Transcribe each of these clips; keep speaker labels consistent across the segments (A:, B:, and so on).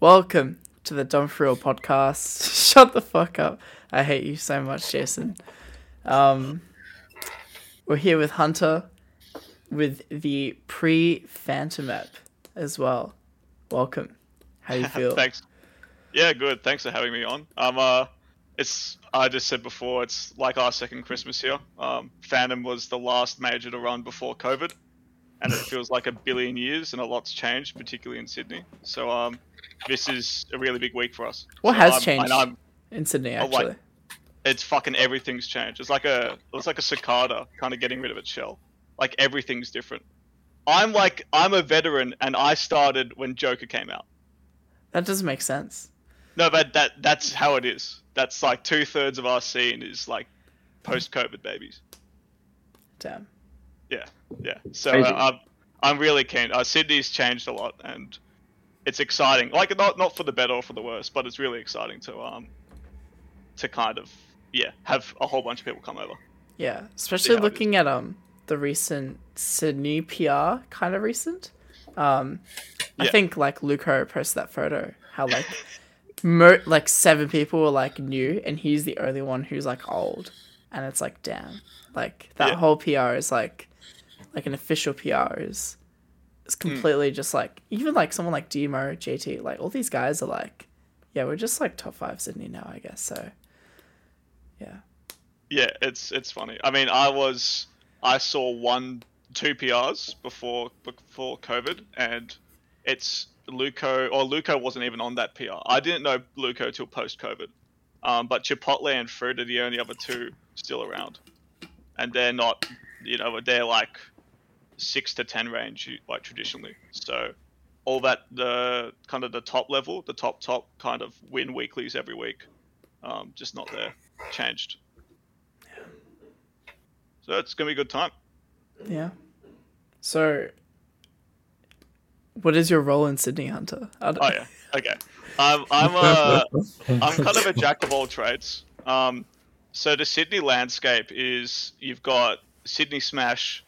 A: Welcome to the Dumb For Real podcast. Shut the fuck up. I hate you so much, Jason. Um, we're here with Hunter with the pre Phantom app as well. Welcome. How you feel?
B: Thanks. Yeah, good. Thanks for having me on. Um, uh, it's I just said before, it's like our second Christmas here. Um, Phantom was the last major to run before COVID, and it feels like a billion years, and a lot's changed, particularly in Sydney. So um, this is a really big week for us.
A: What
B: So
A: has
B: I'm-
A: changed
B: And I'm,
A: in Sydney
B: like-
A: actually?
B: it's fucking everything's changed. It's like a it's like a cicada kind of getting rid of its shell. Like everything's different. I'm like I'm a veteran, and I started when Joker came out.
A: that doesn't make sense.
B: No, but that that's how it is. That's like two thirds of our scene is like post COVID babies.
A: Damn.
B: Yeah, yeah. So
C: Crazy.
B: uh, I'm I'm really keen. Uh, Sydney's changed a lot, and it's exciting. Like not not for the better or for the worse, but it's really exciting to um to kind of yeah have a whole bunch of people come over.
A: Yeah, especially
B: how it is.
A: looking at um the recent Sydney PR, kind of recent. Um, I
B: Yeah.
A: think like Luco posted that photo. How like, mo- like seven people were like new, and he's the only one who's like old, and it's like damn, like that
B: Yeah.
A: whole PR is like, like an official PR is, is
B: Hmm.
A: completely just like even like someone like Demo GT, like all these guys are like, yeah, we're just like top five Sydney now, I guess. So, yeah.
B: Yeah, it's it's funny. I mean, I was I saw one two PRs before before COVID, and it's Luco or Luco wasn't even on that PR. I didn't know Luco till post COVID, um, but Chipotle and Fruit are the only other two still around, and they're not, you know, they're like six to ten range like traditionally. So all that the kind of the top level, the top top kind of win weeklies every week, um, just not there. Changed. So it's gonna be a good time.
A: Yeah. So, what is your role in Sydney Hunter? I don't-
B: Oh yeah. Okay. Um, I'm a, I'm kind of a jack of all trades. Um, so the Sydney landscape is you've got Sydney Smash,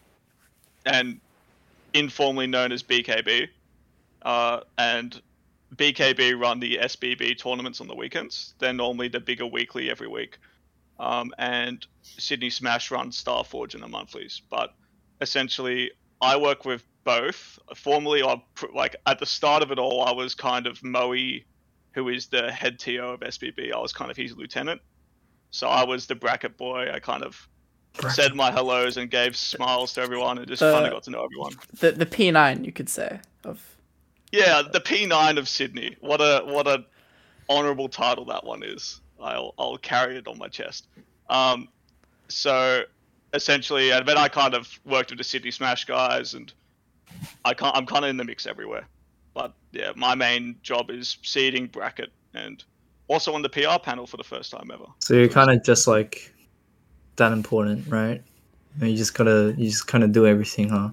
B: and informally known as BKB, uh, and BKB run the SBB tournaments on the weekends. They're normally the bigger weekly every week, um, and Sydney Smash runs Starforge in the monthlies. But essentially, I work with both. Formerly, I pr- like at the start of it all, I was kind of Moe, who is the head TO of SBB. I was kind of his lieutenant, so I was the bracket boy. I kind of said my hellos and gave smiles to everyone and just
A: Uh,
B: kind of got to know everyone.
A: The the P nine you could say of
B: Yeah, the P9 of Sydney. What a what a honourable title that one is. I'll I'll carry it on my chest. Um, so essentially, and then I kind of worked with the Sydney Smash guys, and I can't, I'm kind of in the mix everywhere. But yeah, my main job is seeding bracket and also on the PR panel for the first time ever.
C: So you're kind of just like that important, right? And you just gotta, you just kind of do everything, huh?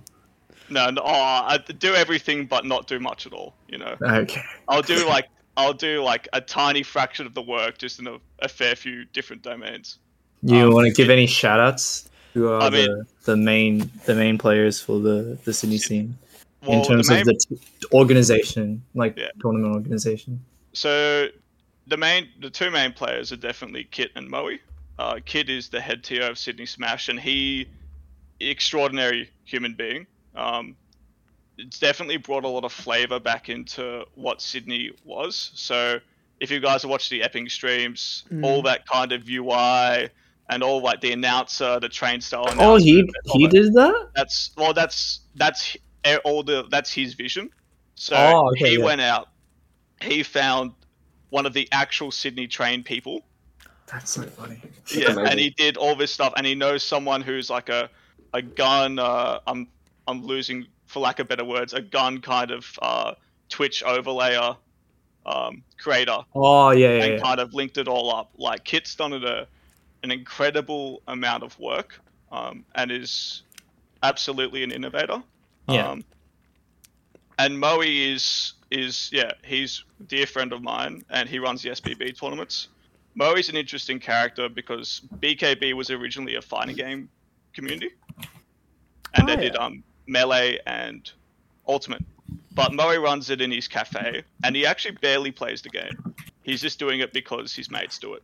B: No, no oh, I do everything but not do much at all. You know.
C: Okay.
B: I'll do like I'll do like a tiny fraction of the work just in a, a fair few different domains.
C: You
B: Um,
C: want to give any shout outs to uh,
B: I
C: the,
B: mean-
C: the main the main players for the the Sydney scene
B: Well,
C: in terms
B: the main,
C: of the t- organization, like
B: Yeah.
C: tournament organization?
B: so the main the two main players are definitely Kit and Moe. Uh, Kit is the head TO of Sydney Smash, and he extraordinary human being. Um, it's definitely brought a lot of flavor back into what Sydney was. So if you guys have watched the Epping streams,
A: Mm.
B: all that kind of UI and all like the announcer, the train style.
C: Oh, he
B: announcement, all
C: he
B: that.
C: did that.
B: That's well, that's that's h- all the that's his vision. So
C: Oh, okay,
B: he
C: yeah.
B: went out, he found one of the actual Sydney trained people,
C: That's so funny.
B: yeah, and
D: amazing.
B: he did all this stuff, and he knows someone who's like a a gun. Uh, I'm I'm losing for lack of better words, a gun kind of uh, Twitch overlayer um, creator
C: Oh yeah, yeah,
B: and
C: yeah.
B: kind of linked it all up. Like Kit's done it a, an incredible amount of work, um, and is absolutely an innovator.
C: Yeah.
B: Um, and Moe is is yeah, he's a dear friend of mine, and he runs the SBB tournaments. Moe is an interesting character because BKB was originally a fighting game community, and
A: Oh,
B: they did
A: yeah.
B: um melee and ultimate. But Moe runs it in his cafe, and he actually barely plays the game. He's just doing it because his mates do it.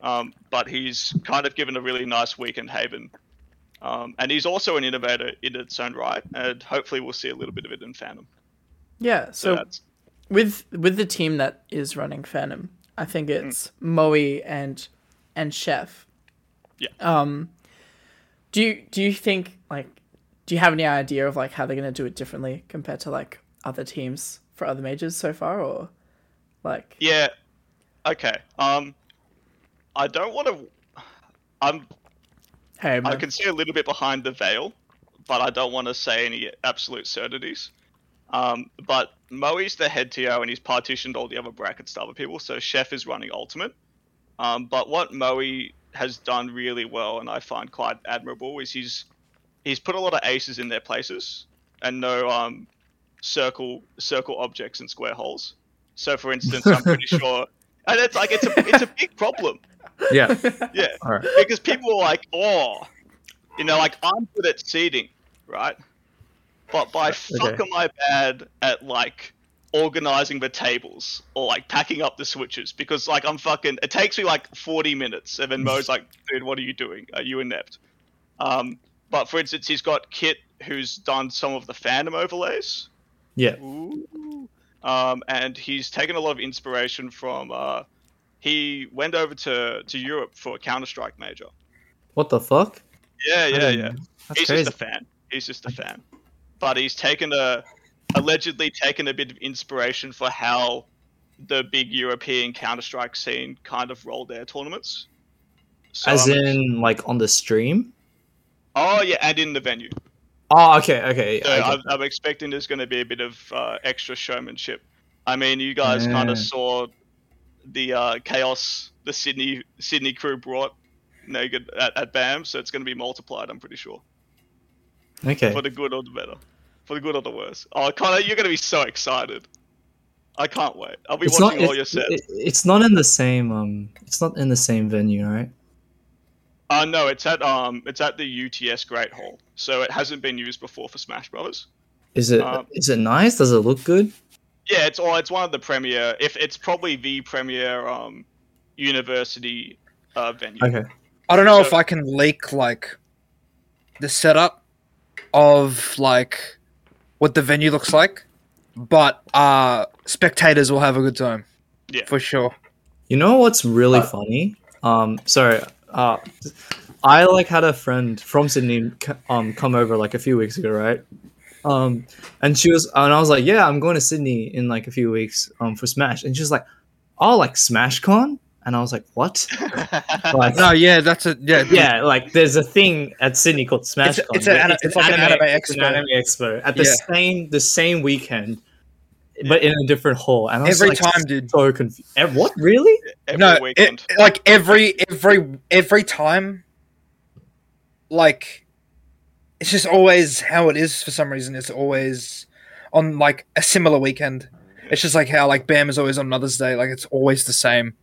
B: Um, but he's kind of given a really nice weekend haven. Um, and he's also an innovator in its own right, and hopefully we'll see a little bit of it in Phantom.
A: Yeah. So,
B: that's
A: with with the team that is running Phantom, I think
B: Mm.
A: it's Moe and and Chef.
B: Yeah.
A: Um. Do you do you think like do you have any idea of like how they're gonna do it differently compared to like other teams for other majors so far, or like
B: Yeah. Okay. Um, I don't want to. I'm.
A: hey
B: I
A: man,
B: can see a little bit behind the veil, but I don't want to say any absolute certainties. Um, but Moe's the head TO and he's partitioned all the other brackets to other people, so Chef is running Ultimate. Um, but what Moe has done really well, and I find quite admirable, is he's he's put a lot of aces in their places and no um, circle circle objects and square holes. So, for instance, I'm pretty sure, and it's like it's a it's a big problem.
C: Yeah.
B: Yeah
C: All right.
B: because people are like, oh, you know, like I'm good at seeding, right? But by fuck am I bad at like organizing the tables or like packing up the switches because like I'm fucking. It takes me like 40 minutes, and then Mo's like, dude, what are you doing? Are you inept? Um, but for instance, he's got Kit, who's done some of the fandom overlays.
C: Yeah.
B: Ooh. Um, and he's taken a lot of inspiration from. Uh, he went over to, to Europe for a Counter Strike major.
C: What the fuck?
B: Yeah,
C: I
B: yeah,
C: didn't-
B: yeah.
C: That's
B: He's
C: crazy.
B: just a fan. He's just a fan. But he's taken a allegedly taken a bit of inspiration for how the big European Counter Strike scene kind of rolled their tournaments. So
C: As
B: I'm-
C: in, like on the stream.
B: oh yeah, and in the venue.
C: Oh, okay, okay.
B: So
C: I get-
B: I'm, I'm expecting there's going to be a bit of uh, extra showmanship. I mean, you guys kind
C: Yeah.
B: of saw the uh, chaos the Sydney Sydney crew brought naked at, at BAM, so it's going to be multiplied. I'm pretty sure.
C: okay.
B: for the good or the better, for the good or the worse. Oh, Connor, you're gonna be so excited! I can't wait. I'll be
C: It's not.
B: watching all your
C: It's,
B: sets.
C: it- it's not in the same. Um. It's not in the same venue, right?
B: uh, no, it's at um, it's at the UTS Great Hall, so it hasn't been used before for Smash Brothers.
C: Is it? Is
B: Um,
C: it nice? Does it look good?
B: Yeah, it's all. It's one of the premier. If it's probably the premier um, university uh, venue.
C: Okay.
D: I don't know if
B: So-
D: I can leak like the setup of like what the venue looks like, but uh spectators will have a good time.
B: Yeah.
D: For sure.
C: You know what's really
D: Uh,
C: funny? Um, sorry. Uh, I like had a friend from Sydney c- um come over like a few weeks ago, right? Um, and she was, and I was like, yeah, I'm going to Sydney in like a few weeks um for Smash, and she was like, oh, like SmashCon, and I was like, what? Like,
D: No, yeah, that's a yeah.
C: yeah, like there's a thing at Sydney called SmashCon.
D: it's an
C: but
D: ana- it's like an anime
C: it's an
D: expo.
C: anime expo at the
D: Yeah.
C: same the same weekend, but in a different hall. And I was
D: Every
C: like,
D: time, dude.
C: so confused. What really?
B: Every
D: no, it-
B: weekend.
D: like every every every time, like it's just always how it is for some reason. It's always on like a similar weekend. It's just like how like Bam is always on Mother's Day. Like it's always the same,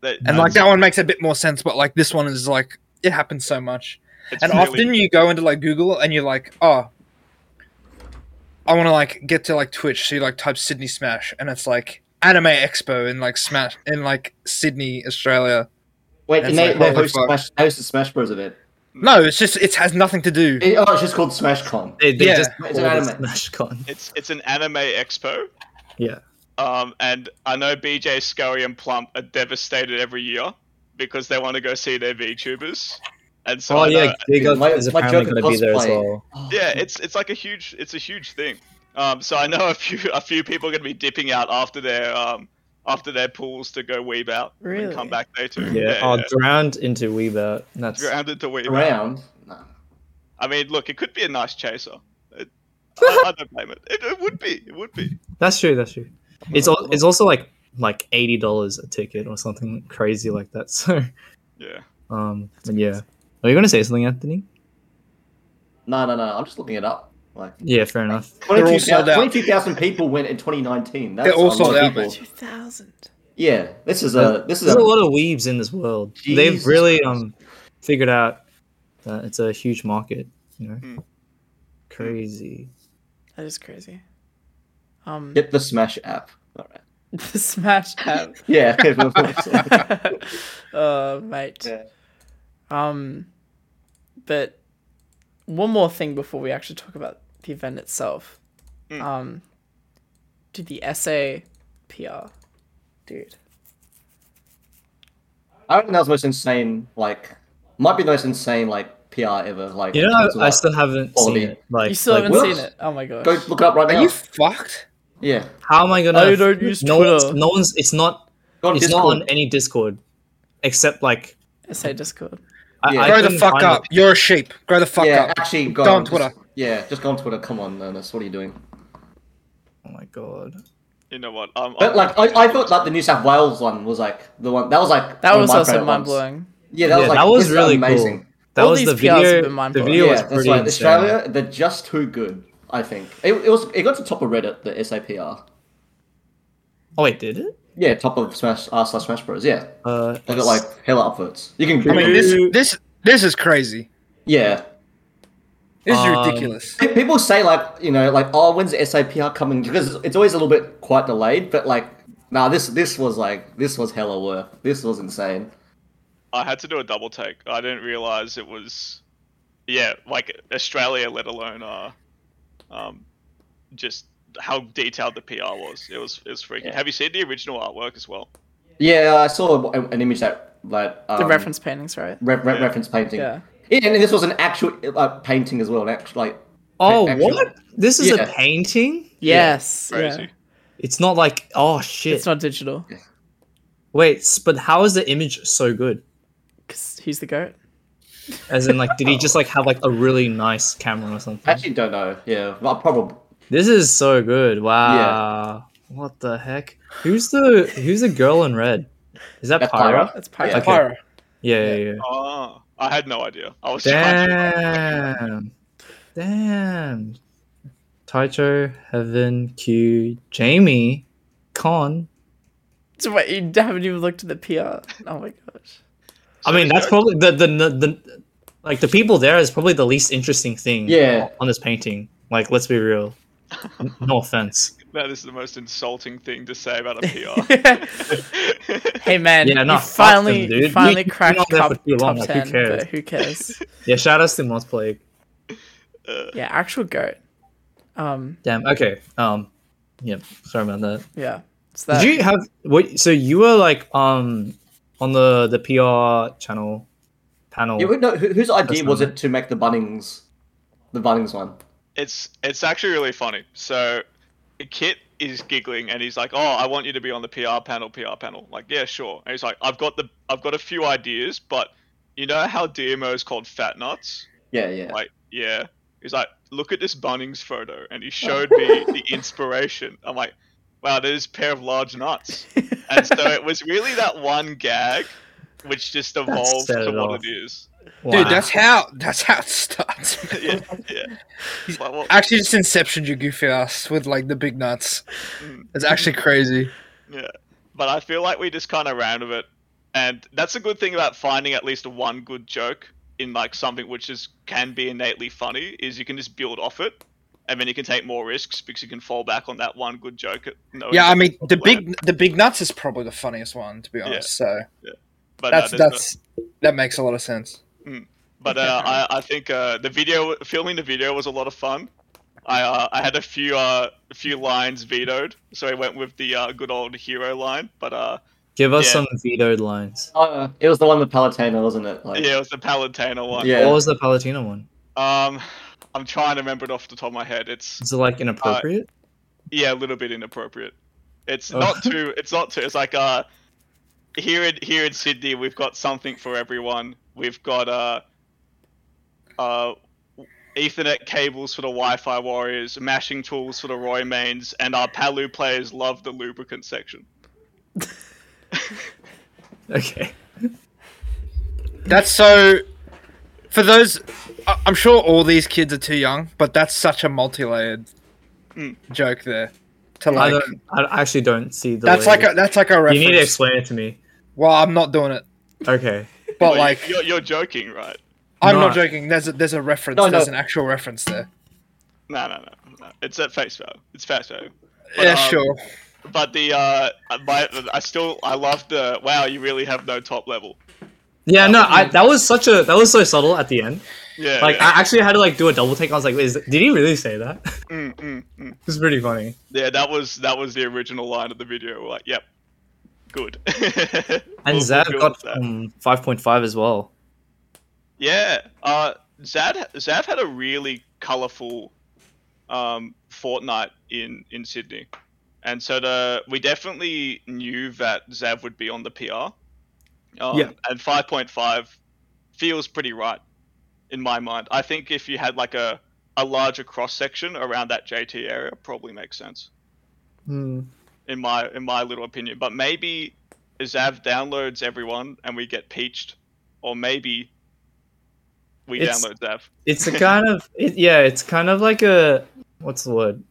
B: That- uh,
D: and like that one makes a bit more sense. But like this one is like it happens so much,
B: it's
D: and
B: really-
D: often you go into like Google and you're like, oh. I want to like get to like Twitch, so you like type Sydney Smash, and it's like Anime Expo in like Smash in like Sydney, Australia.
E: Wait,
D: That's
E: and they,
D: like-
E: they
D: what the
E: host
D: fuck?
E: Smash, they host a Smash Bros event.
D: No, it's just it has nothing to do.
E: It, oh, it's just called SmashCon.
C: They, they
D: Yeah.
C: just
E: It's
C: called
E: an
C: it
E: anime.
C: SmashCon.
B: It's it's an anime expo.
C: Yeah.
B: Um, and I know BJ Scully and Plump are devastated every year because they want to go see their VTubers. And so
C: oh
B: I
C: yeah,
B: know-
C: Giga
E: my-
C: is
E: my
C: apparently going
E: joke
C: to be there as
E: cosplay.
C: well.
B: yeah, it's it's like a huge it's a huge thing. Um, so I know a few a few people are going to be dipping out after their um after their pools to go weeb out and then
A: Really?
B: come back later.
C: Yeah,
B: yeah,
C: oh,
B: yeah.
C: drowned into Weebout. That's
B: grounded to weeb out.
E: Around. No.
B: I mean, look, it could be a nice chaser. It, I, I don't blame it. it. It would be. It would be.
C: that's true. That's true. It's
E: Well,
C: al- it's also like like eighty dollars a ticket or something crazy like that. So
B: Yeah.
C: um, but yeah. Are you going to say something, Anthony?
E: No, no, no. I'm just looking it up. Like
C: Yeah, fair enough.
D: They're all
E: 22,000
D: sold out.
E: 22,000 people went in 2019. That's
D: They're all
E: a lot
D: sold
E: of
D: out,
E: people.
D: mate.
A: two thousand.
E: Yeah, this is a this is
C: There's
E: a,
C: a lot of weebs in this world. They've
E: Jesus
C: really
E: Christ.
C: um figured out that it's a huge
E: Hmm.
C: market. You know,
B: Mm.
C: crazy.
A: That is crazy. Um,
E: Get the Smash app. All right.
A: the Smash app.
E: Yeah. yeah.
A: oh, mate. Um, but one more thing before we actually talk about the event itself.
B: Mm.
A: Um, dude, the SA PR, dude.
E: I reckon that was the most insane. Like, might be the most insane like PR ever. Like,
C: You know,
E: in terms of,
C: I
E: like,
C: still haven't
E: quality.
C: seen it. Like,
A: You still
C: like,
A: haven't
E: what?
A: seen it? Oh my gosh.
E: Go look it up right now.
D: Are you fucked?
E: Yeah.
C: how am I gonna?
A: I don't use
C: no one's,
A: Twitter.
C: no one's. It's not.
E: Go on
C: It's
E: Discord.
C: not on any Discord, except like.
A: SA Discord.
C: I,
E: Yeah.
C: I
D: Grow the
C: couldn't
D: fuck
C: find
D: up.
C: it.
D: You're a sheep. Grow the fuck
E: yeah,
D: up.
E: actually, go,
D: Go on
E: just-
D: Twitter.
E: yeah, just go on Twitter. Come on, Ernest. What are you doing?
C: Oh my god.
B: You know what? I'm,
E: But
C: Oh.
B: I'm-
E: like, I, I thought like the New South Wales one was like the one that was like
A: That
E: one of
A: was
E: my
A: also
E: favourite
A: mind
E: ones.
A: blowing.
E: Yeah, that
C: yeah,
E: was like
C: that was
E: this is
C: really
E: amazing.
C: cool. That
A: All
C: was
A: these
C: the
A: PRs have
C: video.
A: been mind
C: The
A: blowing.
C: video
E: yeah,
C: was
E: that's
C: pretty
E: like
C: insane.
E: Australia. They're just too good. I think it, it was. It got to top of Reddit. The SAPR.
C: Oh wait, did it?
E: Yeah, top of Smash R slash Smash Bros. Yeah,
C: Uh,
E: they got like hella upvotes. You can.
D: I mean, this
C: Dude.
D: this this is crazy.
E: yeah.
D: This is
C: Um,
D: ridiculous.
E: Pe- People say like you know like oh when's the SAPR coming because it's always a little bit quite delayed but like nah this this was like this was hella work this was insane
B: I had to do a double take. I didn't realize it was, yeah, like Australia, let alone uh, um, just how detailed the PR was. It was it was freaking.
E: Yeah.
B: Have you seen the original artwork as well?
E: yeah I saw a- an image that like um,
A: The reference paintings, right?
E: re- re-
B: Yeah.
E: reference painting
A: Yeah.
E: Yeah, and this was an actual uh, painting as well an actual like
C: oh
E: actual-
C: what? This is
E: Yeah.
C: a painting.
A: Yes. Yeah.
B: Crazy.
C: It's not like oh shit.
A: It's not digital.
C: Wait, s- but how is the image so good?
A: Cause he's the goat.
C: As in, like, did he just like have like a really nice camera or something?
E: I actually don't know yeah well, probably
C: This is so good. Wow. What the heck? Who's the who's the girl in red? Is that
E: That's
C: Pyra?
E: Pyra.
A: That's part.
C: Okay.
D: Pyro.
C: Yeah, yeah, yeah.
B: Oh, I had no idea. I was
C: Damn. Damn. Taicho, Heaven, Q, Jamie, Con.
A: So wait, you haven't even looked at the PR. Oh my gosh.
C: I mean, that's probably the the, the the like the people there is probably the least interesting thing.
E: Yeah.
C: On this painting, like, let's be real. N- No offense.
B: that is the most insulting thing to say about a PR.
A: hey man,
C: Yeah, no,
A: you
C: fuck them,
A: finally
C: dude.
A: you finally
C: You- you
A: cracked
C: know that
A: top,
C: for too long,
A: top
C: like, who
A: ten.
C: cares?
A: But who cares?
C: Yeah, shout outs to Moss Plague.
A: yeah, actual goat. Um,
C: Damn. Okay. Um. Yeah. Sorry about that.
A: yeah. So that
C: Did you have what? So you were like um on the the PR channel panel.
E: you would know who- whose idea
C: That's
E: was
C: not
E: it to make the Bunnings the Bunnings one
B: it's it's actually really funny. So Kit is giggling and he's like, "Oh, I want you to be on the PR panel, PR panel." Like, yeah, sure. And he's like, "I've got the I've got a few ideas, but you know how DMO is called fat nuts?
E: yeah yeah
B: Like, yeah." He's like, "Look at this Bunnings photo," and he showed me the inspiration. I'm like, "Wow, there's a pair of large nuts." And so it was really that one gag, which just evolved
C: set
B: to
C: it
B: what
C: off.
B: it is.
C: Wow.
D: Dude, that's how that's how it starts.
B: yeah, yeah. Well, well,
D: actually just inception you goofy ass with like the big nuts. It's actually
B: Mm.
D: crazy.
B: but I feel like we just kind of ran with it, and that's a good thing about finding at least one good joke in like something which is can be innately funny is you can just build off it, and then you can take more risks because you can fall back on that one good joke. No,
D: Yeah, I mean the big the big nuts is probably the funniest one to be honest. So
B: but, uh,
D: that's
B: there's
D: that's that makes a lot of sense.
B: no- but uh, I, I think uh, the video filming the video was a lot of fun. I uh, I had a few uh a few lines vetoed, so I went with the uh, good old hero line. But uh,
C: Give us
B: yeah.
C: some vetoed lines.
E: Uh, it was the one with Palutena wasn't it like
B: yeah, it was the Palutena one.
E: Yeah.
C: What was the Palatino one?
B: Um, I'm trying to remember it off the top of my head. It's
C: Is it like inappropriate?
B: yeah, a little bit inappropriate. It's
C: Oh.
B: not too. It's not too. It's like uh, here in here in Sydney, we've got something for everyone. We've got uh, uh, Ethernet cables for the Wi-Fi warriors, mashing tools for the Roy mains, and our Palu players love the lubricant section.
D: Uh,
C: okay.
D: That's so for those I- I'm sure all these kids are too young, but that's such a multi-layered
B: Mm.
D: joke there. To
C: I
D: like
C: don't. I actually don't see the.
D: that's like
C: label.
D: a, that's like a
C: you
D: reference.
C: need to explain it to me.
D: well, I'm not doing it,
C: Okay.
D: but
B: Wait,
D: like
B: you're, you're joking, right?
D: I'm
C: No.
D: not joking. There's a, there's a reference.
E: No, no.
D: There's an actual reference there.
B: No, no, no, no. It's at face value. It's face value. But,
D: yeah,
B: um,
D: sure.
B: But the uh, my, I still I love the wow. You really have no top level.
C: Yeah, no, I, that was such a that was so subtle at the end.
B: Yeah.
C: Like
B: yeah.
C: I actually had to like do a double take. I was like, Wait, is, did he really say that? it
B: Mm, mm, mm.
C: was pretty funny.
B: yeah, that was that was the original line of the video. We're like, yep, good.
C: And
B: We'll-
C: Zab
B: we'll go with
C: got
B: that.
C: um, five point five as well.
B: Yeah. Uh, Zav Zav had a really colourful um, fortnight in in Sydney, and so the, we definitely knew that Zav would be on the PR. Um,
C: Yeah.
B: And five point five feels pretty right in my mind. I think if you had like a a larger cross section around that JT area, probably makes sense
C: Hmm.
B: in my in my little opinion. But maybe Zav downloads everyone and we get peached, or maybe we
C: It's-
B: download Zav.
C: It's a kind of it, yeah. It's kind of like a what's the word?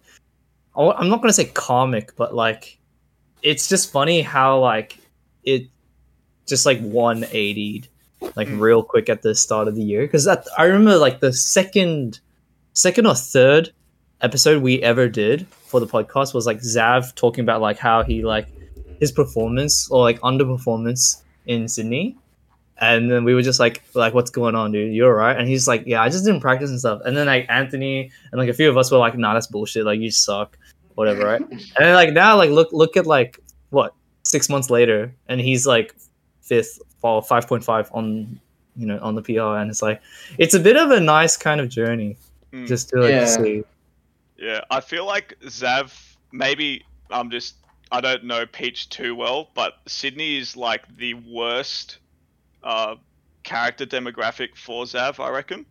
C: I wa- I'm not gonna say comic, but like it's just funny how like it just like 180'd like
B: Mm.
C: real quick at the start of the year because that I remember like the second second or third episode we ever did for the podcast was like Zav talking about like how he like his performance or like underperformance in Sydney. And then we were just like, like, what's going on, dude? You're right. And he's like, yeah, I just didn't practice and stuff. And then like Anthony and like a few of us were like, nah, that's bullshit. Like you suck, whatever, right? and then, like now, like look, look at like what six months later, and he's like fifth, fall five point five on you know on the PR, and it's like it's a bit of a nice kind of journey
B: Mm.
C: just to like
E: Yeah.
C: see.
B: Yeah, I feel like Zav. Maybe I'm just I don't know Peach too well, but Sydney is like the worst uh, character demographic for Zav. I reckon.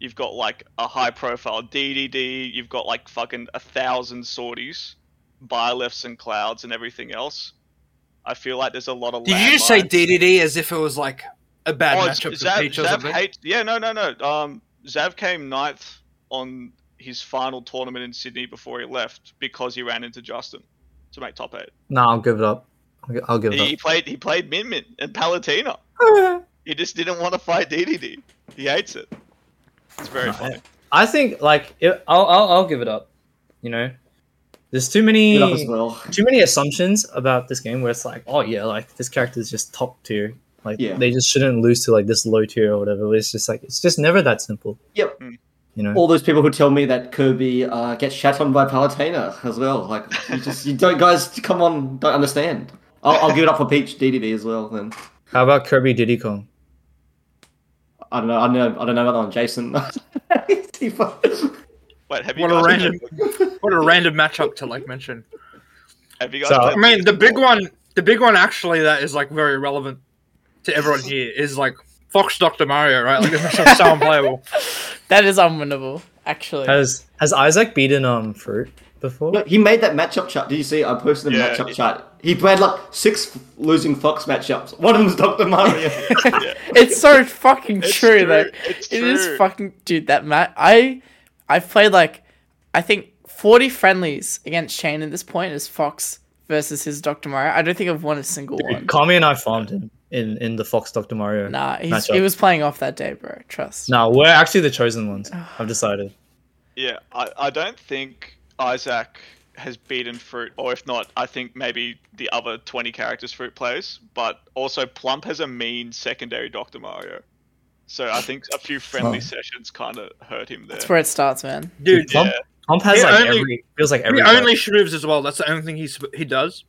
B: You've got like a high profile DDD. You've got like fucking a thousand sorties, bylefts and clouds and everything else. I feel like there's a lot of.
F: Did you just say
B: landmines.
F: DDD as if it was like a bad
B: Oh,
F: matchup
B: Zav-
F: for Peach or
B: Zav
F: something?
B: hates- yeah, no, no, no. Um, Zav came ninth on his final tournament in Sydney before he left because he ran into Justin to make top eight.
C: Nah, I'll give it up. I'll gi- I'll give it
B: He, he
C: up.
B: played he played Min Min and Palatina. He just didn't want to fight DDD. He hates it. It's very
C: Right.
B: funny.
C: I think like it, I'll, I'll I'll give it up. You know, there's too many.
E: Good up as well.
C: too many assumptions about this game where it's like, oh yeah, like this character is just top tier. Like
E: Yeah.
C: they just shouldn't lose to like this low tier or whatever. It's just like it's just never that simple.
E: Yep.
C: You know.
E: All those people who tell me that Kirby uh, gets shat on by Palutena as well. Like, you just, you don't, guys, come on, don't understand. I'll, I'll give it up for Peach DDD as well. Then
C: How about Kirby Diddy Kong?
E: I don't know. I know. I don't know about that one, Jason.
B: Wait, have you
F: What a
B: guys
F: random, what a random matchup to like mention.
B: have you guys
C: So-
B: played
F: I mean, the
B: before?
F: big one, the big one actually that is like very relevant to everyone here is like Fox Doctor Mario, right? Like this matchup's so unplayable.
A: That is unwinnable, actually.
C: Has has Isaac beaten um fruit before?
E: No, he made that matchup chart. Did you see? I posted a
B: Yeah,
E: matchup
B: it-
E: chart. He played like six losing Fox matchups. One of them's Doctor Mario.
A: it's so fucking
B: It's
A: true,
B: true,
A: though.
B: it's
A: It is
B: true.
A: fucking dude. That Matt, I, I played like, I think forty friendlies against Shane at this point is Fox versus his Doctor Mario. I don't think I've won a single one.
C: Kami and I farmed him in in the Fox Doctor Mario.
A: Nah, he's,
C: matchup.
A: he was playing off that day, bro. Trust.
C: No, we're actually the chosen ones. I've decided.
B: Yeah, I, I don't think Isaac has beaten Fruit, or if not, I think maybe the other 20 characters Fruit plays, but also Plump has a mean secondary Dr. Mario. So I think a few friendly
E: Oh.
B: sessions kind of hurt him there.
A: That's where it starts, man.
F: Dude,
B: Yeah.
C: Hump has
F: He
C: like
F: only-
C: every feels like every
F: he only shmoves as well. That's the only thing he sp- he does.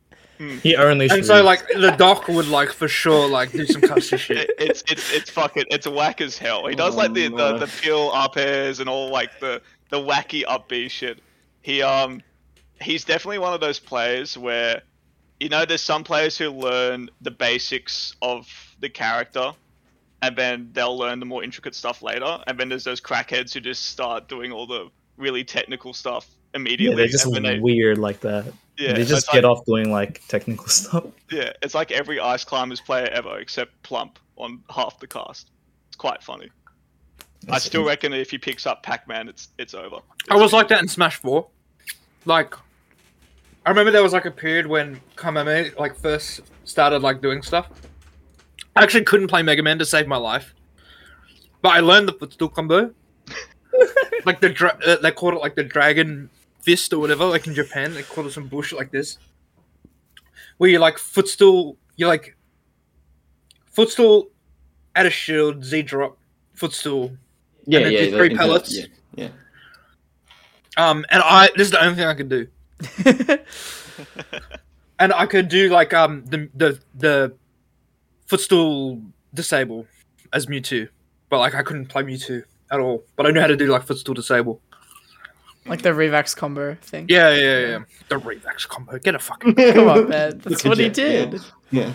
C: he only
F: And
C: shoots.
F: so like the doc would like for sure like do some cushy shit.
B: It- it's it's it's fucking it's whack as hell. He does
E: Oh,
B: like the, the
E: no.
B: the peel up airs and all like the the wacky up B shit. He um he's definitely one of those players where you know there's some players who learn the basics of the character and then they'll learn the more intricate stuff later and then there's those crackheads who just start doing all the really technical stuff
C: yeah,
B: immediately
C: they're just
B: and when they,
C: weird like that.
B: yeah,
C: they
B: it's
C: just
B: like-
C: get off doing like technical stuff.
B: yeah it's like every ice climbers player ever except plump on half the cast it's quite funny I still reckon if he picks up Pac-Man, it's it's over.
F: I was like that in Smash Four. Like, I remember there was like a period when Kamame like first started like doing stuff. I actually couldn't play Mega Man to save my life, but I learned the footstool combo. like the dra- uh, they called it like the dragon fist or whatever, like in Japan, they call it some bullshit like this, where you like footstool, you like footstool, add a shield, Z drop, footstool.
E: Yeah,
F: And then
E: yeah,
F: do
E: the
F: three
E: internet,
F: pellets.
E: Yeah, yeah.
F: Um, and I this is the only thing I could do, and I could do like um the the the footstool disable as Mewtwo, but like I couldn't play Mewtwo at all. But I knew how to do like footstool disable.
A: like the Revax combo thing.
F: Yeah, yeah, yeah. The Revax combo. Get a fucking.
A: Come on, man. That's
E: Good
A: what he
E: job, yeah.
A: did.
E: Yeah.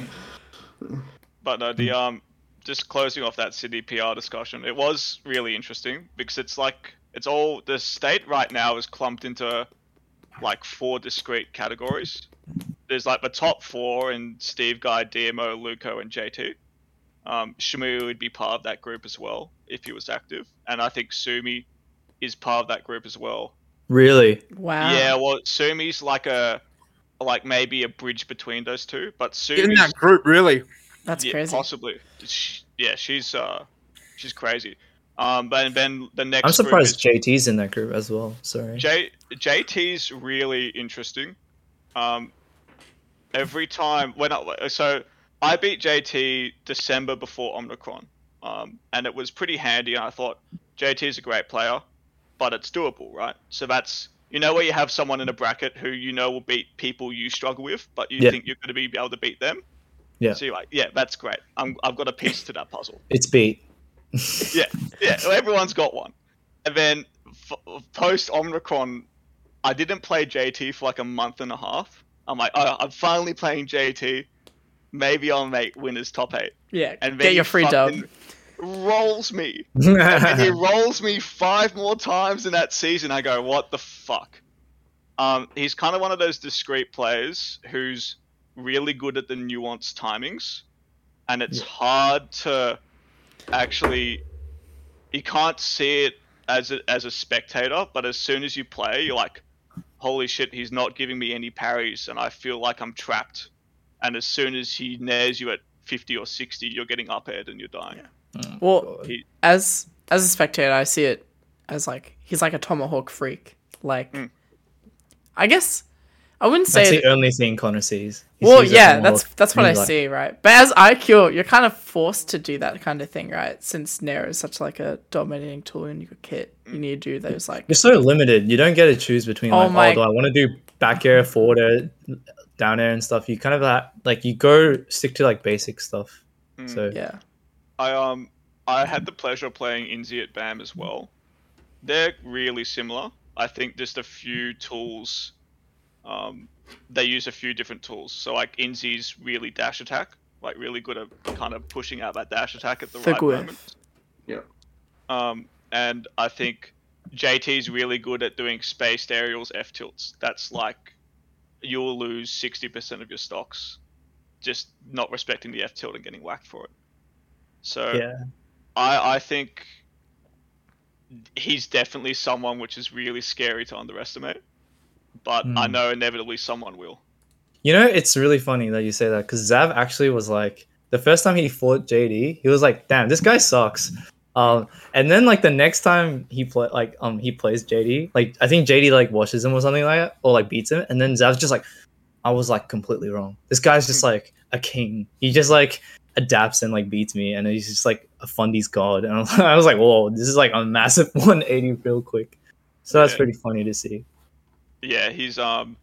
B: But no, the um, just closing off that Sydney PR discussion, it was really interesting because it's like it's all the state right now is clumped into like four discrete categories. There's like the top four, and Steve Guy, DMO, Luco, and J2. Um, Shamu would be part of that group as well if he was active, and I think Sumi is part of that group as well.
C: Really?
A: Wow.
B: Yeah, well, Sumi's like a like maybe a bridge between those two, but Sumi's
F: In that group, really.
A: That's
B: yeah,
A: crazy.
B: Possibly. Sh yeah, she's uh, she's crazy. Um, but then the next.
C: I'm surprised
B: Group
C: JT's in that group as well. Sorry.
B: is J- JT's really interesting. Um, every time when I, so I beat JT December before Omnicron, um, and it was pretty handy. And I thought JT's a great player, but it's doable, right? So that's you know where you have someone in a bracket who you know will beat people you struggle with, but you
C: Yeah.
B: think you're going to be able to beat them.
C: Yeah.
B: So you're like, yeah, that's great. I'm, I've got a piece to that puzzle.
C: It's beat.
B: yeah, yeah. well, Everyone's got one. And then f- post Omnicron, I didn't play JT for like a month and a half. I'm like, oh, I'm finally playing JT. Maybe I'll make winners top eight.
A: Yeah.
B: And then
A: Get your
B: he
A: free dub.
B: fucking Rolls me. and he rolls me five more times in that season. I go, what the fuck? Um, he's kind of one of those discreet players who's really good at the nuanced timings, and it's hard to actually. You can't see it as a, as a spectator, but as soon as you play, you're like, holy shit, he's not giving me any parries, and I feel like I'm trapped. And as soon as he nares you at 50 or 60, you're getting up aired and you're dying.
A: Well,
B: Oh, He-
A: as as a spectator, I see it as like he's like a tomahawk freak. Like,
B: Mm.
A: I guess I wouldn't say.
C: That's
A: that-
C: the only thing Connor sees. He
A: well,
C: sees it
A: yeah,
C: from
A: that's
C: all-
A: that's what I
C: he's like,
A: see, right? But as IQ, you're kind of forced to do that kind of thing, right? Since Nair is such like a dominating tool in your kit, you
B: Hmm.
A: need to do those like.
C: You're so limited. You don't get to choose between
A: Oh
C: like,
A: my-
C: oh, do I want to do back air, forward air, down air, and stuff. You kind of that like you go stick to like basic stuff.
B: Mm.
C: So
A: Yeah,
B: I um I had the pleasure of playing Inzi at BAM as well. They're really similar. I think just a few tools. Um, they use a few different tools. So like Inzi's really dash attack, like really good at kind of pushing out that dash attack at the
A: Thick
B: right
A: whiff.
B: moment.
E: Yeah.
B: Um, and I think JT's really good at doing spaced aerials F tilts. That's like you'll lose sixty percent of your stocks just not respecting the F tilt and getting whacked for it. So
C: yeah,
B: I, I think he's definitely someone which is really scary to underestimate, but I
C: Mm.
B: know inevitably someone will.
C: you know it's really funny that you say that because Zav actually was like the first time he fought JD, he was like, damn, this guy sucks. Um, and then like the next time he play like um he plays JD, like I think JD like washes him or something like that, or like beats him, and then Zav's just like, I was like completely wrong. This guy's just like a king. He just like adapts and like beats me, and he's just like a fundies god. And I was, I was like, whoa, this is like a massive 180 real quick. So that's
B: Yeah.
C: pretty funny to see.
B: Yeah, he's um,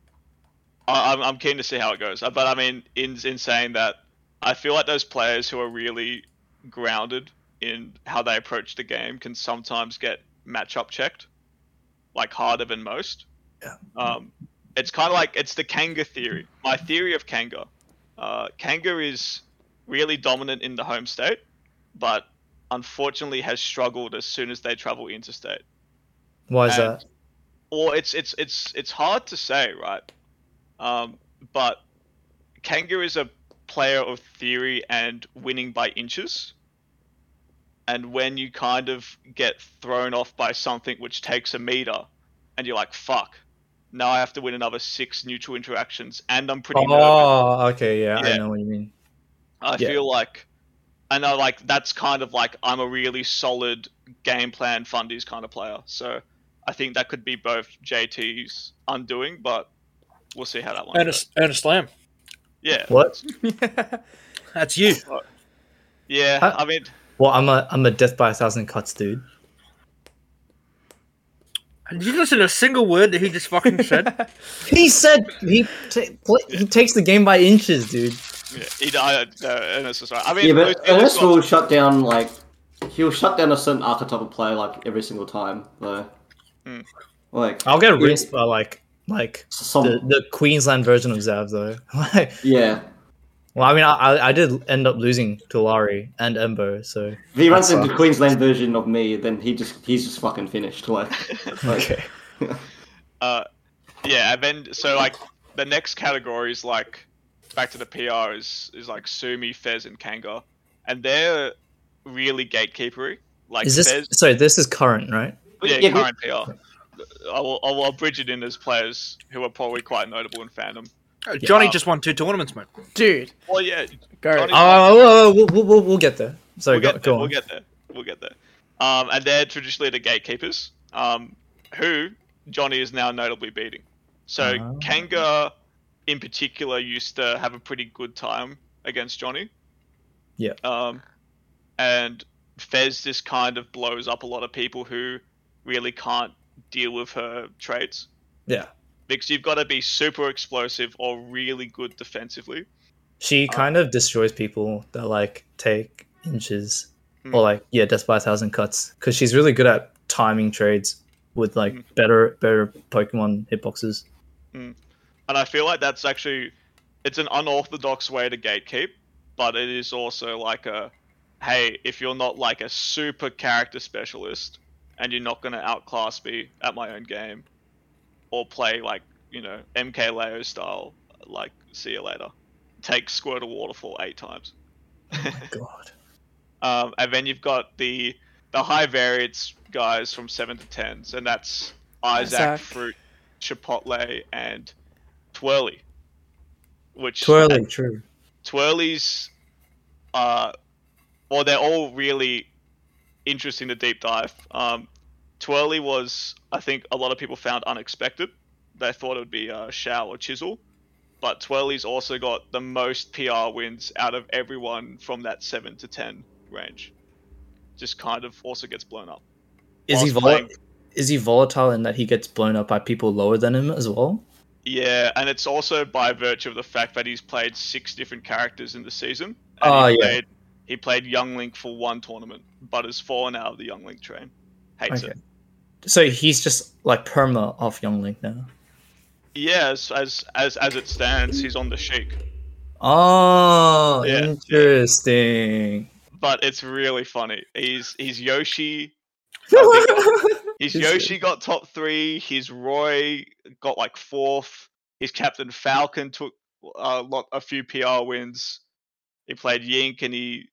B: I, I'm I'm keen to see how it goes. Uh, But I mean, in in saying that, I feel like those players who are really grounded in how they approach the game can sometimes get matchup checked, like harder than most.
C: Yeah.
B: Um, it's kind of like it's the Kanga theory. My theory of Kanga, uh, Kanga is really dominant in the home state, but unfortunately has struggled as soon as they travel interstate
C: Why is
B: And-
C: that?
B: or it's it's it's it's hard to say, right? Um, but Kanga is a player of theory and winning by inches. And when you kind of get thrown off by something which takes a meter, and you're like, "Fuck!" Now I have to win another six neutral interactions, and I'm pretty nervous.
C: Oh, okay, yeah,
B: Yeah.
C: I know what you mean.
B: I
C: Yeah.
B: feel like, I know, like that's kind of like I'm a really solid game plan fundies kind of player. So I think that could be both JT's undoing, but we'll see how that one goes.
F: Ernest, Ernest Lamb.
B: Yeah,
C: What?
F: That's you.
B: yeah.
C: Huh?
B: I mean,
C: Well, I'm a I'm a death by a thousand cuts dude.
F: And you listen to a single word that he just fucking said.
C: He said he ta- pl- he takes the game by inches, dude.
B: yeah, he, I, no, Ernest is right. I mean,
E: Yeah, but
B: Luciano's
E: Ernest
B: got-
E: will shut down like he'll shut down a certain archetype of player like every single time though.
B: Hmm.
E: Like
C: I'll get rinsed by like like
E: some
C: the, the Queensland version of Zav though. Like,
E: yeah.
C: well, I mean, I I- I did end up losing to Lari and Embo, so
E: If he runs
C: That's
E: into
C: fine.
E: Queensland version of me, then he just he's just fucking finished. Like, like
C: okay.
B: uh, Yeah, and then so like the next category is like back to the PR is is like Sumi, Fez, and Kanga, and they're really gatekeepery. Like
C: Is this
B: Fez,
C: sorry? This is current, right?
B: yeah,
E: Yeah,
B: current PR. I will, I will I'll bridge it in as players who are probably quite notable in fandom.
F: Oh, Johnny just won two tournaments, mate.
A: Dude,
B: Well, yeah,
A: go.
B: Johnny-
C: Oh, oh, oh, we'll, we'll, we'll, we'll get there. Sorry,
B: we'll
C: go,
B: get there.
C: go on.
B: We'll get there. We'll get there. Um, and they're traditionally the gatekeepers, um, who Johnny is now notably beating. So
C: Ah.
B: Kanga, in particular, used to have a pretty good time against Johnny.
C: Yeah.
B: Um, and Fez just kind of blows up a lot of people who really can't deal with her traits
C: Yeah,
B: because you've got to be super explosive or really good defensively.
C: she kind of destroys people that like take inches
B: Hmm.
C: or like yeah, death by a thousand cuts because she's really good at timing trades with like
B: Hmm.
C: better better Pokemon hitboxes.
B: and I feel like that's actually it's an unorthodox way to gatekeep, but it is also like a hey, if you're not like a super character specialist and you're not gonna outclass me at my own game or play like, you know, MK Leo style, like see you later. Take Squirtle Waterfall eight times.
C: God,
B: Um, and then you've got the the high variance guys from seven to tens, and that's Isaac,
A: Isaac.
B: Fruit, Chipotle, and Twirly. Which
C: twirly, true.
B: Twirlies uh well they're all really interesting to deep dive. Um Twirly was I think a lot of people found unexpected. They thought it would be uh Shao or Chisel. But Twirly's also got the most PR wins out of everyone from that seven to ten range. Just kind of also gets blown up.
C: Is he
B: Whilst
C: vol-
B: playing-
C: is he volatile in that he gets blown up by people lower than him as well?
B: Yeah, and it's also by virtue of the fact that he's played six different characters in the season. and
C: Oh,
B: he
C: yeah.
B: Played, he played Young Link for one tournament, but has fallen out of the Young Link train. Hates
C: Okay.
B: it.
C: So he's just like perma off Young Link now.
B: Yeah, as, as as as it stands, he's on the chic.
C: Oh,
B: Yeah.
C: interesting.
B: But it's really funny. He's he's Yoshi. He's
C: Is it?
B: Yoshi got top three. His Roy got like fourth. His Captain Falcon took a lot, a few PR wins. He played Yink and he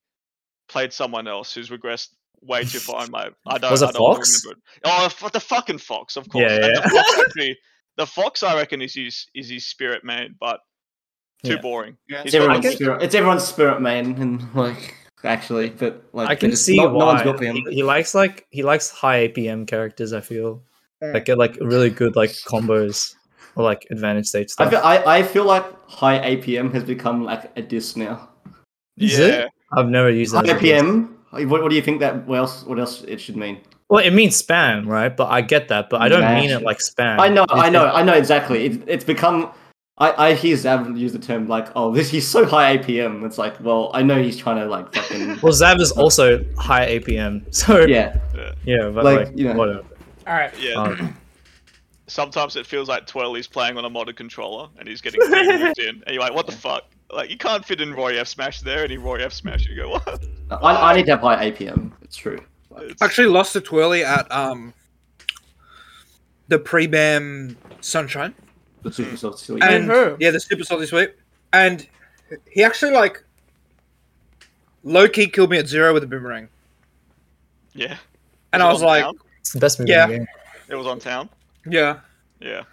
B: played someone else who's regressed way too far. In my, I don't,
C: Was it
B: I don't wanna
C: Fox?
B: remember it. Oh, f- the fucking Fox, of course.
C: Yeah,
B: And
C: yeah.
B: The, Fox actually- the Fox, I reckon, is his is his spirit man, but too
C: Yeah.
B: boring.
F: Yeah.
E: it's
B: got-
E: everyone's
C: I can-
E: spirit. It's everyone's spirit, man, and like actually, but like
C: I can
E: it's
C: see
E: no, no
C: why
E: one's built for him.
C: He, he likes like he likes high APM characters. I feel like get like really good like combos or like advantage state
E: I
C: stuff.
E: feel, I, I feel like high APM has become like a diss now.
C: Is
B: yeah.
C: it? I've never used
E: High
C: that. as a diss.
E: APM. What, what do you think that? What else? What else it should mean?
C: Well, it means spam, right? But I get that, but I don't mean
E: Mash.
C: it like spam.
E: I know,
C: It's-
E: I know, I know exactly. It, it's become. I, I hear Zav use the term like, "Oh, this he's so high APM." It's like, well, I know he's trying to like fucking
C: Well, Zav is also high APM, so yeah,
E: yeah,
C: yeah but
E: Like,
C: like,
E: you know.
C: whatever.
A: All right.
B: Yeah.
C: Um,
B: sometimes it feels like Twirly's playing on a modded controller and he's getting moved in, and you're like, what the fuck? Like you can't fit in Roy F Smash there, and he Roy F Smash. You go what?
E: I, I need to have high APM. It's true.
B: It's-
F: Actually, lost to Twirly at um the pre-bam Sunshine.
E: The super soft silly.
F: and
A: who?
F: yeah, the super salty sweep, and he actually like low key killed me at zero with a boomerang,
B: yeah.
F: and
B: Is it
F: I was
B: on
F: like,
B: town?
C: it's the best move
F: Yeah.
C: in the game.
B: it was on town.
F: yeah,
B: Yeah,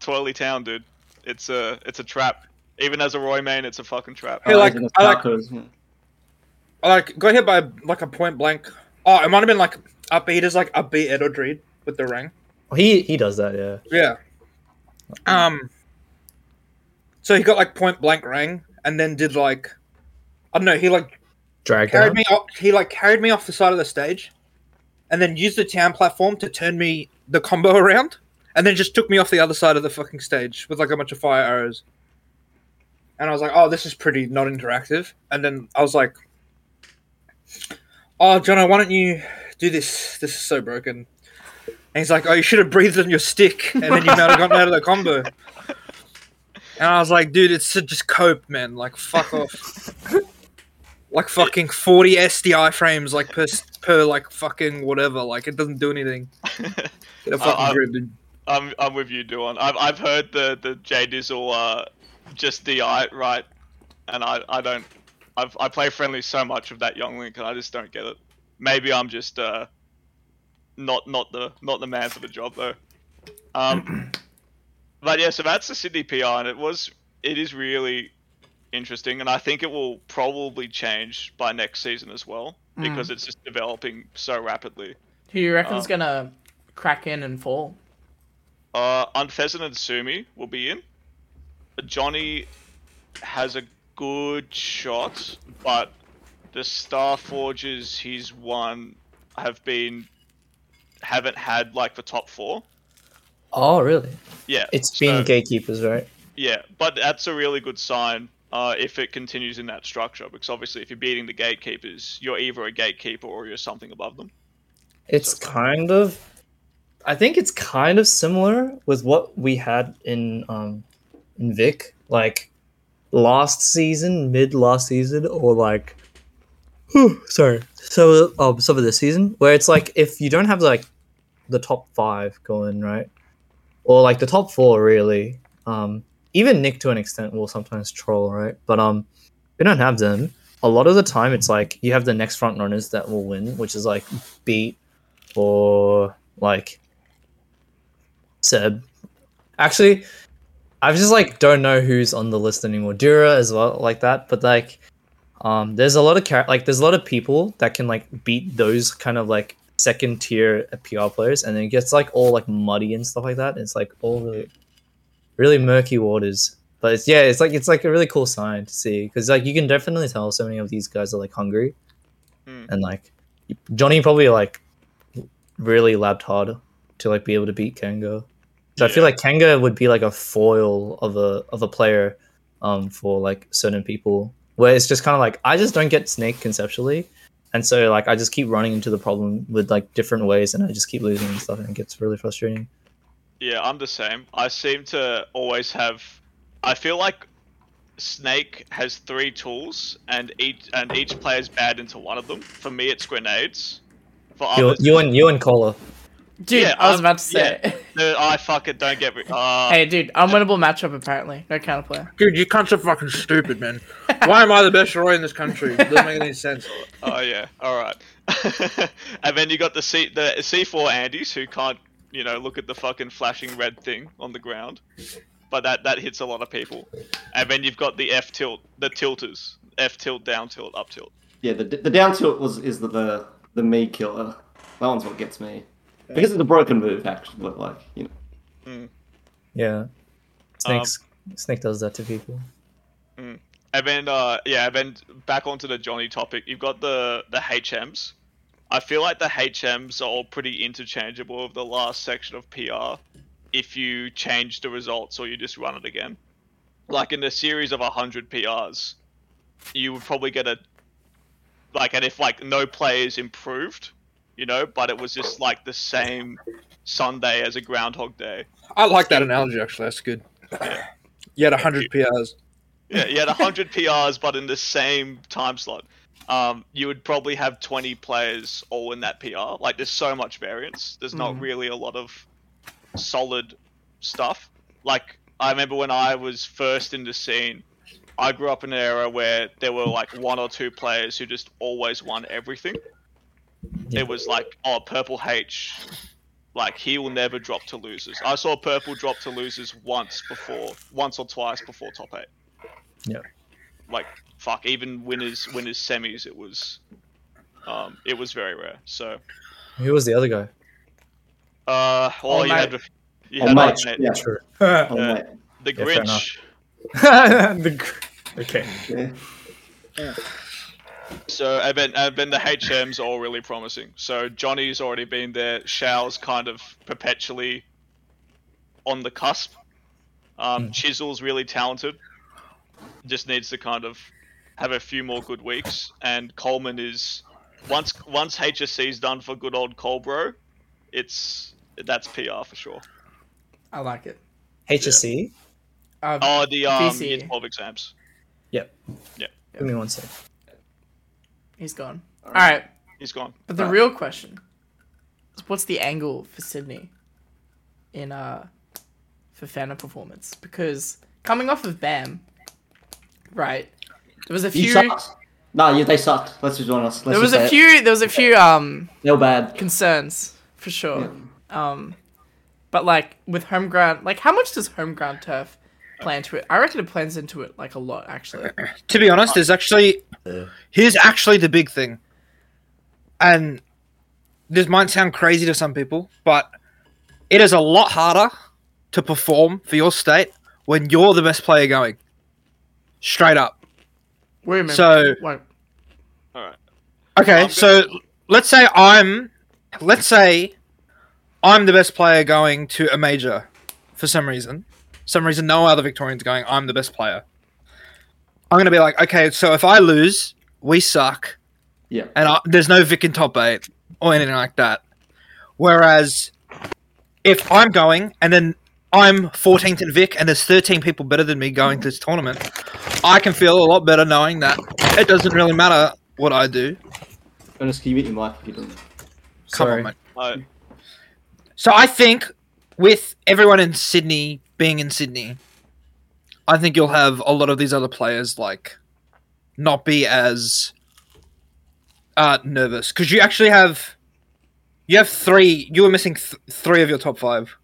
B: Twirly Town, dude. It's a it's a trap. Even as a Roy main, it's a fucking trap.
F: Hey, like,
E: Eyes in the
F: I like-
E: tacos, yeah.
F: I like got hit by like a point blank. Oh, it might have been like upbeat is like upbeat Edward Reed with the ring.
C: He he does that, yeah.
F: Yeah. Um. So he got like point blank rang, and then did like, I don't know. He like
C: Drag
F: carried
C: down.
F: me off. He like carried me off the side of the stage, and then used the town platform to turn me the combo around, and then just took me off the other side of the fucking stage with like a bunch of fire arrows. And I was like, "Oh, this is pretty not interactive." And then I was like, "Oh, Jono, why don't you do this? This is so broken." And he's like, "Oh, you should have breathed on your stick, and then you might have gotten out of the combo." And I was like, "Dude, it's just cope, man. Like, fuck off. like, fucking forty SDI frames, like per s- per like fucking whatever. Like, it doesn't do anything. Get a fucking
B: I-
F: grip, dude.
B: I'm I'm with you, Duan. I've I've heard the the J Dizzle uh, just DI right, and I I don't. I've I play friendly so much of that young link, and I just don't get it. Maybe I'm just uh, not not the not the man for the job though. Um, but yeah, so that's the Sydney PR, and it was it is really interesting, and I think it will probably change by next season as well because it's just developing so rapidly.
A: Who you reckon's
B: Oh.
A: gonna crack in and fall?
B: Uh, Unfezin and Sumi will be in. Johnny has a good shot, but the Star Forges he's won have been haven't had like the top four.
C: Oh really?
B: Yeah,
C: It's
B: so-
C: been gatekeepers, right?
B: Yeah, but that's a really good sign uh, if it continues in that structure, because obviously if you're beating the gatekeepers, you're either a gatekeeper or you're something above them.
C: It's kind of I think it's kind of similar with what we had in um in Vic, like last season, mid last season, or like whew, sorry. So um some of this season where it's like if you don't have like the top five going, right? Or like the top four really. Um even Nick to an extent will sometimes troll, right? But um we don't have them. A lot of the time it's like you have the next front runners that will win, which is like beat or like Seb. Actually, I just like don't know who's on the list anymore. Dura as well, like that. But like, um, there's a lot of char- like there's a lot of people that can like beat those kind of like second tier PR players, and then it gets like all like muddy and stuff like that. It's like all really, really murky waters. But it's, yeah, it's like it's like a really cool sign to see because like you can definitely tell so many of these guys are like hungry,
B: Hmm.
C: and like Johnny probably like really labbed hard to like be able to beat Kanga. So I feel
B: Yeah.
C: like Kanga would be like a foil of a of a player um for like certain people where it's just kind of like I just don't get Snake conceptually. And so like I just keep running into the problem with like different ways and I just keep losing and stuff and it gets really frustrating.
B: Yeah, I'm the same. I seem to always have. I feel like Snake has three tools, and each and each player's bad into one of them. For me, it's grenades. For
C: You,
B: others,
C: you and you and Cola.
A: Dude,
B: Yeah,
A: I was
B: I'm-
A: about to say.
B: yeah. no, I fuck it. Don't get me. Uh,
A: hey, dude, unwinnable matchup apparently. No counterplayer.
F: Dude, you cunts are fucking stupid, man. Why am I the best Roy in this country? It doesn't make any sense.
B: Oh yeah. All right. and then you got the C the C4 Andes who can't you know look at the fucking flashing red thing on the ground, but that that hits a lot of people. And then you've got the F tilt, the tilters, F tilt, down tilt, up tilt.
E: Yeah, the, the down tilt was is the, the the me killer. That one's what gets me because it's a broken move. Actually, like you know,
C: Yeah. Snake's Snake does that to people.
B: And then, uh, yeah, and then back onto the Johnny topic. You've got the the HMs. I feel like the HMs are all pretty interchangeable of the last section of PR. If you change the results or you just run it again, like in a series of hundred PRs, you would probably get a like, and if like no players improved, you know, but it was just like the same Sunday as a Groundhog Day.
F: I like that analogy actually. That's good. You had hundred PRs.
B: Yeah, you had 100 PRs, but in the same time slot. Um, you would probably have 20 players all in that PR. Like, there's so much variance. There's not really a lot of solid stuff. Like, I remember when I was first in the scene, I grew up in an era where there were like one or two players who just always won everything.
C: Yeah.
B: It was like, oh, Purple H, like, he will never drop to losers. I saw Purple drop to losers once before, once or twice before top eight like fuck even winners winners semis it was um it was very rare so
C: Who was the other guy?
B: Uh, well,
A: All
B: you
A: night.
B: had, you
E: All
B: had
E: night.
B: All Night.
E: Yeah.
C: Sure.
D: All
E: All
B: Yeah.
E: night.
B: The
C: Yeah, fair enough.
B: Grinch.
C: The gr- okay.
E: Yeah.
B: So and then and then the HM's all really promising. So Johnny's already been there. Shao's kind of perpetually on the cusp. Um, Chisel's really talented. Just needs to kind of have a few more good weeks. And Coleman is once once HSC's done for good old Colbro, it's that's PR for sure.
A: I like it.
C: HSC.
A: Um,
B: Oh, the um,
A: VC.
B: year twelve exams.
C: Yep.
B: Yep.
C: Give me one sec.
A: He's gone. All right,
B: He's gone.
A: but the
E: Right.
A: real question is, what's the angle for Sydney in uh for Fana performance? Because coming off of Bam, right, there was a
E: You
A: few.
E: sucked. No, you, they sucked. Let's just be honest. Let's
A: There was
E: just say
A: a
E: it.
A: few. There was a few um
E: They were bad.
A: concerns for sure. Um, but like with home ground, like how much does home ground turf play into it? I reckon it plays into it like a lot actually.
D: To be honest, there's actually here's actually the big thing, and this might sound crazy to some people, but it is a lot harder to perform for your state when you're the best player going. Straight up.
A: We remember.
D: So-
A: won't-
B: All right.
D: Okay,
B: I'm
D: so let's say I'm, let's say, I'm the best player going to a major, for some reason, some reason no other Victorians going. I'm the best player. I'm gonna be like, okay, so if I lose, we suck.
E: Yeah.
D: and I, there's no Vic in top eight or anything like that. Whereas if I'm going and then I'm 14th in Vic and there's 13 people better than me going to this tournament, I can feel a lot better knowing that it doesn't really matter what I do.
E: Ernest, can you mute your mic if you don't?
D: Come
C: Sorry.
D: on, mate.
B: Uh,
D: So I think with everyone in Sydney being in Sydney, I think you'll have a lot of these other players like not be as uh, nervous because you actually have you have three. You were missing th- three of your top five.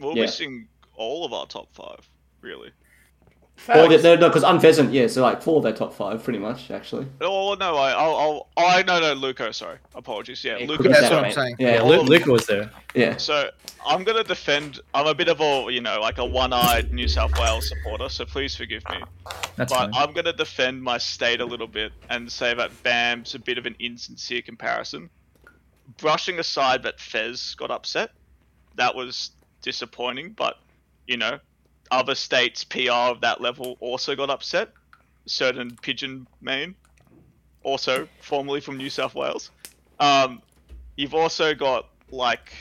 B: we're
E: Yeah.
B: missing all of our top five, really.
E: Or they, no, because unpheasant. Yeah, so like four of their top five, pretty much, actually.
B: Oh no, I, I'll, I'll, oh, I no, no, Luco. Sorry, apologies. Yeah,
E: Yeah,
B: Luco.
E: could be
D: That's
E: better,
D: what I'm
E: mate.
D: saying.
E: Yeah,
C: Lu- Luca was there.
E: yeah.
B: So I'm gonna defend. I'm a bit of a, you know, like a one-eyed New South Wales supporter. So please forgive me,
C: That's
B: but
C: fine.
B: I'm gonna defend my state a little bit and say that Bam's a bit of an insincere comparison. Brushing aside that Fez got upset, that was disappointing. But you know, other states' PR of that level also got upset. Certain pigeon main, also formerly from New South Wales. Um, you've also got like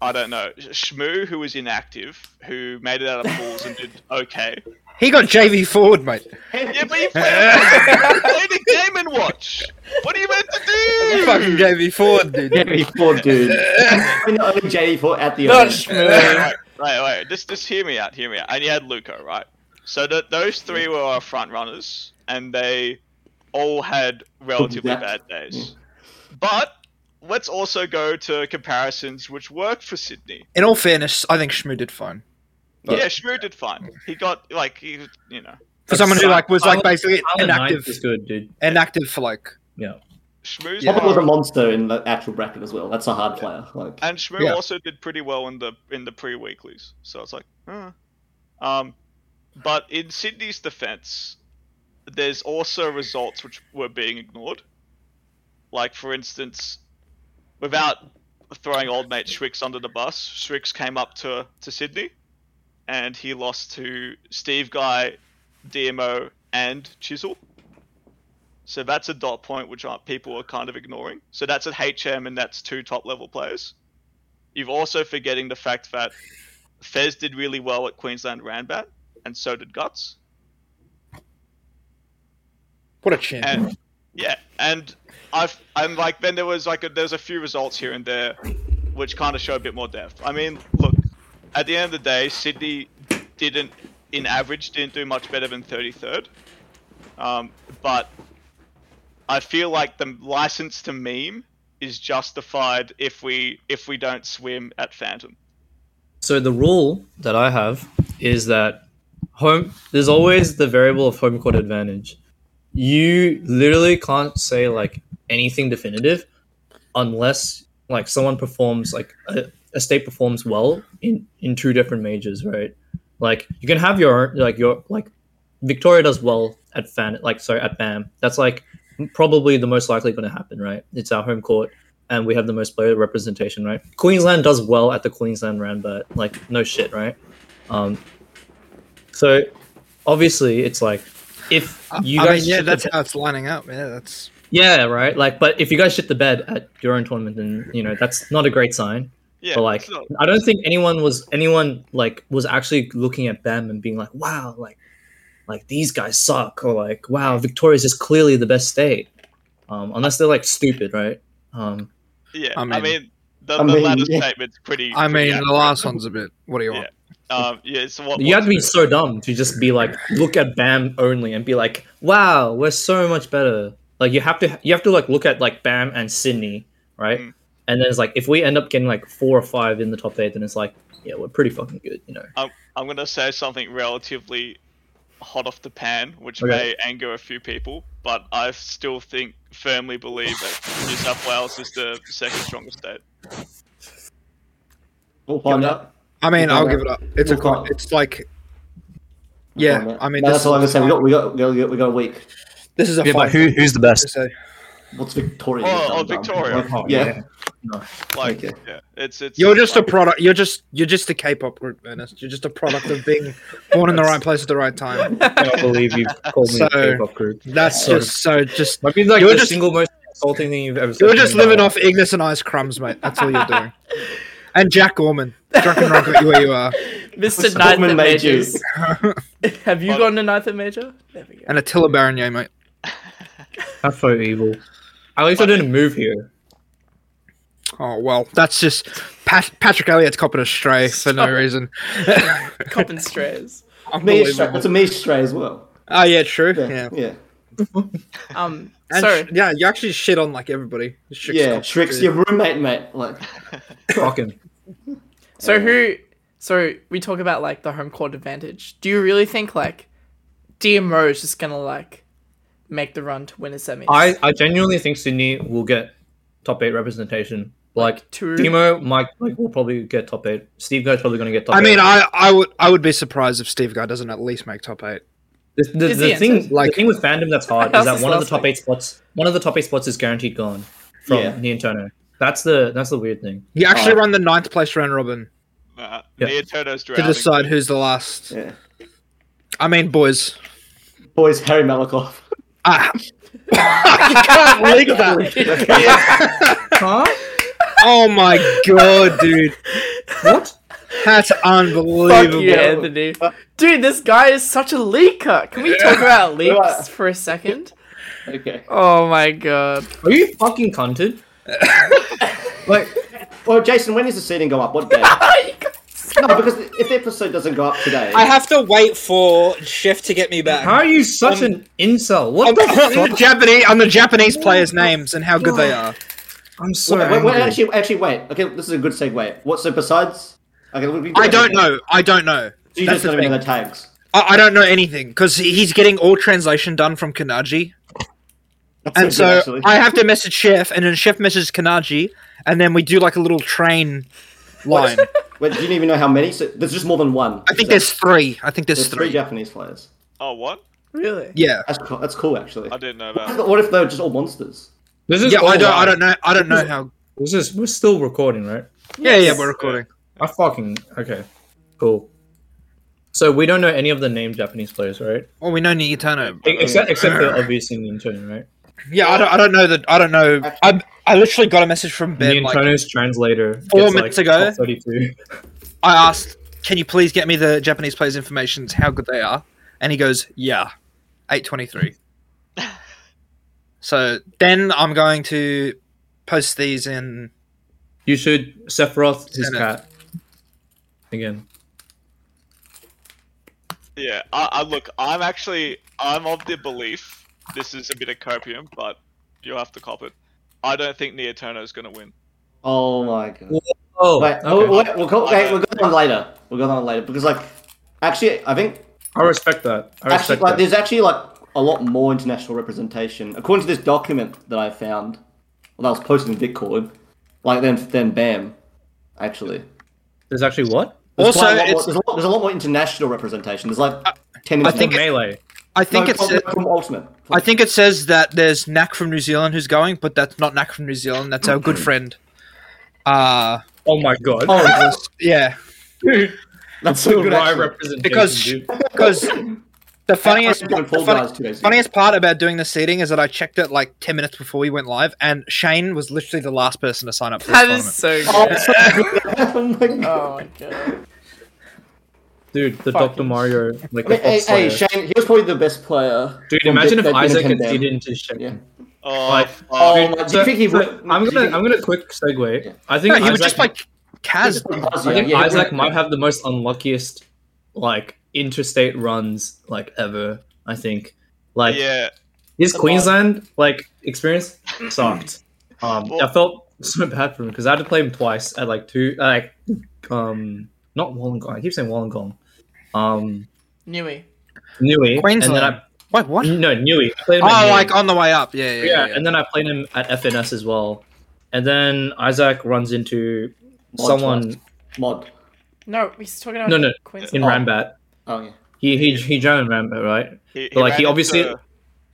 B: I don't know Shmoo, who was inactive, who made it out of pools and did okay.
D: He got JV forward, mate.
B: Yeah, but you played, you played a game and watch. What are you meant
D: He
B: to
D: fucking
B: do?
D: JV forward, dude.
E: JD4, dude. We're not only JD4 at the
A: Not
E: event.
A: Shmoo.
B: Wait, wait, wait. Just, just hear me out. Hear me out. And you had Luca, right? So th those three were our front runners, and they all had relatively
E: Yeah.
B: bad days. But let's also go to comparisons which work for Sydney.
D: In all fairness, I think Shmoo did fine
B: yeah, Shmoo did fine. He got like he, you know,
D: for someone who like was like basically
C: Island Ninth is
D: inactive,
C: good, dude.
D: inactive for like
B: Shmoo's
E: Papa
B: fine.
E: was a monster in the actual bracket as well. That's a hard player. Like,
B: And Shmoo
D: Yeah.
B: also did pretty well in the in the pre weeklies. So it's like, uh. um, but in Sydney's defense, there's also results which were being ignored. Like for instance, without throwing old mate Schwicks under the bus, Schwicks came up to to Sydney, and he lost to Steve Guy, DMO, and Chisel. So that's a dot point which are, people are kind of ignoring. So that's at HM and that's two top level players. You've also forgetting the fact that Fez did really well at Queensland Randbat, and so did Guts.
D: what a champ.
B: And yeah, and I've I'm like then there was like a, there's a few results here and there, which kind of show a bit more depth. I mean, look, at the end of the day, Sydney didn't in average didn't do much better than 33rd, um, but I feel like the license to meme is justified if we if we don't swim at Phantom.
C: So the rule that I have is that home there's always the variable of home court advantage. You literally can't say like anything definitive unless like someone performs like a, a state performs well in in two different majors, right? Like you can have your like your like Victoria does well at fan like sorry at BAM. That's like probably the most likely going to happen, right? It's our home court, and we have the most player representation, right? Queensland does well at the Queensland round, but like no shit, right? Um, so obviously it's like if you
D: I
C: guys
D: mean, yeah,
C: shit the
D: that's
C: bed-
D: how it's lining up. Yeah, that's
C: yeah right like but if you guys shit the bed at your own tournament, then you know that's not a great sign.
B: Yeah,
C: but like
B: it's not-
C: I don't think anyone was anyone like was actually looking at them and being like, wow, like like these guys suck or like wow, Victoria's just clearly the best state, um, unless they're like stupid, right? Um,
B: yeah.
D: I
B: I
D: mean-
B: mean, the,
E: I
B: the
E: mean,
B: latter
E: yeah.
B: statement's pretty.
D: I
B: pretty
D: mean, the
B: accurate.
D: last one's a bit. What do you want?
B: Um, yeah, it's what
C: you have to be
B: what's-
C: so dumb to just be like look at Bam only and be like, wow, we're so much better. Like you have to you have to like look at like Bam and Sydney, right?
B: Mm.
C: And then it's like if we end up getting like four or five in the top eight, then it's like yeah, we're pretty fucking good, you know.
B: I'm gonna say something relatively hot off the pan, which
C: Okay.
B: may anger a few people, but I still think firmly believe that New South Wales is the second strongest state.
E: We'll find out.
D: I mean,
E: We'll
D: I'll
E: go
D: give it up. It's a.
E: We'll
D: con-
E: go.
D: It's like.
E: We'll
D: Yeah,
E: find out.
D: I mean,
E: No,
D: this,
E: that's all I'm gonna
D: is,
E: say. We got, we got, we got, we got a week.
D: this is a
G: Yeah, but
D: fight.
G: who who's the best?
E: What's Victoria?
B: Oh, oh,
E: Dum-dum.
B: Victoria.
E: Oh, yeah.
B: Like,
E: Okay.
B: yeah, it's it's.
D: You're just a
B: like,
D: product. You're just you're just a K-pop group, Ernest. You're just a product of being born in the right place at the right time.
C: I believe you've called me
D: So-
C: a K-pop group.
D: That's
C: Sort
D: just so just.
C: Might be like
D: You're
C: the
D: just-
C: single most insulting thing you've ever said.
D: You're
C: to me
D: just
C: in my
D: living
C: life.
D: off Ignis and Ice crumbs, mate. That's all you're doing. And Jack Gorman, drunk and drunk at you where you are,
A: Mr.
E: Mr.
A: Ninth
E: Coleman
A: at
E: made you.
A: Majors. Have you
B: Well-
A: gone to Ninth at Major? There we go.
D: and Attila Baronier, mate.
C: That's so evil. At least I didn't move here.
D: Oh well, that's just Pat- Patrick Elliott's copping a stray for no
A: Sorry.
D: reason.
A: Cop and strays.
E: Me,
D: Unbelievable.
E: Stra- that's a me stray as well.
D: Oh yeah, true. Yeah,
E: Yeah, yeah,
A: Um,
D: And
A: sorry.
D: sh- yeah. You actually shit on like everybody. Shriek's
E: yeah.
D: copping
E: Tricks
D: shit.
E: your roommate, mate. Like,
C: Fuck him.
A: So who? So we talk about like the home court advantage. Do you really think like DMO is just gonna like make the run to win a semi?
C: I, I genuinely think Sydney will get top eight representation. Like
A: two.
C: Demo, Mike, like will probably get top eight. Steve Guy's probably going to get top
D: I
C: eight.
D: mean, I, I would I would be surprised if Steve Guy doesn't at least make top eight.
C: the, the,
A: Is
C: the
A: the
C: thing
A: answer.
C: like
D: Like-
C: the thing with fandom that's hard
A: I
C: is
A: asked
C: that
A: this
C: one of the
A: last
C: top
A: week.
C: eight spots one of the top eight spots is guaranteed gone from
E: Yeah.
C: Nintendo. That's the that's the weird thing.
D: You actually
E: Alright.
D: run the ninth place round robin
B: Nah,
C: Yeah.
B: Nia Turner's
D: to
B: drowning.
D: decide who's the last.
E: yeah.
D: I mean, boys,
E: Boys, Harry Malakoff.
D: ah, I can't leak that.
C: Huh?
D: Oh my god, dude,
C: what?
D: that's
A: Fuck
D: unbelievable.
A: you, Anthony. Dude, this guy is such a leaker. Can we talk about leaks for a second?
E: Okay.
A: Oh my god.
C: Are you fucking cunted?
E: Like, well, Jason, when does the seating go up? What day? no, because if the episode doesn't go up today,
H: I have to wait for Chef to get me back.
C: How are you such an incel? What
D: On
C: the
D: the,
C: fuck?
D: Japanese, on the
E: Oh
D: Japanese players' names and how good they are.
C: I'm so
E: Wait, wait, wait,
C: angry.
E: actually, actually, wait. Okay, this is a good segue. What? So besides, okay, we- we-
D: I don't know. I don't know.
E: You
D: That's
E: just
D: the
E: don't know
D: thing.
E: the tags.
D: I, I don't know anything because he's getting all translation done from Kanaji,
E: That's
D: and
E: good,
D: so
E: actually.
D: I have to message Chef, and then Chef messages Kanaji, and then we do like a little train line.
E: Wait, do you even know how many? So there's just more than one.
D: I think there's three. I think there's,
E: there's
D: three.
E: three Japanese players.
B: Oh, what?
A: Really?
D: Yeah.
E: That's cool. That's cool, actually.
B: I didn't know that.
E: What if they were just all monsters?
C: This is
D: Yeah, I
C: all
D: don't. I
C: live.
D: don't know. I don't know how.
C: This is we're still recording, right?
D: Yeah, yeah, we're recording.
C: I fucking okay. Cool. So we don't know any of the named Japanese players, right?
D: Well, Oh, we know Niitano.
C: E- Except except the obvious in Nintendo, right?
D: Yeah, I don't. I don't know that. I don't know. I I literally got a message from Ben. Like,
C: Nintendo's translator. Gets
D: four minutes
C: like,
D: ago.
C: top Thirty-two.
D: I asked, "Can you please get me the Japanese players' information? How good they are?" And he goes, "Yeah, eight twenty-three. so then I'm going to post these in.
C: You should Sephiroth his
D: Zenith.
C: cat. Again.
B: Yeah, I, I look. I'm actually. I'm of the belief this is a bit of copium, but you'll have to cop it. I don't think Nia Turner's gonna win.
E: Oh my god.
C: Oh,
E: Wait,
C: okay.
E: we'll, we'll, we'll, go, okay, we'll go on later. We'll go on later because, like, actually, I think
C: I respect that. I respect
E: actually, like,
C: that.
E: there's actually like a lot more international representation according to this document that I found well, that was posted in Discord, like then then BAM. actually.
C: There's actually what?
E: There's
D: Also,
E: quite a lot more-
D: it's-
E: there's, a lot, there's a lot more international representation. There's like ten.
C: Uh, I
E: minutes
C: think
E: more-
C: melee.
D: I think
E: no,
D: it's.
E: from, from Ultimate.
D: I think it says that there's Knack from New Zealand who's going, but that's not Knack from New Zealand. That's our good friend. Uh
C: Oh my god.
E: Oh,
D: yeah,
E: that's so good.
C: Why
E: actually.
C: representation,
D: Because-
C: dude?
D: because the funniest
E: I played
D: the
E: Fall
D: funny,
E: Guys two days ago.
D: funniest part about doing the seating is that I checked it like ten minutes before we went live, and Shane was literally the last person to sign up for this
A: That is
D: tournament.
A: so
E: Oh,
A: good.
E: it's so good. Oh my
A: Oh
E: god.
A: my god.
C: Dude, the
A: Fuck
C: Doctor
A: it.
C: Mario like
E: I mean,
C: the
E: hey,
C: boss
E: hey,
C: player.
E: Shane, he was probably the best player.
C: Dude,
E: from
C: imagine
E: Dead-
C: if
E: Dead
C: Isaac
E: Mankind
C: had
E: Down.
C: eaten to Shane.
E: Yeah.
B: Oh,
C: Like-
B: fuck.
E: Oh, my- do
C: So-
E: you think he
C: so
E: would?
C: I'm
E: do you
C: gonna
E: think-
C: I'm gonna quick segue.
E: Yeah.
C: I think
D: No, he was
C: Isaac-
D: just like Kaz.
C: I think
E: Yeah, he
C: Isaac
E: would-
C: might have the most unluckiest like interstate runs like ever. I think like
B: yeah.
C: his
A: Come on.
C: Queensland like experience sucked. Um,
B: Well-
C: I felt so bad for him because I had to play him twice at like two like um not Wollongong. I keep saying Wollongong. Um,
A: Nui.
C: Nui and then
D: Queensland.
C: I
D: Wait, what?
C: no Nui. I played him at
D: Oh,
C: Nui.
D: like on the way up. Yeah, yeah,
C: yeah,
D: yeah.
C: and then I played him at FNS as well. And then Isaac runs into
E: Mod
C: someone
E: mod.
A: No, he's talking about
C: No, no. in
A: Queensland.
E: Oh.
C: Rambat.
E: Oh yeah.
C: He he he joined Rambat, right?
B: He,
C: But, like,
B: ran
C: he obviously-
B: into-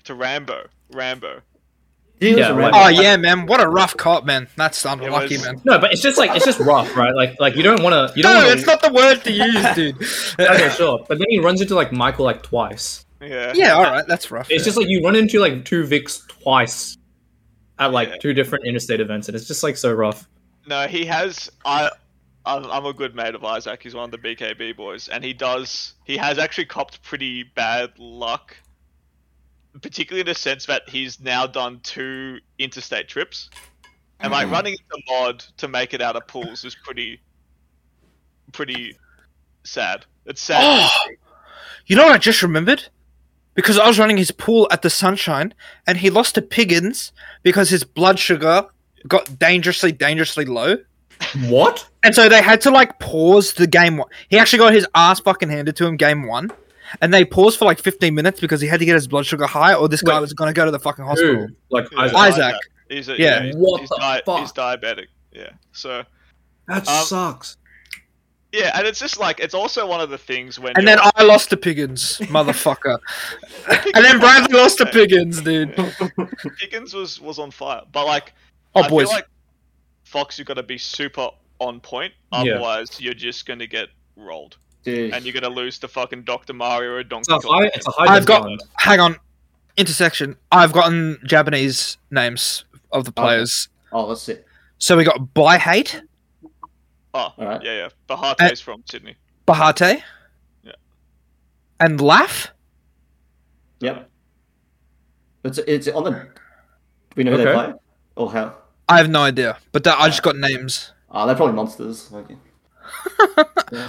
B: to Rambo. Rambo.
E: He was
C: Yeah,
E: a
C: like-
E: rat.
D: Oh yeah, man! What a rough cop, man. That's unlucky,
B: was-
D: man.
C: No, but it's just like it's just rough, right? Like like you don't want to you don't
D: No,
C: wanna,
D: it's not the word to use, dude.
C: okay sure. But then he runs into like Michael like twice.
B: Yeah.
D: yeah, all right, that's rough.
C: It's just like you run into like two Vics twice at like
B: Yeah.
C: two different interstate events, and it's just like so rough.
B: No, he has. I, I'm I'm a good mate of Isaac. He's one of the BKB boys, and he does. He has actually copped pretty bad luck, particularly in the sense that he's now done two interstate trips, and like running into mod to make it out of pools is pretty, pretty sad. It's sad.
D: Oh, you know what I just remembered? Because I was running his pool at the Sunshine, and he lost to Piggins because his blood sugar got dangerously, dangerously low.
C: What?
D: And so they had to like pause the game. One. He actually got his ass fucking handed to him game one, and they paused for like fifteen minutes because he had to get his blood sugar high, or this guy
C: Wait.
D: was gonna go to the fucking hospital.
C: Dude, like
B: Yeah.
C: Isaac.
D: Isaac.
B: He's a,
D: yeah.
B: yeah. he's-
C: What
B: he's,
C: the
B: di-
C: fuck?
B: he's diabetic. Yeah. So
C: That
B: Um,
C: sucks.
B: yeah, and it's just like it's also one of the things when
D: And
B: you're
D: then I lost to Piggins, motherfucker. and then Bradley lost to Piggins, dude.
B: Pickens was was on fire, but like
D: Oh
B: I
D: boys,
B: feel like Fox, you've got to be super on point.
C: Yeah.
B: Otherwise, you're just gonna get rolled,
E: Dude.
B: and you're gonna lose to fucking Doctor Mario or
C: It's
B: Donkey
C: a high.
B: Kong.
C: It's a high.
D: I've got-
C: demand.
D: hang on. Intersection. I've gotten Japanese names of the players.
E: Oh, that's it.
D: So we got By Hate,
B: Oh,
E: All right.
B: yeah, yeah. Bahate's from Sydney.
D: Bahate,
B: Yeah.
D: and Laugh.
E: Yep. It's it's on the. We know who they
C: Okay.
E: play or how.
D: I have no idea, but that, I just got names.
E: Ah, they're probably monsters. Okay.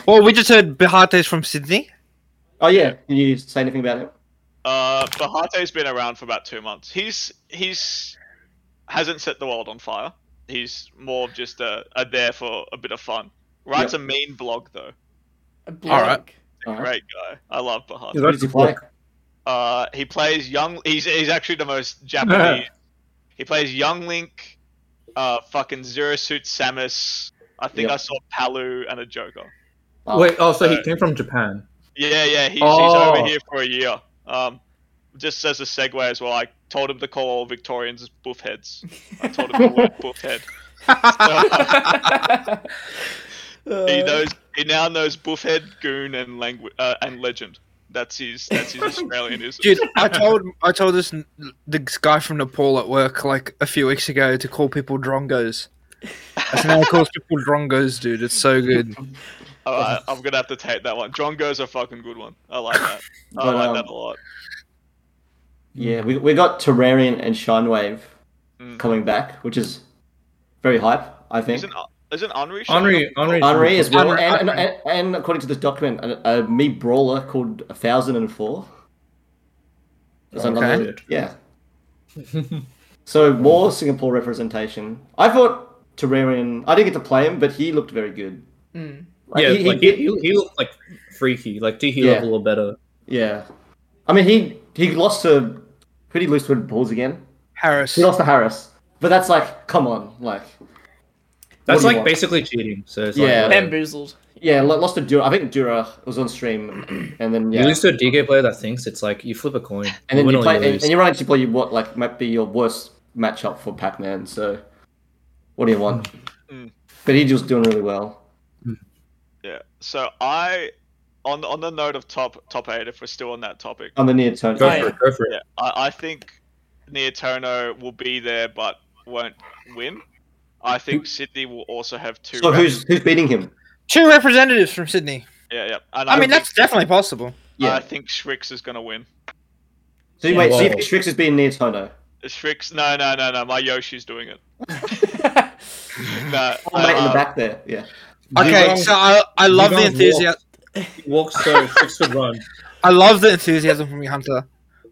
D: Well, we just heard Bahate's from Sydney.
E: Oh yeah. Can you say anything about it?
B: Uh, Bahate's been around for about two months. He's he's hasn't set the world on fire. He's more of just a, a there for a bit of fun. Writes a mean blog though.
A: A block.
D: All right.
E: All right.
B: Great guy. I love Bahate.
C: Dude,
E: Who
C: that's
E: does he play?
B: Uh, he plays young. He's he's actually the most Japanese. he plays young Link, uh, fucking Zero Suit Samus. I think
E: Yeah.
B: I saw Palu and a Joker.
E: Oh,
C: Wait. Oh, so he
B: Uh,
C: came from Japan.
B: Yeah, yeah. He's, he's
C: Oh.
B: over here for a year. Um, just as a segue as well, I told him to call all Victorians boof heads. I told him to call him boof head. He knows. He now knows boof head, goon, and langu- uh, and legend. That's his. That's his Australianism.
D: Dude, I told I told this this guy from Nepal at work like a few weeks ago to call people drongos. That's now he calls people drongos, dude. It's so good.
B: All right, I'm gonna have to take that one. Drongo's a fucking good one. I like that. I
E: But,
B: like
E: um,
B: that a lot.
E: Yeah, we, we got Terrarian and Shinewave
B: Mm.
E: coming back, which is very hype, I think.
B: Isn't uh, isn't Henri? showing
C: Henri.
B: up?
C: Henri.
E: Unreal as well,
D: Unreal,
E: and, and, and, and according to this document, a, a me brawler called 1004. Is another-
C: Okay.
E: Yeah. so more Singapore representation. I thought Terrarian. I didn't get to play him, but he looked very good.
A: Mm.
E: Like,
C: yeah,
E: he- he
C: like he,
E: did-
C: he, he looked like freaky, like D he
E: Yeah.
C: level or better.
E: yeah. I mean, he he lost to who did he lose to in balls again?
D: Harris.
E: He lost to Harris, but that's like, come on, like What
C: That's
E: do you
C: like
E: want?
C: basically cheating. So it's
E: Yeah.
C: like,
A: Uh,
C: uh,
A: Bamboozled.
E: Yeah, lo- lost to Dura. I think Dura was on stream, and then
C: you
E: yeah,
C: lose to a DK player that thinks it's like you flip a coin.
E: and then
C: win
E: you
C: or
E: play, and,
C: lose.
E: and you run into play what like might be your worst matchup for Pac-Man. So, what do you want?
B: Mm.
E: But he just doing really well.
B: Yeah. So I, on on the note of top top eight, if we're still on that topic,
E: On the near turn.
C: go
A: Oh,
C: for
A: yeah.
C: it. Go for it.
B: yeah, I, I think Neotono will be there but won't win. I think Sydney will also have two.
E: So
B: reps.
E: who's who's beating him?
D: Two representatives from Sydney.
B: yeah, yeah. And
D: I mean,
B: think-
D: that's definitely possible.
E: Yeah.
B: I think Shrix is gonna win.
E: so you wait, so you
C: Whoa.
E: think Strix is beating near Tono?
B: Shrix, no, no, no, no. My Yoshi's doing it. no,
E: Oh, mate in the
B: uh,
E: back there. Yeah.
D: Okay,
C: Dugong-
D: so I, I love the
C: Dugong
D: enthusiasm.
C: Walks so six foot run.
D: I love the enthusiasm from you, Hunter,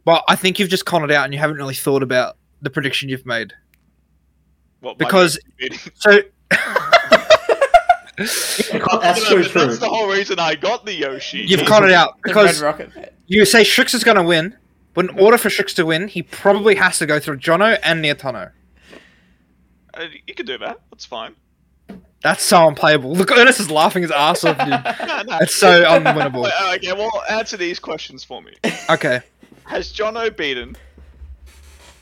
D: but I think you've just conned it out and you haven't really thought about the prediction you've made.
B: what my
D: Because
B: Yoshi's doing.
D: so
E: That's so
B: But
E: true.
B: that's the whole reason I got the Yoshi.
D: you've conned it out
A: The Red
D: because
A: Rocket. Mate.
D: you say Strix is going to win, but in order for Strix to win, he probably has to go through Jono and Neotono.
B: Uh, You can do that. That's fine.
D: That's so unplayable. Look, Ernest is laughing his ass off. Dude.
B: No, no.
D: It's so unwinnable.
B: Wait, uh, okay, well, answer these questions for me.
D: Okay,
B: Has Jono beaten?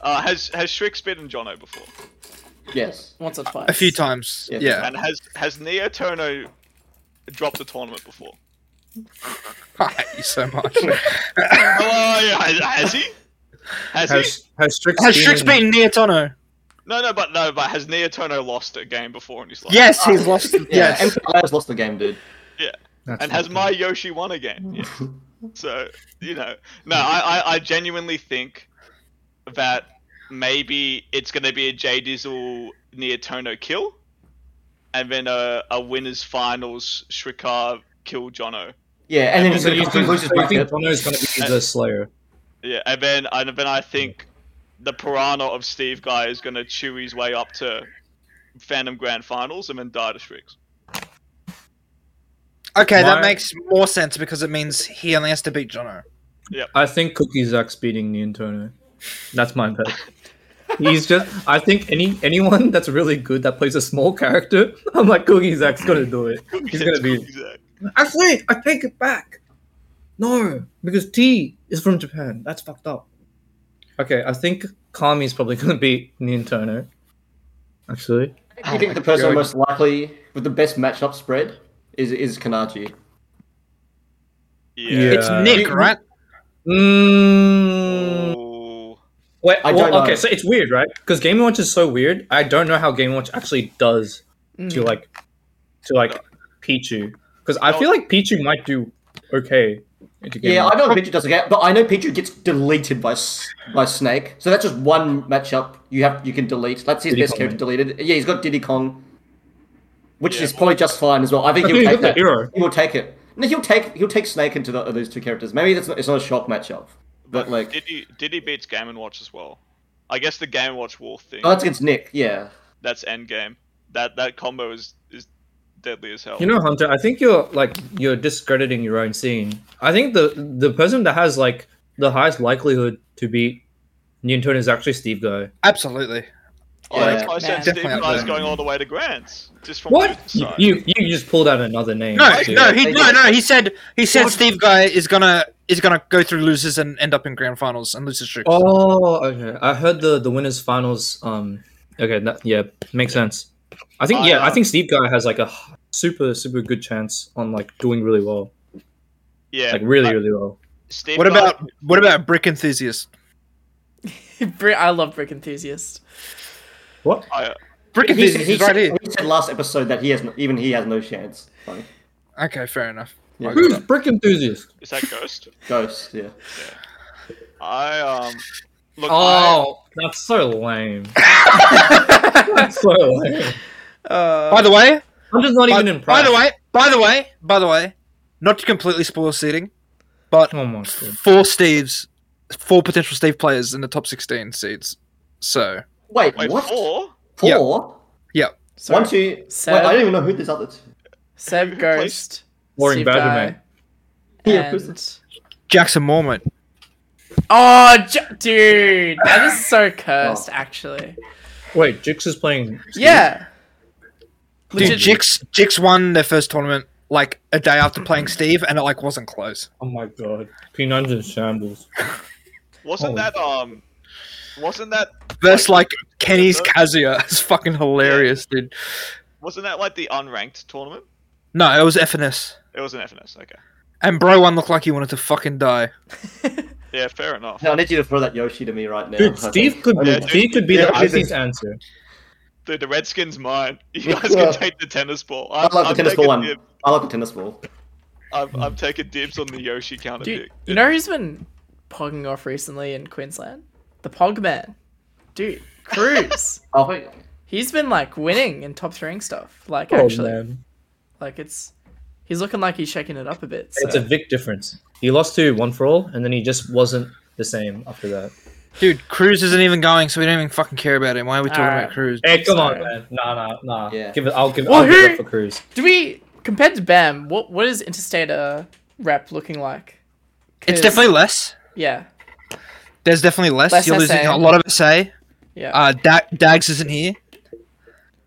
B: Uh, has has Shrix beaten Jono before?
E: Yes.
A: Once or twice.
D: a few times.
E: Yeah.
D: Yeah.
B: And has has Neo Turno dropped the tournament before?
D: I hate you so much.
B: Hello, has, has he? Has, he?
C: Has, has Strix
D: Has Strix
C: been-
D: beaten Neotono?
B: No, no, but no, but has Neo Turno lost a game before in his life?
D: Yes, he's
E: Oh.
D: lost.
E: Yeah.
D: Yes.
E: MPI's lost the game, dude.
C: That's
B: And has my Yoshi won again? Yes. So you know, no, I, I, I genuinely think that maybe it's gonna be a J Dizzle near Tono kill, and then a, a winners finals Shrikar kill Jono.
E: Yeah, and then he's
C: So you
E: going to
C: think,
E: lose his
C: so you think
E: bracket.
C: Bono is going to be the Slayer?
B: Yeah, and then and then I think the piranha of Steve guy is gonna chew his way up to Phantom Grand Finals and then die to Shrix.
D: Okay,
C: My-
D: that makes more sense because it means he only has to beat Jono.
C: I think Cookie Zuck's beating Nintendo. That's my bet. He's just. I think any anyone that's really good that plays a small character, I'm like Cookie Zuck's gonna do it. He's gonna be. Actually, I take it back. No, because T is from Japan. That's fucked up. Okay, I think Kami's probably gonna beat Nintendo. Actually,
E: You
C: Oh
E: think the person most likely with the best matchup spread is is Kanaji.
B: Yeah.
D: It's Nick, right?
C: Mm,
B: Ooh.
C: wait,
E: I
C: well,
E: don't know.
C: okay, so it's weird, right? Because Game Watch is so weird. I don't know how Game Watch actually does
E: Mm.
C: to like to like Pichu. Because I feel like Pichu might do okay. into Game
E: Yeah,
C: Watch.
E: I know Pichu doesn't get, but I know Pichu gets deleted by S- by Snake. So that's just one matchup you have you can delete. That's his
C: Diddy
E: best
C: Kong,
E: character deleted. Yeah, he's got Diddy Kong, which is probably just fine as well. I think
C: I
E: he'll
C: think he's
E: take
C: the
E: that.
C: hero.
E: He will take it. No, he'll take he'll take Snake into the, those two characters. Maybe that's not, it's not a shock matchup, but like
B: Diddy Diddy beats Game and Watch as well. I guess the Game and Watch Wolf thing.
E: oh, that's against Nick. Yeah,
B: That's end game. That that combo is is deadly as hell.
C: You know, Hunter, I think you're like you're discrediting your own scene. I think the the person that has like the highest likelihood to beat Nintendo is actually Steve Guy.
D: Absolutely.
B: oh, that's why I
A: Yeah,
B: said
A: man.
B: Steve
D: Definitely up
B: Guy's
D: there.
B: going all the way to Grants. Just from
C: What?
B: Booth's
C: You,
B: side.
C: you you just pulled out another name.
D: No,
C: dude.
D: no, he
E: They
D: no,
E: did.
D: no. He said he said Steve Guy is gonna is gonna go through losers and end up in grand finals and lose his streak.
C: Oh, okay. I heard the the winners finals. Um, okay, that, yeah, makes sense. I think yeah, I think Steve Guy has like a h- super super good chance on like doing really well,
B: yeah.
C: like really
B: uh,
C: really well.
B: Steve
D: What
E: uh,
B: Guy-
D: about what about brick enthusiast?
A: Bri- I love Brick Enthusiast.
C: What?
B: I,
D: Brick
E: he,
D: enthusiast
E: he,
D: is right here.
E: said, he said last episode that he has no, even he has no chance. Like,
D: Okay, fair enough.
E: yeah,
C: Who's brick enthusiast?
B: is that Ghost?
E: Ghost. Yeah.
B: I um. Look, I-
C: Oh, that's so lame. that's so lame.
A: Uh,
D: By the way,
C: I'm just not
D: by,
C: even
D: by
C: impressed.
D: the way, by the way, by the way, not to completely spoil seeding, but
C: oh my god.
D: four Steves, four potential Steve players in the top sixteen seeds. So
E: Wait,
B: wait,
E: what?
B: four?
E: Four?
D: Yeah.
A: sorry.
E: One, two.
A: Seven.
E: Wait, I don't even know who this other two.
A: Seb
B: Who
A: Ghost.
C: Boring
A: Steve
C: badger,
A: Guy,
C: mate.
E: Yeah, who's
A: and-
D: Jackson Mormont.
A: Oh, J- dude, that
D: Oh.
A: is so cursed. Actually,
C: Wait, Jix is playing.
A: yeah,
D: Dude,
A: Legit-
D: Jix Jix won their first tournament like a day after playing Steve, and it like wasn't close.
C: Oh my god, P9's in shambles.
B: Wasn't that um? Wasn't that
D: Versus like Kenny's
B: Yeah.
D: Kazuya. It's fucking hilarious, dude.
B: wasn't that like the unranked tournament?
D: No, it was FNS,
B: It was an FNS. Okay.
D: and Bro One looked like he wanted to fucking die.
B: Yeah, fair enough.
E: Now I need you to throw that Yoshi to me right now. I
C: Dude,
E: think.
C: Steve could
E: Yeah,
C: be,
B: dude.
C: Steve could be
E: Yeah,
C: the
E: I think-
C: IC's answer.
B: Dude, the Redskins mine. You
E: Yeah.
B: guys can take the tennis ball.
E: uh, I
B: I'm,
E: like the
B: I'm
E: tennis ball
B: taking
E: one.
B: dib-
E: I like the tennis ball.
B: I'm, I'm taking dibs on the Yoshi counter.
A: Do you,
B: pick.
A: you know who's been pogging off recently in Queensland? The Pog Man. Dude, Cruz.
E: I think
A: he's been like winning in top three stuff. Like
C: Oh,
A: actually.
C: man.
A: Like it's he's looking like he's shaking it up a bit. So.
C: It's a big difference. He lost to one for all, and then he just wasn't the same after that.
D: Dude, Cruz isn't even going, so we don't even fucking care about him. Why are we talking
A: Alright.
D: about Cruz?
C: Hey, come
A: Sorry.
C: on, man. Nah, nah, nah.
E: Yeah.
C: Give it. I'll give it.
A: Well,
C: I'll give it
A: who-
C: up for Cruz.
A: Do we compared to Bam? What what is interstate uh, rep looking like?
D: It's
A: 'Cause-
D: definitely less.
A: yeah
D: There's definitely less.
A: Less
D: You're losing
A: SA.
D: a lot of SA.
A: yeah.
D: Uh, da- Dags isn't here.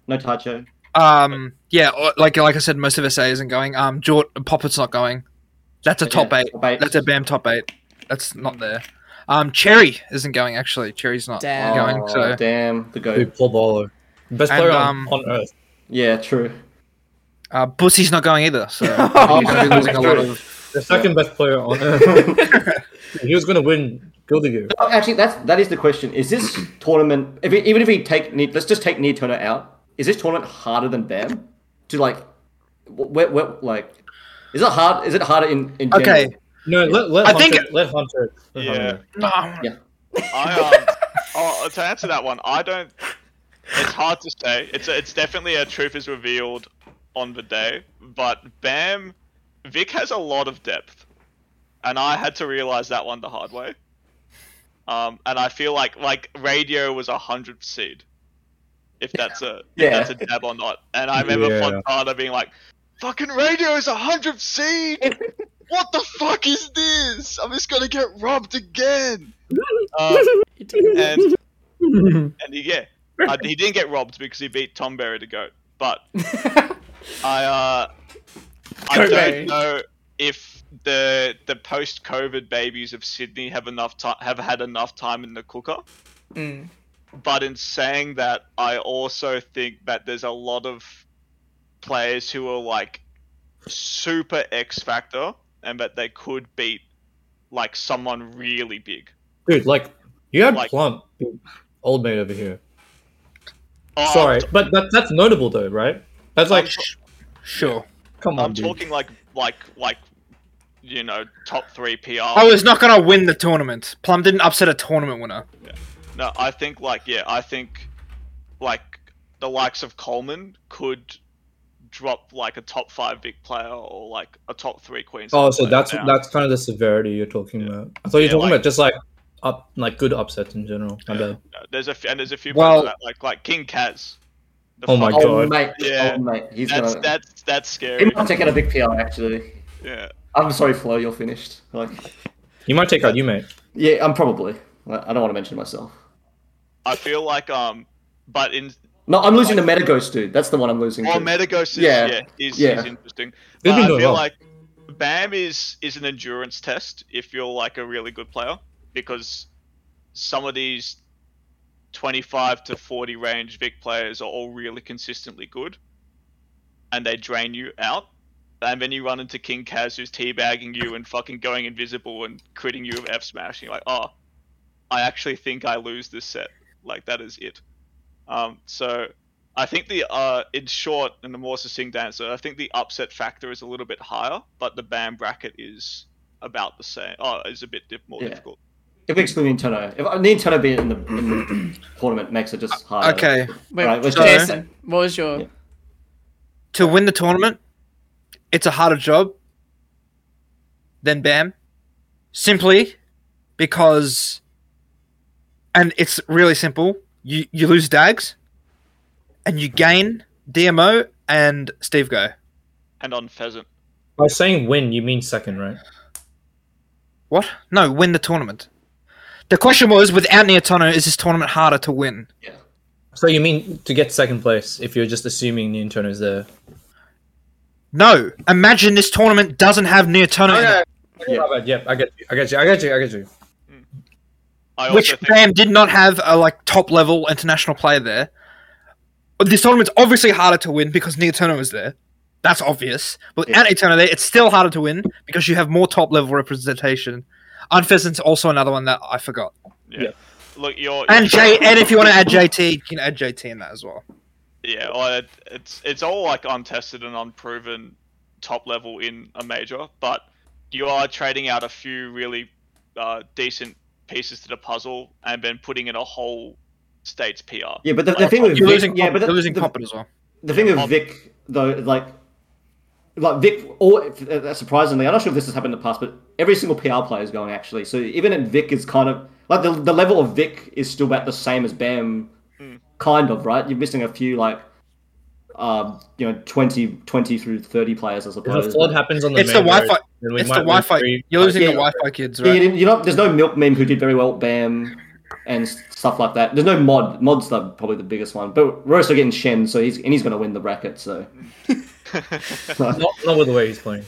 E: no Tacho.
D: Um, yeah, or- like like I said, most of SA isn't going. Um, Jort Poppet's not going. That's a top
E: Yeah,
D: eight.
E: top eight.
D: That's a BAM top eight. That's not there. Um, Cherry isn't going actually. Cherry's not
A: Damn.
D: going.
E: Oh,
D: So
E: damn the goat.
C: Dude, Paul Bolo, best
D: And,
C: player
D: um,
C: on, on earth.
E: Yeah, true.
D: uh, Bussy's not going either. So
A: Oh,
D: you're gonna be losing a lot
E: true.
D: of.
C: The second best player on earth.
E: Oh,
C: he was gonna win Gilda Gear.
E: Actually, that's that is the question. Is this tournament? If it, even if we take Ni- let's just take Nia Turner out. Is this tournament harder than Bam? To like, where, where like, is it hard? Is it harder in in general?
D: Okay.
C: No, let let
D: I
C: Hunter,
D: think-
C: let Hunter. Let
B: Yeah.
C: Hunter.
D: No,
B: I um, oh, to answer that one, I don't. It's hard to say. It's it's definitely a truth is revealed on the day, but Bam, Vic has a lot of depth, and I had to realize that one the hard way. Um, and I feel like like radio was a hundred seed, if that's a
E: Yeah.
B: if that's a dab or not. And I remember
C: Yeah.
B: Fontana being like, "Fucking radio is a hundred seed." What the fuck is this? I'm just gonna get robbed again. Um,
A: You do.
B: and and he, yeah, I, he didn't get robbed because he beat Tom Berry to goat. But I uh, I
A: Goat
B: don't
A: Berry.
B: know if the the post COVID babies of Sydney have enough time have had enough time in the cooker.
A: Mm.
B: But in saying that, I also think that there's a lot of players who are like super X factor, and that they could beat like someone really big.
C: Dude, like you had
B: Like-
C: Plump, old mate over here.
B: Oh,
C: Sorry,
B: I'm,
C: but that, that's notable though, right? That's like,
D: sure.
C: come on,
B: I'm
C: dude.
B: talking like like like you know top three PR.
D: I was not gonna win the tournament. Plum didn't upset a tournament winner.
B: No, I think like yeah, I think like the likes of Coleman could drop like a top five big player or like a top three Queens.
C: Oh, so
B: player
C: that's
B: down.
C: that's kind of the severity you're talking about. I thought you were
B: Yeah,
C: talking
B: like-
C: about just like up, like good upsets in general. My bad.
B: there's a f- and there's a few
D: Well-
B: players that, like like King Kaz. The
C: Oh my
B: fuck-
C: God.
E: Oh mate,
B: Yeah.
E: oh mate, he's
B: that's
E: gonna.
B: that's that's
E: He
B: scary.
E: might take out a big PR actually.
B: Yeah,
E: I'm sorry, Flo, you're finished. Like,
C: You might take out you mate.
E: yeah, I'm probably. Like, I don't want to mention myself.
B: I feel like um, but in
E: No, I'm losing to Metaghost, dude. That's the one I'm losing
B: Well,
E: to.
B: Metagost is
E: Yeah.
B: yeah, is,
E: Yeah.
B: is interesting.
C: They've
B: But
C: been
B: I
C: doing
B: feel
C: well.
B: like BAM is is an endurance test if you're like a really good player because some of these 25 to 40 range Vic players are all really consistently good and they drain you out. And then you run into King Kaz who's teabagging you and fucking going invisible and critting you with F smash. And you're like, oh, I actually think I lose this set. Like, that is it. Um, so I think the uh, in short and the more succinct answer, I think the upset factor is a little bit higher, but the ban bracket is about the same. Oh, is a bit dif- more
E: Yeah.
B: difficult.
E: If we exclude Nintendo, if uh, Nintendo being in the, in the tournament makes it just harder.
D: Okay,
A: Wait,
E: Right, let's-
A: Jason, what was your?
E: Yeah.
D: to win the tournament, it's a harder job than BAM, simply because, and it's really simple. You you lose Dags, and you gain DMO and Steve Go.
B: And on pheasant,
C: By saying win, you mean second, right?
D: What? No, win the tournament. The question was, without Neotono, is this tournament harder to win?
E: Yeah.
C: So you mean to get second place if you're just assuming Nintendo is there?
D: No, imagine this tournament doesn't have near tournament,
E: Yeah.
C: My bad. Yep, I get you. I get you. I get you. I get you.
B: I also
D: which
B: think
D: man did not have a like top level international player there. But This tournament's obviously harder to win because Nia Turner was there. That's obvious. But without Nia Turner there, it's still harder to win because you have more top level representation. Unpheasant's also another one that I forgot.
B: yeah. Look, you're
D: And
B: you're-
D: J, and if you want to add JT, you can add JT in that as well.
B: Yeah, I, it's it's all like untested and unproven top level in a major, but you are trading out a few really uh, decent pieces to the puzzle and then putting in a whole state's PR.
E: Yeah, but the, the thing with
D: You're
E: Vic-
D: losing,
E: yeah,
D: comp,
E: but the,
D: you're losing
E: the-
D: comp as well.
E: the thing with Vic though, like, like Vic, all uh, surprisingly, I'm not sure if this has happened in the past, but every single PR player is going actually. So even in Vic is kind of like the the level of Vic is still about the same as Bam, kind of right. You're missing a few like, um, you know, 20, 20 through thirty players, I
C: If a
E: suppose.
C: flood happens on the
D: It's the
C: main road,
D: Wi-Fi.
C: then we
D: It's the
C: might win
D: Wi-Fi.
C: three-
D: You're losing
E: Yeah.
D: the Wi-Fi kids,
E: Yeah,
D: right?
E: you- you're not, there's no milk meme who did very well, Bam, and s- stuff like that. There's no mod. Mod's the, probably the biggest one, but we're also getting Shen, so he's and he's going to win the bracket. So
C: Not, not with the way he's playing.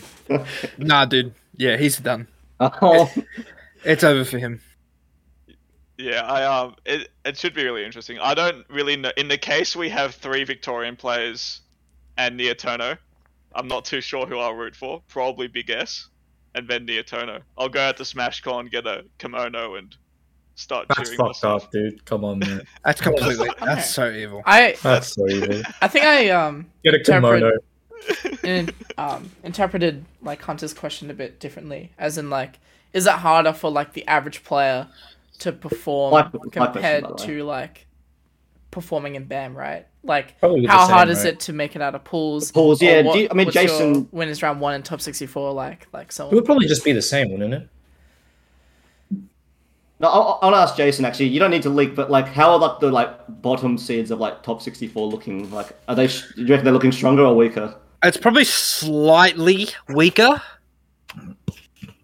D: Nah, dude. Yeah, he's done.
E: Oh.
D: It's over for him.
B: Yeah, I um, it, it should be really interesting. I don't really know. In the case we have three Victorian players and Neotono, I'm not too sure who I'll root for. Probably Big S, and then Neotono. I'll go out to SmashCon, get a kimono, and start
C: That's
B: cheering
C: fucked
B: myself.
C: up, dude. Come on, man.
D: That's completely. That's so evil.
A: I
C: That's so evil.
A: I think I um
C: Get a kimono.
A: in, um, interpreted like Hunter's question a bit differently, as in like, is it harder for like the average player to perform
E: My- my question,
A: compared
E: by the way.
A: to like performing in BAM, right? Like,
C: Probably the
A: how
C: same,
A: hard is
C: right?
A: it to make it out of pools?
E: Pools,
A: Or
E: yeah, do you- I mean,
A: what's your
E: Jason-
A: winners round one and top sixty-four, like like
C: It would
A: so.
C: probably just be the same, wouldn't it?
E: No, I'll, I'll ask Jason. Actually, you don't need to leak, but like, how are like the like bottom seeds of like top sixty-four looking? Like, are they? Do you reckon they're looking stronger or weaker?
D: It's probably slightly weaker,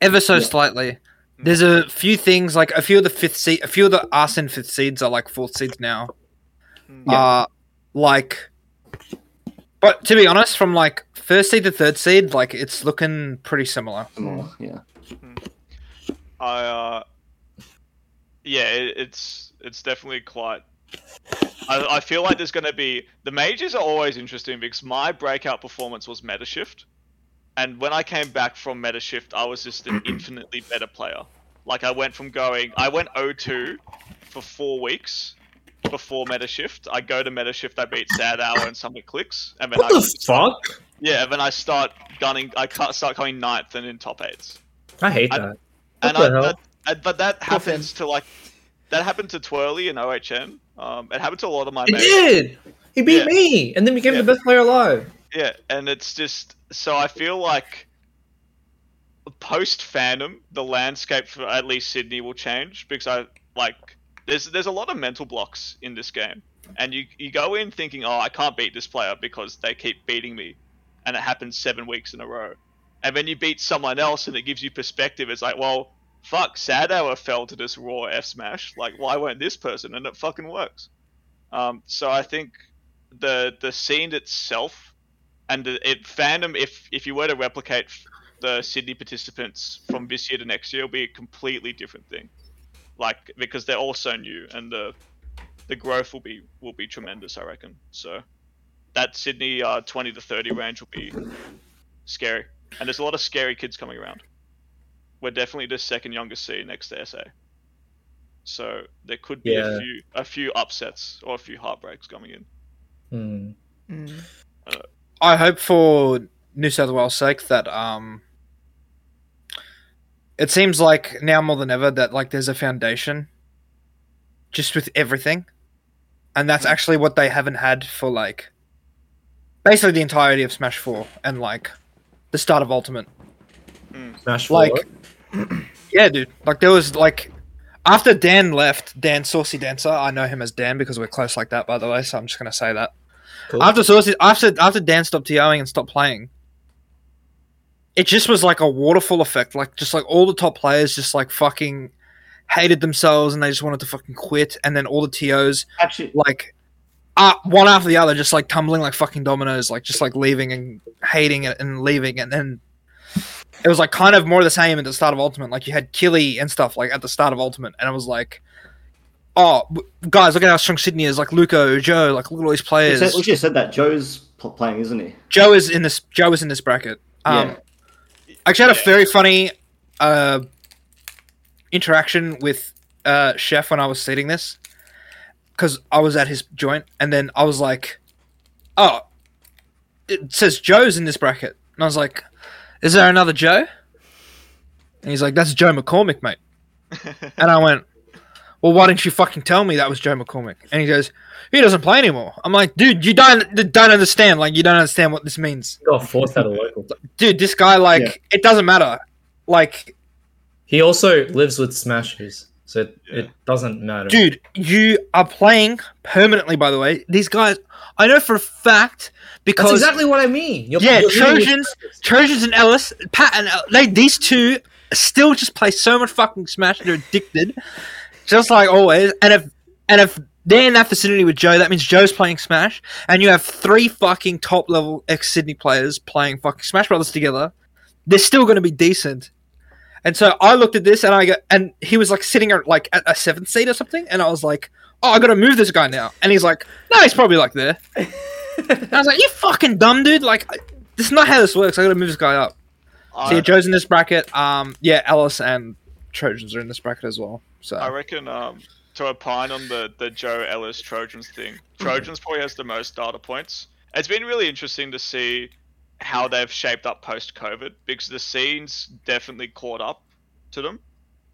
D: ever so slightly. There's a few things like a few of the fifth seed, a few of the Arsen fifth seeds are like fourth seeds now. Uh like, but to be honest, from like first seed to third seed, like it's looking pretty similar.
E: More, yeah.
B: I uh, yeah, it, it's it's definitely quite. I, I feel like there's going to be the majors are always interesting because my breakout performance was meta shift, and when I came back from meta shift, I was just an infinitely better player. Like I went from going, I went 0-2 for four weeks before meta shift. I go to meta shift, I beat Sad Hour and Summit Clicks, and then I
C: fuck?
B: yeah, then I start gunning. I ca- start coming ninth and in top eights
C: I hate
B: I-
C: that.
B: and
C: What
B: I,
C: the hell?
B: that, and- but that
A: Cool thing.
B: happens to like that happened to Twirly and OHM. Um, it happened to a lot of my
C: He
B: mates.
C: did. He beat
B: Yeah.
C: me, and then became
B: Yeah.
C: the best player alive.
B: Yeah, and it's just so I feel like post fandom the landscape for at least Sydney will change because I like there's there's a lot of mental blocks in this game, and you you go in thinking oh I can't beat this player because they keep beating me, and it happens seven weeks in a row, and then you beat someone else and it gives you perspective. It's like well fuck Sad Hour fell to this raw F smash like why won't this person and it fucking works, um so I think the the scene itself and the, it fandom if if you were to replicate f- the Sydney participants from this year to next year, it'll be a completely different thing. Like because they're all so new, and the the growth will be will be tremendous. I reckon. So that Sydney uh, twenty to thirty range will be scary, and there's a lot of scary kids coming around. We're definitely the second youngest seed next to SA. So there could be
C: Yeah.
B: a few a few upsets or a few heartbreaks coming in.
C: Hmm.
A: Mm.
D: I hope for New South Wales' sake that um, it seems like now more than ever that like there's a foundation, just with everything, and that's actually what they haven't had for like, basically the entirety of Smash Four and like, the start of Ultimate.
C: Smash four.
D: Like, yeah, dude. Like there was like, after Dan left, Dan Saucy Dancer. I know him as Dan because we're close like that, by the way. So I'm just gonna say that.
C: Cool.
D: After Saucy, after after Dan stopped TOing and stopped playing, it just was like a waterfall effect. Like just like all the top players just like fucking hated themselves and they just wanted to fucking quit. And then all the TOs
E: Actually,
D: like uh, one after the other, just like tumbling like fucking dominoes, like just like leaving and hating it and leaving, and then it was like kind of more the same at the start of Ultimate. Like you had Killy and stuff like at the start of Ultimate, and it was like, oh w- guys, look at how strong Sydney is. Like Luco, Joe, like look at all these
E: We
D: players.
E: said, we should have said that Joe's pl- playing, isn't he?
D: Joe is in this. Joe is in this bracket. Um, I actually had a very funny uh, interaction with uh, Chef when I was seating this because I was at his joint, and then I was like, "Oh, it says Joe's in this bracket," and I was like, "Is there another Joe?" And he's like, "That's Joe McCormick, mate." and I went, "Well, why didn't you fucking tell me that was Joe McCormick?" And he goes, "He doesn't play anymore." I'm like, "Dude, you don't don't understand. Like, you don't understand what this means,
C: got forced out of local.
D: dude. This guy, like,
E: Yeah.
D: it doesn't matter. Like,
C: He also lives with smashers, so it,
B: Yeah.
C: it doesn't matter.
D: dude, you are playing permanently. By the way, these guys, I know for a fact
C: that's
D: because
C: exactly what I mean. You're,
D: yeah,
C: you're living with
D: Trojans,
C: smashers.
D: Trojans and Ellis, Pat and El- they these two still just play so much fucking Smash. They're addicted, just like always. And if and if they're in that vicinity with Joe, that means Joe's playing Smash, and you have three fucking top level ex Sydney players playing fucking Smash Brothers together. They're still going to be decent. And so I looked at this, and I go, and he was like sitting at like at a seventh seat or something, and I was like, "Oh, I got to move this guy now." And he's like, "No, he's probably like there." And I was like, "You fucking dumb dude! Like, I- this is not how this works. I gotta move this guy up." so yeah,
B: I,
D: Joe's in this bracket. Um, yeah, Alice and Trojans are in this bracket as well. So
B: I reckon um, to opine on the, the Joe Ellis Trojans thing, Trojans probably has the most data points. It's been really interesting to see how they've shaped up post COVID because the scene's definitely caught up to them,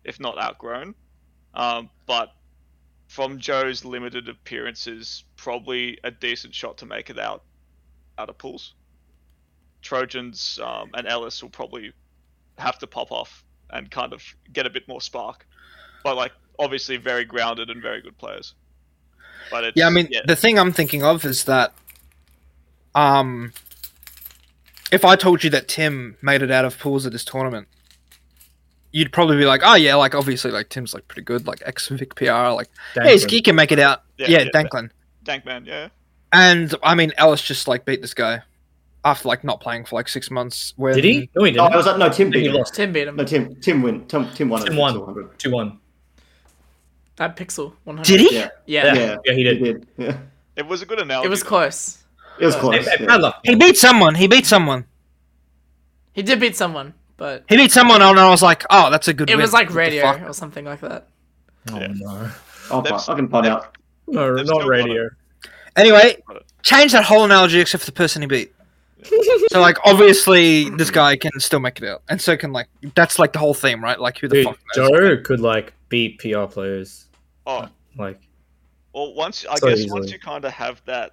B: if not outgrown. Um, but from Joe's limited appearances, probably a decent shot to make it out out of pools. Trojans um, and Ellis will probably have to pop off and kind of get a bit more spark, but like obviously very grounded and very good players. But it's,
D: yeah, I mean, the thing I'm thinking of is that, um, if I told you that Tim made it out of pools at this tournament, you'd probably be like, "Oh yeah, like obviously, like Tim's like pretty good, like ex Vic PR, like yeah, he's,
C: Dankerin.
D: he can make it out."
B: Yeah,
D: Yeah,
B: yeah,
D: Danklin.
B: Dankman, yeah.
D: And I mean, Alice just like beat this guy after like not playing for like six months. Where
C: Did he? No, he
E: Oh,
C: didn't.
E: I was like, no, Tim
C: he
E: beat. him.
C: lost
A: Tim beat him.
E: No, Tim. Tim win. Tim. Tim won. it.
C: Tim won.
E: 200.
C: two one.
A: That pixel. 100.
D: Did he?
E: Yeah.
A: Yeah.
E: Yeah.
C: Yeah, he
E: He
C: did.
E: did. Yeah.
B: It was a good analogy.
A: It was close.
E: It was
A: Uh,
E: close.
C: Hey,
E: yeah.
C: bad luck.
D: He beat someone. He beat someone.
A: He did beat someone, but
D: He beat someone, and I was like, "Oh, that's a good."
A: it
D: win.
A: was like
D: What the
A: radio
D: fuck?
A: or something like that.
C: Oh
B: Yeah.
C: no.
E: I'll
B: They've-
E: fi- I can find out.
C: No,
B: They've still
C: not
B: got
C: radio.
D: Anyway, change that whole analogy except for the person he beat. so like, obviously, this guy can still make it out, and so can like that's like the whole theme, right? Like, who the
C: Dude,
D: fuck knows?
C: Joe could like beat PR players.
B: Oh,
C: Like
B: well, once I
C: So
B: guess
C: easily.
B: once you kind of have that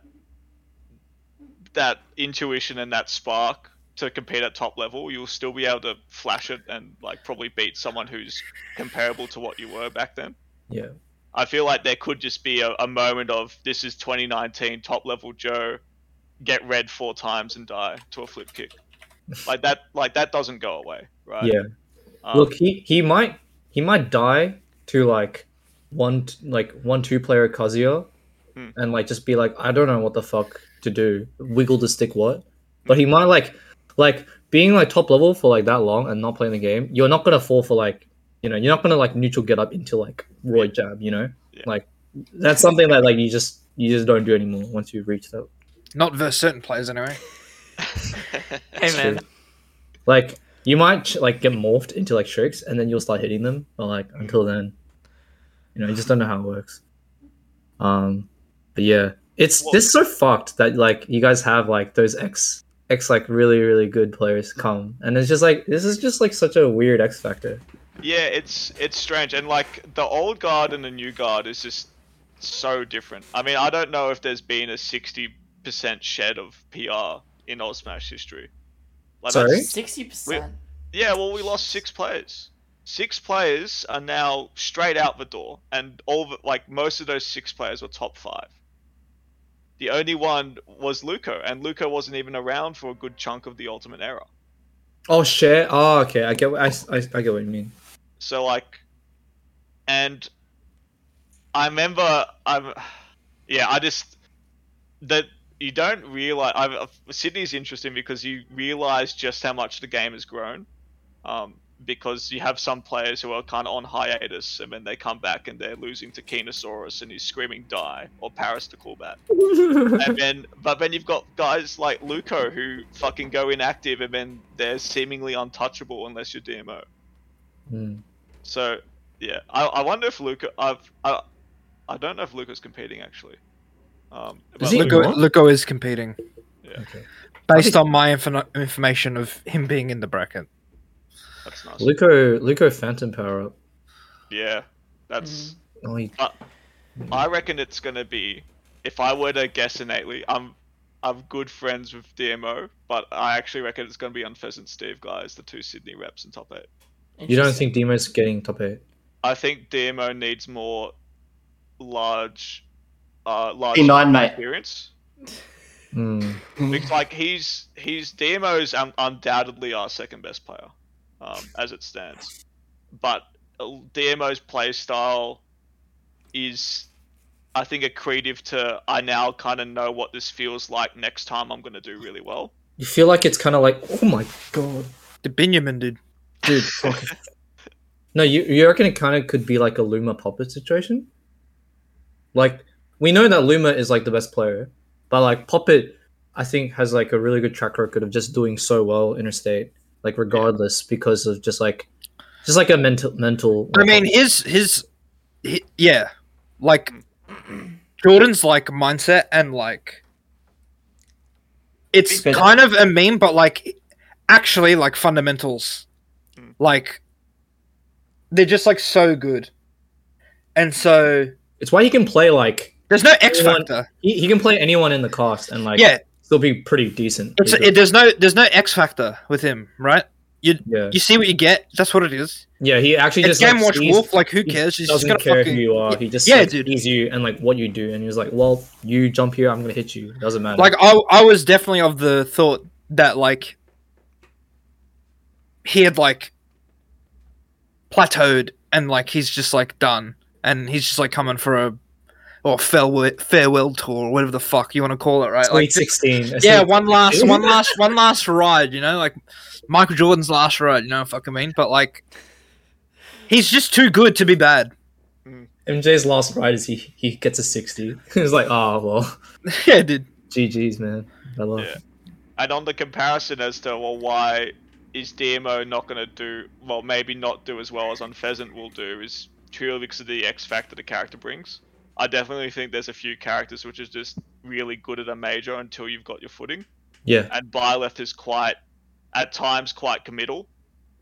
B: that intuition and that spark to compete at top level, you'll still be able to flash it and like probably beat someone who's comparable to what you were back then.
C: yeah.
B: I feel like there could just be a, a moment of this is 2019 top level Joe, get red four times and die to a flip kick, like that. Like that doesn't go away, right?
C: Yeah.
B: Um,
C: Look, he, he might he might die to like one t- like one two player Kazuya,
B: Hmm.
C: and like just be like I don't know what the fuck to do. Wiggle the stick what? But he might like like being like top level for like that long and not playing the game. You're not gonna fall for like you know you're not gonna like neutral get up into like Roy jab. You know
B: Yeah.
C: like that's something that like you just you just don't do anymore once you reach that.
D: Not versus certain players, anyway.
A: Hey man,
C: Like you might ch- like get morphed into like tricks and then you'll start hitting them, but like until then, you know, you just don't know how it works. Um, but yeah, it's this is so fucked that like you guys have like those ex ex like really really good players come, and it's just like this is just like such a weird X factor.
B: Yeah, it's it's strange, and like the old guard and the new guard is just so different. I mean, I don't know if there's been a sixty percent shed of PR in Old Smash history. Like that's-
C: Sorry?
A: sixty percent.
B: Yeah, well, we lost six players. Six players are now straight out the door, and all the, like most of those six players were top five. The only one was Luco, and Luco wasn't even around for a good chunk of the Ultimate Era.
C: Oh shit! Oh okay, I get what I, s- I, I get what you mean.
B: So like, and I remember I'm, yeah, I just that you don't realize. I've, I've- Sydney's interesting because you realize just how much the game has grown. Um, because you have some players who are kind of on hiatus, and then they come back and they're losing to Kenosaurus, and he's screaming "die" or Paris to call back. and then, but then you've got guys like Luco who fucking go inactive, and then they're seemingly untouchable unless you're DMO.
C: Hmm.
B: So yeah, I, I wonder if Luca. I've I, I don't know if Luca's competing actually. Um, but
C: he-
B: Luca-
D: Lugo,
C: what?
D: Lugo is competing
C: Okay.
D: based on my info- information of him being in the bracket.
B: that's nice.
C: Luco, Luco, Phantom power up.
B: Yeah, that's.
C: Oh, he-
B: I reckon it's gonna be. If I were to guess innately, I'm I'm good friends with DMO, but I actually reckon it's gonna be Unpheasant Steve guys, the two Sydney reps in top eight.
C: you don't think Demo's getting top eight?
B: I think DMO needs more large, uh, large
E: P9, mate.
B: experience.
C: Hmm.
B: Because like he's he's DMO's um, undoubtedly our second best player, um, as it stands. But uh, DMO's play style is, I think, accretive to I now kind of know what this feels like. Next time I'm gonna do really well.
C: You feel like it's kind of like, oh my god,
D: The Benjamin dude.
C: dude. fuck. no, you you reckon it kind of could be like a Luma Popper situation? Like we know that Luma is like the best player, but like Poppet, I think has like a really good track record of just doing so well interstate, like regardless, because of just like, just like a mental mental.
D: I mean, his his, hi yeah, like Jordan's like mindset and like it's
E: Big
D: kind of a meme, but like actually like fundamentals,
C: Mm.
D: like they're just like so good, and so
C: it's why he can play like
D: there's no X
C: Anyone-
D: factor.
C: he, he can play anyone in the cast and like
D: Yeah,
C: still be pretty decent.
D: it's it, there's no there's no X factor with him, right?
C: yeah,
D: You see what you get. That's what it is.
C: yeah. He actually
D: It's
C: just
D: game
C: like,
D: watch
C: sees-
D: wolf. Like who
C: he
D: cares? He's just
C: doesn't
D: gonna
C: care
D: fucking
C: who you are. He just
D: Yeah,
C: like,
D: dude.
C: sees you and like what you do, and he was like, "Well, you jump here, I'm gonna hit you. Doesn't matter."
D: like I, I was definitely of the thought that like he had like plateaued and like he's just like done and he's just like coming for a or farewell farewell tour or whatever the fuck you want to call it right
C: Sweet
D: like
C: sixteen. I
D: yeah
C: see.
D: one last one last one last ride you know like michael jordan's last ride you know what i mean but like he's just too good to be bad
C: MJ's last ride is he he gets a sixty. He's like, "Oh well,
D: yeah dude
C: GG's man." I love.
B: Yeah. And on the comparison as to well, why is DMO not gonna do well? Maybe not do as well as Unpheasant will do is purely because of the X factor the character brings. I definitely think there's a few characters which is just really good at a major until you've got your footing.
C: Yeah,
B: and Byleth is quite, at times, quite committal.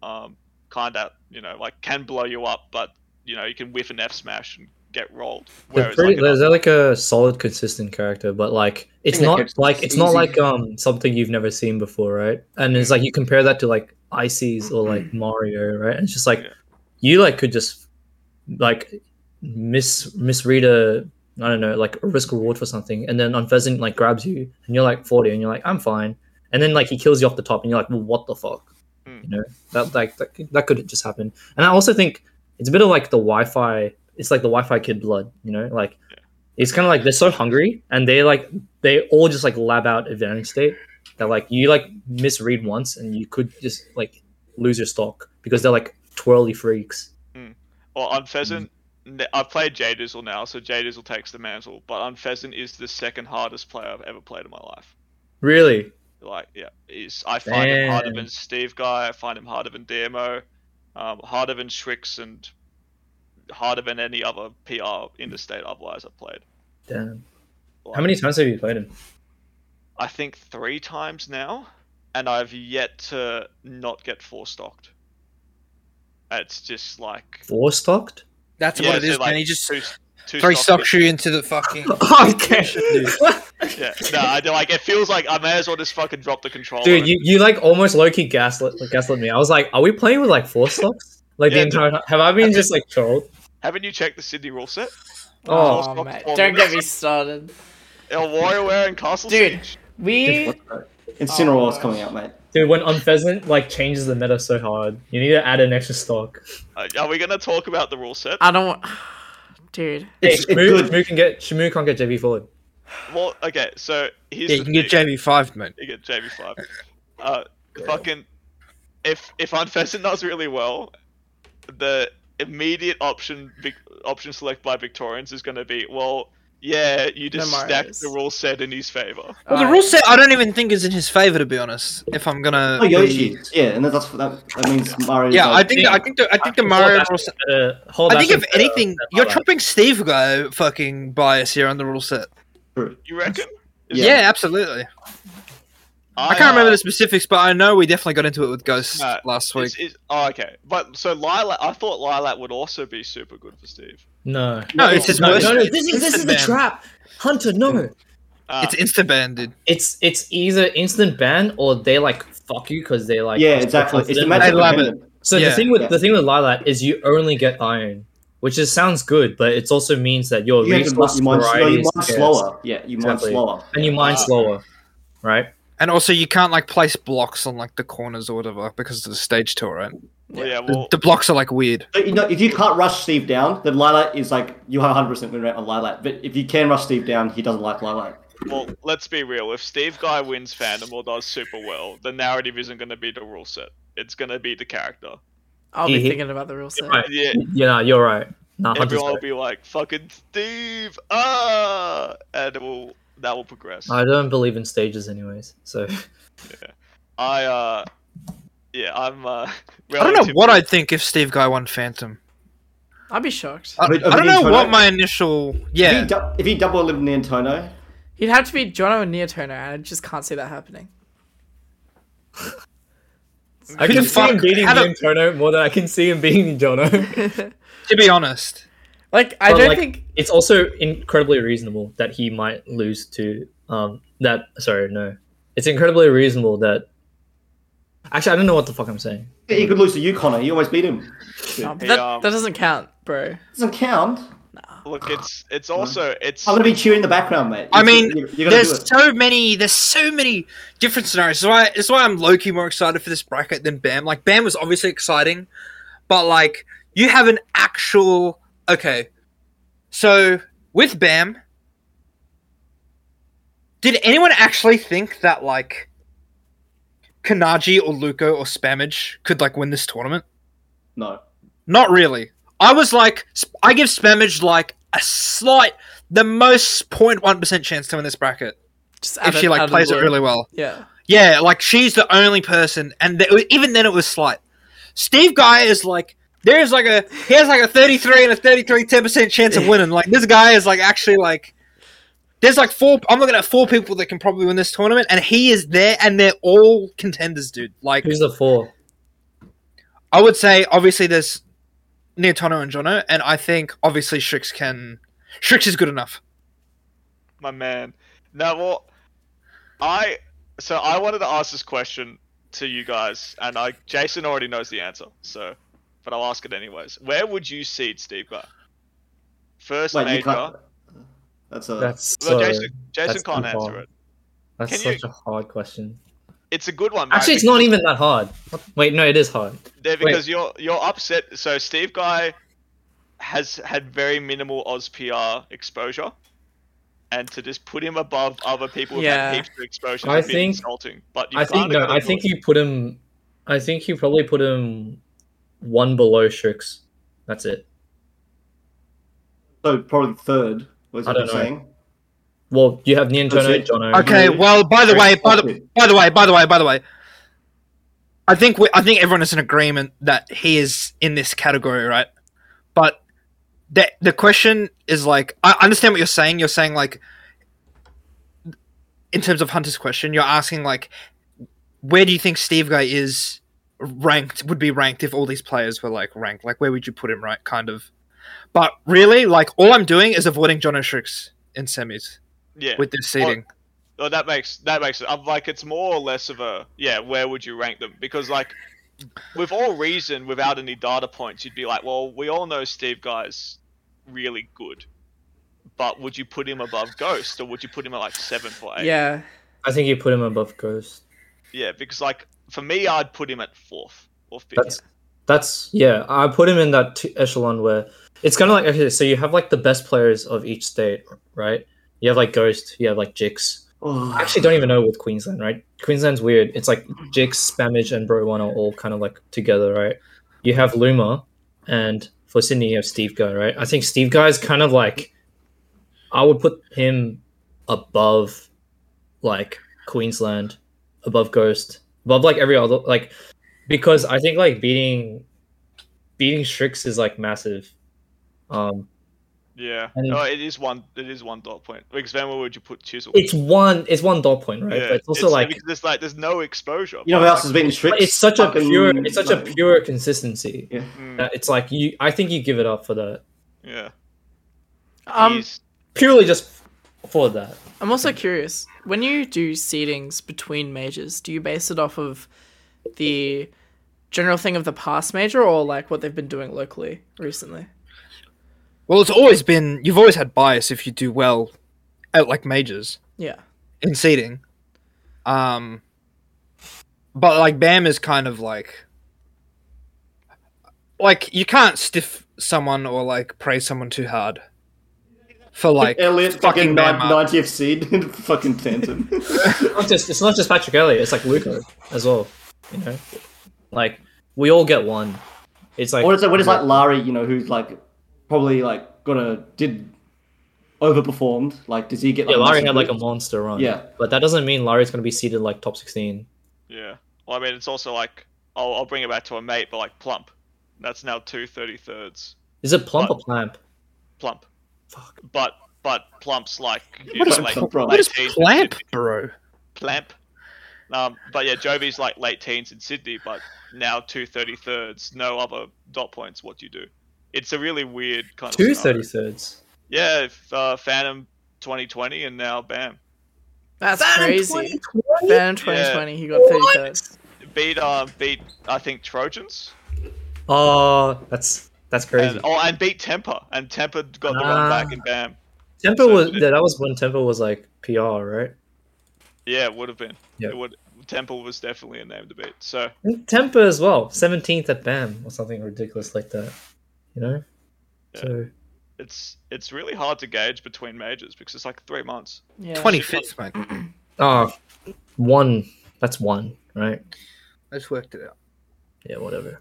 B: Um, kind of, you know, like can blow you up, but you know, you can whiff an F smash and get rolled.
C: they're
B: Whereas,
C: pretty.
B: like,
C: They're, they're like a solid, consistent character, but like it's
E: think that
C: not
E: character's
C: like it's not
E: easy.
C: like um something you've never seen before, right? And it's like you compare that to like Ices or like Mario, right? And it's just like
B: Yeah.
C: you like could just like mis misread a I don't know like a risk reward for something, and then Unpheasant like grabs you, and you're like forty, and you're like I'm fine, and then like he kills you off the top, and you're like well what the fuck,
B: Mm.
C: you know that like that, could- that could just happen. And I also think it's a bit of like the Wi-Fi. It's like the Wi-Fi kid blood, you know, like. It's kind of like they're so hungry, and they like they all just like lab out advantage state that like you like misread once, and you could just like lose your stock because they're like twirly freaks.
B: or on Pheasant,
F: Mm.
B: n- I've played J Dizzle now, so J Dizzle takes the mantle. But on Pheasant is the second hardest player I've ever played in my life.
C: Really?
B: Like, yeah, is I find him harder
C: Damn.
B: than Steve Guy. I find him harder than DMO, um, harder than Shrix, and harder than any other PR interstate otherwise I've played.
C: Damn.
B: Like,
C: How many times have you played him?
B: I think three times now, and I've yet to not get four stocked. It's just like
C: Four stocked?
F: That's
B: Yeah,
F: what it
B: so
F: is,
B: like
F: man. He just
B: two, two
F: three
B: stocked
F: socks you into the fucking.
C: okay.
B: is- Yeah, no, I do like. It feels like I may as well just fucking drop the controller.
C: Dude, you, you like almost low key gaslit gaslit me. I was like, are we playing with like four stocks? Like
B: Yeah,
C: the entire time? Have I been just like trolled?
B: Haven't you checked the Sydney rule set?
C: Oh,
B: Four
A: Oh,
B: stocks,
A: mate.
B: four
A: Don't get me
B: minutes.
A: started.
B: El WarioWare and Castle
A: Dude.
B: Siege.
A: We.
E: Incineroar's coming out, mate.
C: dude, when Unpheasant like changes the meta so hard, you need to add an extra stock.
B: Uh, Are we gonna talk
D: Uh,
B: about the rule set?
A: I don't. Dude.
C: Hey,
E: It's, it's
C: Shmoo,
E: good.
C: Shmoo can get Shmoo can't get JV forward.
B: Well, okay, so here's the
D: Yeah, you can get
B: thing.
D: JB five, mate.
B: You get JB five. Uh, fucking. If if Unpheasant does really well, the immediate option Vic- option select by Victorians is going to be well, yeah, you just stack
A: Marios.
B: the rule set in his favor.
D: Well, the
A: Alright.
D: rule set I don't even think is in his favor, to be honest. If I'm gonna,
E: Oh,
D: be-
E: Yoshi. Yeah, and that's that, that means Mario.
D: yeah, I
E: like,
D: think I think the, I think the
C: Hold
D: Mario
C: that
D: rule set.
C: better- hold
D: I
C: that
D: think if
C: better
D: anything,
C: than
D: you're
C: Hotline.
D: tripping Steve guy fucking bias here on the rule set.
E: true.
B: You reckon?
D: Yeah, absolutely. I can't
B: uh,
D: remember the specifics, but I know we definitely got into it with Ghost
B: No,
D: last week.
B: Is, is, oh, okay. But so Lilac, I thought Lilac would also be super good for Steve.
C: No.
D: No, it's his
C: No,
D: worst.
C: no, no, this is this is the
D: Instaban.
C: trap. Hunter, no.
E: Mm.
B: Uh,
D: It's insta ban, dude.
C: It's it's either instant ban or they like fuck you because they like
E: yeah, exactly. It's the magic.
D: love
E: of it.
C: So
D: Yeah.
C: the thing with
E: Yeah.
C: the thing with Lilac is you only get iron, which is sounds good, but it also means that your
E: You have to
C: resource
E: you mine, no,
C: variety
E: you
C: is
E: mine
C: scarce,
E: slower. Yeah, you mine
C: Exactly.
E: slower.
C: and you mine
B: Ah.
C: slower, right?
D: And also, you can't like place blocks on like the corners or whatever because of the stage tour, right?
B: well, yeah,
D: The,
B: well,
D: the blocks are like weird.
E: But, you know, if you can't rush Steve down, then Lilac is like you have 100 percent win rate on Lilac. But if you can rush Steve down, he doesn't like Lilac.
B: well, let's be real. If Steve Guy wins fandom or does super well, the narrative isn't going to be the rule set. It's going to be the character.
A: I'll be
C: Yeah.
A: thinking about the rule set.
C: Right.
B: Yeah,
C: Yeah, nah, you're right. Nah, Hunter's
B: everyone will
C: better.
B: be like, "Fucking Steve!" Ah, and it will that will progress.
C: I don't believe in stages, anyways. So
B: I uh, yeah, I'm uh.
D: I don't know what I'd think if Steve Guy won Phantom.
A: I'd be shocked.
D: I, I
E: But-
D: don't know
E: but-
D: what my initial
E: If
D: yeah.
E: he, du- if he double eliminated Antono,
A: He'd have to be Jono and Neotono, and I just can't see that happening.
C: I
D: Who
C: can
D: the
C: see him
D: fuck-
C: beating
D: how the-
C: Liam Tono more than I can see him beating Jono.
D: To be honest,
A: Like, I
C: But,
A: don't
C: like,
A: think.
C: it's also incredibly reasonable that he might lose to um that sorry no it's incredibly reasonable that actually i don't know what the fuck i'm saying
E: he could lose to you, Connor. You almost beat him.
A: oh, but
B: Hey,
A: that,
B: um,
A: that doesn't count, bro.
E: Doesn't count.
B: Look, it's it's also it's
E: I'm gonna be cheering in the background, mate.
D: I mean,
E: you're, you're gonna do
D: there's
E: it.
D: so many, there's so many different scenarios. That's why, that's why I'm low key more excited for this bracket than Bam. Like Bam was obviously exciting, but like you have an actual okay. So with Bam, did anyone actually think that like Kanaji or Luko or Spamage could like win this tournament?
E: No.
D: Not really. I was like, sp- I give Spamage like a slight, the most 0.1% chance to win this bracket
A: Just
D: if
A: out
D: she
A: of- out
D: like
A: of the
D: plays it
A: blue.
D: really well.
A: Yeah.
D: Yeah, like she's the only person, and th- even then it was slight. Steve Guy is like there's like a he has like a 33 and a 33 10 percent chance of winning. Like this guy is like actually like there's like four. I'm looking at four people that can probably win this tournament, and he is there, and they're all contenders, dude. Like
C: who's the four
D: I would say, obviously there's Neotono and Jono, and I think obviously Strix can. Strix is good enough.
B: my man. Now, well, I so I wanted to ask this question to you guys, and I Jason already knows the answer, so but I'll ask it anyways. Where would you seed Steve Guy? First
E: Wait, you
B: major.
E: can't. That's uh, a.
C: that's
B: Well,
C: so,
B: Jason, Jason
C: that's
B: can't
C: too
B: answer
C: far.
B: it.
C: that's
B: can you-
C: such a hard question
B: It's a good one. Matt,
C: actually it's
B: because-
C: not even that hard wait no it is hard
B: there because you're you're upset. So Steve Guy has had very minimal Oz PR exposure, and to just put him above other people who've
A: Yeah.
B: had heaps of exposure
C: I
B: is a bit
C: think-
B: insulting. But you
C: i think
B: kinda
C: no
B: gotta
C: i
B: do
C: think
B: it.
C: you put him i think you probably put him one below Shrix. that's it
E: So probably third was
C: I
E: what
C: don't
E: you're
C: know.
E: saying.
C: well you have Niantono,
E: That's it.
C: Jono.
D: Okay.
E: Really?
D: Well, by the way, by the
E: Okay.
D: by the way, by the way, by the way, I think we, I think everyone is in agreement that he is in this category, right? But the the question is like, I understand what you're saying. You're saying like, in terms of Hunter's question, you're asking like, where do you think Steve Guy is ranked? Would be ranked if all these players were like ranked. Like, where would you put him? Right, kind of. But really, like, all I'm doing is avoiding John O'Shricks in semis
B: yeah.
D: with this seating.
B: Well, Oh, that makes that makes it. I'm like, it's more or less of a yeah. Where would you rank them? Because like, with all reason, without any data points, you'd be like, well, we all know Steve Guy's really good, but would you put him above Ghost or would you put him at like seventh or eighth?
A: Yeah.
C: i think you put him above ghost
B: Yeah, because like for me, I'd put him at fourth. Fourth pick.
C: That's that's yeah. I put him in that t- echelon where it's kind of like okay, so you have like the best players of each state, right? You have like Ghost. You have like Jix.
E: Oh,
C: I actually don't even know with Queensland, right? Queensland's weird. It's like Jix, Spamage, and Bro One are all kind of like together, right? You have Luma, and for Sydney you have Steve Guy, right? I think Steve Guy is kind of like I would put him above like Queensland, above Ghost, above like every other like because I think like beating beating Strix is like massive. Um
B: Yeah.
C: And-
B: Oh, it is one. It is one dot point. Because then where would you put Chisel?
C: it's one it's one dot point, right? but it's also like
B: because there's like there's no exposure.
E: You know who else has been strict?
C: it's such a
E: Fucking-
C: pure it's such a
E: like-
C: pure consistency.
E: Yeah.
B: Mm,
C: that it's like you I think you give it up for that.
B: yeah.
A: Um,
B: He's-
C: Purely just for that.
A: I'm also curious when you do seedings between majors, do you base it off of the general thing of the past major or like what they've been doing locally recently?
D: Well, it's always been you've always had bias if you do well at like majors
A: Yeah.
D: in seeding. Um, but like Bam is kind of like like you can't stiff someone or like praise someone too hard for like
E: Elliot fucking
D: Bam
E: nine-
D: up.
E: 90th seed in fucking Phantom.
C: Not just it's not just Patrick Elliott, it's like Luca as well. You know? Like we all get one. It's like
E: what is it? What is like Larry? You know, who's like probably like got a did overperformed. Like, does he get?
C: yeah,
E: like,
C: Larry
E: massive
C: had like a
E: boost?
C: monster run.
E: Yeah.
C: But that doesn't mean Larry's gonna be seeded like top sixteen.
B: Yeah. Well, I mean, it's also like I'll, I'll bring it back to a mate, but like Plump, that's now two thirty thirds.
C: Is it plump or clamp?
B: Plump.
C: Fuck.
B: But but Plump's like you
E: What
B: know,
E: is
B: late-
E: Plump, bro?
B: late
E: What is
B: teens in
D: clamp,
B: Sydney.
D: bro.
B: Clamp. Um, but yeah, Joby's like late teens in Sydney, but now two thirty thirds, no other dot points. What do you do? It's a really weird kind
C: Two
B: of scenario.
C: thirty thirds.
B: Yeah, if, uh, Phantom twenty twenty, and now bam,
A: That's crazy. Ban in 2020, he got 33rd.
B: beat uh, beat I think Trojans.
C: Oh that's that's crazy.
B: And, oh, and beat Temper, and Temper got the
C: Ah.
B: run back, and bam.
C: Tempo
B: so
C: was
B: did-
C: yeah, that was when Tempo was like PR, right?
B: Yeah, it would have been.
C: Yeah.
B: It would. Temple was definitely a name to beat. So
C: Tempo as well, seventeenth at BAM or something ridiculous like that. You know? So
B: it's it's really hard to gauge between majors because it's like three months.
A: Yeah.
D: Twenty fifth, mate.
C: Oh, one. That's one, right?
F: Let's work it out.
C: Yeah, whatever.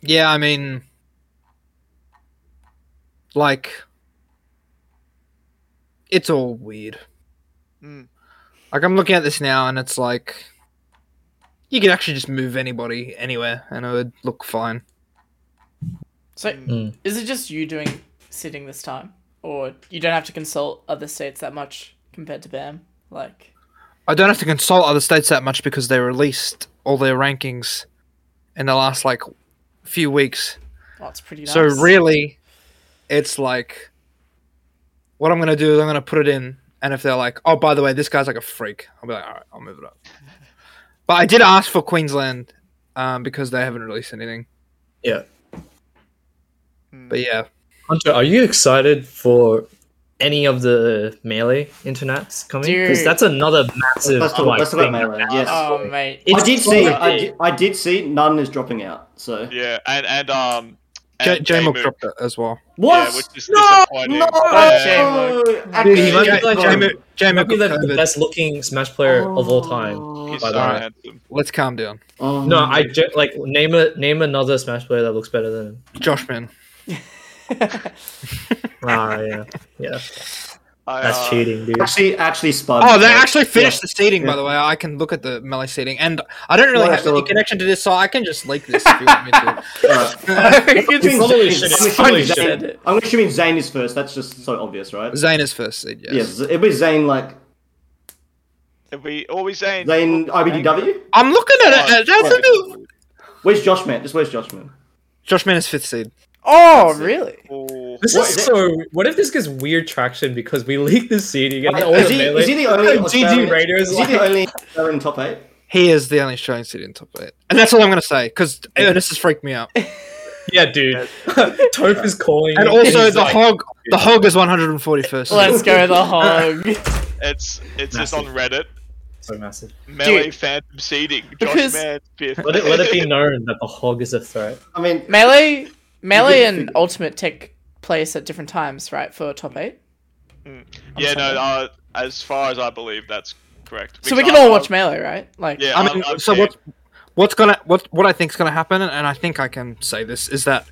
D: Yeah, I mean, like, it's all weird.
B: Mm.
D: Like, I'm looking at this now, and it's like, you could actually just move anybody anywhere, and it would look fine.
A: So,
C: Mm.
A: is it just you doing sitting this time, or you don't have to consult other states that much compared to BAM? Like,
D: I don't have to consult other states that much because they released all their rankings in the last, like, few weeks.
A: oh, it's pretty nice.
D: So really, it's like what I'm gonna do is I'm gonna put it in, and if they're like, "Oh, by the way, this guy's like a freak," I'll be like, "All right, I'll move it up." But I did ask for Queensland um, because they haven't released anything.
C: Yeah.
D: But yeah,
C: Hunter, are you excited for any of the melee internets coming? Because
A: Dude.
C: that's another massive
E: Let's talk,
C: like,
E: let's talk
C: thing.
E: about Melee. Yes.
A: Oh, mate.
C: It's
E: I did see.
C: so
E: I
C: big.
E: did, I did see. None is dropping out. So
B: Yeah, and and um.
D: J-
B: and
D: J-Mock
B: J-Mook.
D: dropped it as well.
E: what?
B: Yeah, which is
E: no,
B: disappointing.
E: no,
B: Yeah.
E: Actually,
C: Dude, he might be
E: J-
C: like-
E: J-
C: J-Mook-
D: J-Mook
C: Might be like
D: got
C: the
D: COVID.
C: best looking Smash player of all time.
B: He's
C: By
B: so
C: the way.
B: handsome.
D: Let's calm down,
E: Oh,
C: No, I ge- like name a name another Smash player that looks better than him.
D: Josh man.
C: Ah, yeah, yeah.
B: I,
C: That's
B: uh,
C: cheating, dude.
E: actually actually spun.
D: Oh, they actually finished the seating,
E: Yeah.
D: by the way. I can look at the melee seating, and I don't really
E: Well,
D: have any
E: absolutely.
D: connection to this, so I can just leak this if you want me to.
E: Yeah.
A: It's-
C: probably
E: Zane-
C: should-
E: I'm
C: you
E: assuming
C: probably
E: Zane-
A: should.
E: I'm assuming Zane is first. That's just so obvious, right?
D: Zane is first seed. Yes.
E: Yes, it was Zane like
B: Are we always saying
E: Zane IBDW.
D: I'm looking at it.
B: Oh,
D: it. That's a bit-
E: Where's Josh man? Just where's Josh man?
D: Josh Man is fifth seed.
A: Oh, really?
B: oh,
C: This
E: What
C: is
E: is it?
C: so. What if this gets weird traction because we leaked this seeding and all
E: is,
C: the
E: he,
C: melee?
E: is he the only Australian-
C: GG Raiders?
E: Is he
C: like-
E: the only Australian top eight?
D: He is the only Australian seed in top eight, and that's all I'm gonna say because this has freaked me out.
C: Yeah, dude. Toph is calling.
D: And
C: me.
D: also
C: He's
D: the
C: like,
D: hog, the hog is 141st.
A: Let's go the hog.
B: it's it's just on Reddit.
C: So massive.
B: Melee
A: Dude.
B: phantom seeding. Josh
A: Because-
B: Mann fifth.
C: Let it let it be known that the hog is a threat.
E: I mean,
A: Melee, melee,
E: did
A: and
E: figure-
A: ultimate take place at different times, right? For top eight.
B: Yeah, no. Uh, as far as I believe, that's correct.
A: So we
B: Because
A: can all
B: I-
A: watch Melee, right? Like,
B: Yeah,
D: I mean,
B: I'm- I'm
D: so
B: seeing-
D: what's what's gonna what what I think's gonna happen, and I think I can say this is that,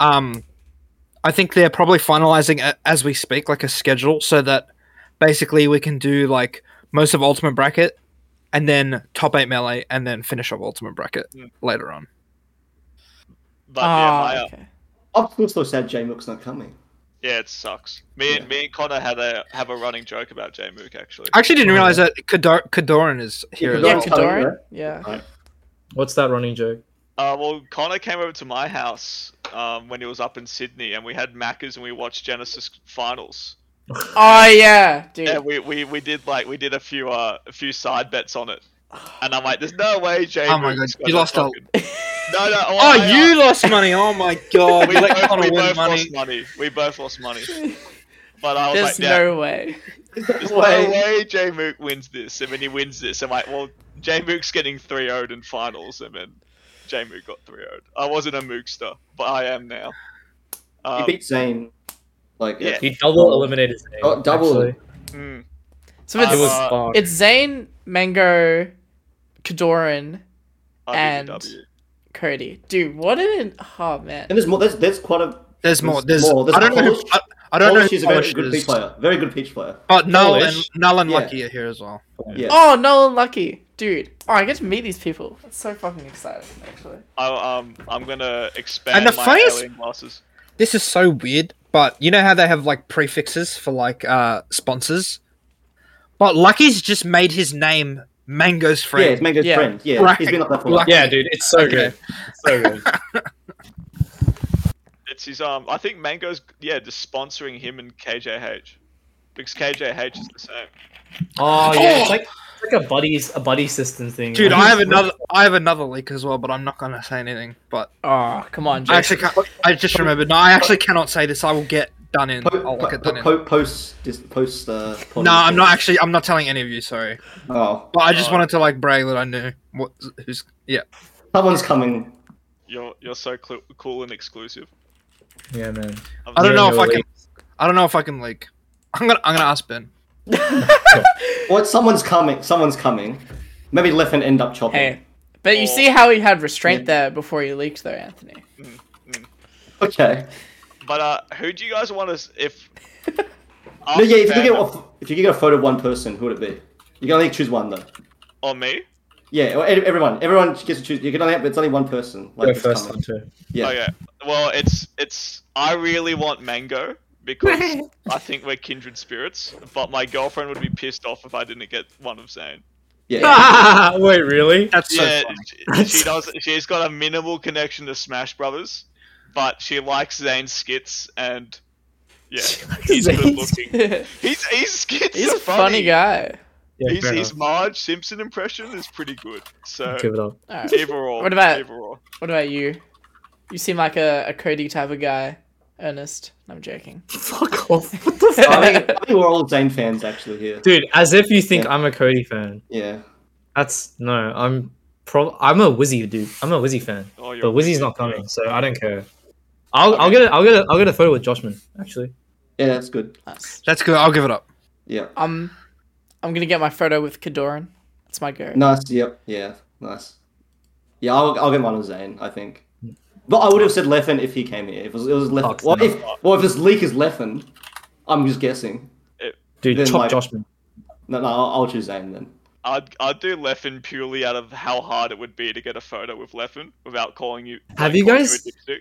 D: um, I think they're probably finalizing a, as we speak, like a schedule, so that basically we can do like most of Ultimate Bracket, and then top eight melee, and then finish up Ultimate Bracket later on.
B: But yeah,
A: Ah,
B: my, uh,
A: okay.
E: I'm still so sad J Mook's not coming.
B: yeah, it sucks. Me and me and Connor had a have a running joke about J Mook actually.
D: I actually didn't realize that Kador- Kadoran is here.
A: yeah,
D: as well.
E: Kadoran- Doran's coming,
A: Kadoran.
E: right?
A: Yeah.
C: What's that running joke?
B: Uh, well, Connor came over to my house um, when he was up in Sydney, and we had Macca's and we watched Genesis finals.
A: Oh yeah, dude.
B: And we, we, we did like we did a few uh a few side bets on it, and I'm like, there's no way J.
D: Oh my
B: Mook's
D: God, you
B: gonna
D: lost a-
B: fucking- No, no.
D: Oh,
B: I- I-
D: you lost money! Oh my god!
B: we
D: you let
B: both,
D: Connor
B: we
D: win
B: both
D: money.
B: lost money. We both lost money. But I was
A: There's
B: like, yeah,
A: no way.
B: there's no
E: way.
B: way J Mook wins this. And then he wins this. I'm like, well, J Mook's getting 3 0 in finals. And then J Mook got 3 0 I wasn't a Mookster, but I am now.
E: He
B: Um,
E: beat Zane. Like
B: yeah.
C: He double eliminated Zane.
E: Oh, double.
C: actually.
B: mm,
A: So it's
C: It was
B: Uh,
C: fun.
A: it's Zane, Mango, Kadoran,
B: I beat the
A: And-
B: W.
A: Cody. Dude, what an oh man.
E: And there's more. There's, there's quite a.
D: There's more.
E: There's
D: There's,
E: more. There's
D: I don't know. Who,
E: Polish-
D: I, I don't know. Who
E: Polish is a very
D: Polish
E: good
D: is.
E: peach player. Very good peach player.
D: But Null and
C: Polish?
D: Null and
E: Yeah.
D: Lucky are here as well.
E: Yeah.
A: Oh, Nolan Lucky, dude. Oh, I get to meet these people. That's so fucking exciting, actually.
B: I, um, I'm gonna expand
D: And the
B: my
D: funniest-
B: alien glasses.
D: This is so weird, but you know how they have like prefixes for like uh sponsors? But Lucky's just made his name Mango's
E: yeah,
D: friend.
E: it's Mango's
A: Yeah.
E: friend. Yeah,
D: Right.
E: he's been up there for.
D: Right.
C: Yeah, dude, it's so good. It's so good.
B: It's his um. I think Mango's yeah, just sponsoring him and KJH, because KJH is the same.
C: Oh yeah, it's like it's like a buddies a buddy system thing.
D: Dude,
C: Like,
D: I have another I have another leak as well, but I'm not gonna say anything. But
A: Oh, come on,
D: I
A: Jason.
D: actually can't, I just remembered. No, I actually cannot say this. I will get done in.
E: Po-
D: I'll
E: po-
D: get done in.
E: po- post dis- post uh, pod-
D: No, I'm not actually. I'm not telling any of you. Sorry,
E: Oh,
D: but I just
B: Oh.
D: wanted to like brag that I knew what who's. Yeah,
E: someone's coming.
B: You're you're so cl- cool and exclusive.
C: yeah, man.
B: I'm
D: I
B: so-
D: don't know
C: Yeah,
D: if I can.
C: really.
D: I don't know if I can leak. I'm gonna. I'm gonna ask Ben.
E: What? Someone's coming. Someone's coming. Maybe left and end up chopping.
A: Hey. But you see how he had restraint there before he leaked though, Anthony.
E: Okay.
B: But uh, who do you guys want us if?
E: No, yeah. If you could get a, if you could get a photo of one person, who would it be? You can only choose one though.
B: on me.
E: Yeah. or e- Everyone. Everyone gets to choose. You can only. It's only one person. Like
C: Go
E: it's
C: first
E: coming.
C: hunter.
E: Yeah.
B: Okay. Well, it's it's. I really want Mango because I think we're kindred spirits. But my girlfriend would be pissed off if I didn't get one of Zane.
E: Yeah.
C: Ah, wait, really?
D: That's so
B: yeah,
D: funny.
B: she, she does. She's got a minimal connection to Smash Brothers, but she likes Zane's skits and yeah, he's good looking.
A: he's
B: He's he's skits.
A: a
B: are
A: funny guy.
C: Yeah,
B: His,
C: fair
B: his
C: enough.
B: Marge Simpson impression is pretty good. So
C: Give it up.
A: Alright.
B: overall,
A: What about-
B: overall?
A: What about you? You seem like a, a Cody type of guy, Ernest. I'm joking.
C: Fuck off.
E: I, think, I think we're all Zane fans actually here.
C: Dude, as if you think
E: Yeah.
C: I'm a Cody fan.
E: Yeah.
C: That's no, I'm pro I'm a Wizzy dude. I'm a Wizzy fan.
B: Oh, you're
C: But
B: a
C: Wizzy's
B: Wizzy
C: not
B: fan.
C: coming, so I don't care. I'll I'll get a I'll get a I'll get a photo with Joshman, actually.
E: Yeah. That's good.
A: Nice.
D: That's good. I'll give it up.
E: Yeah.
A: Um, I'm gonna get my photo with Kadoran. That's my go.
E: Nice. Yep. Yeah. Nice. Yeah. I'll, I'll get one of Zane. I think. But I would have said Leffen if he came here. If it was, it was Leffen.
C: Fuck,
E: Well,
C: no.
E: if well, if this leak is Leffen, I'm just guessing.
C: Dude,
E: Then,
C: top
E: like-
C: Joshman.
E: No, no, I'll, I'll choose Zane then.
B: I'd I'd do Leffen purely out of how hard it would be to get a photo with Leffen without calling you.
C: Have
B: like,
C: you
B: calling
C: guys-
B: a dipstick.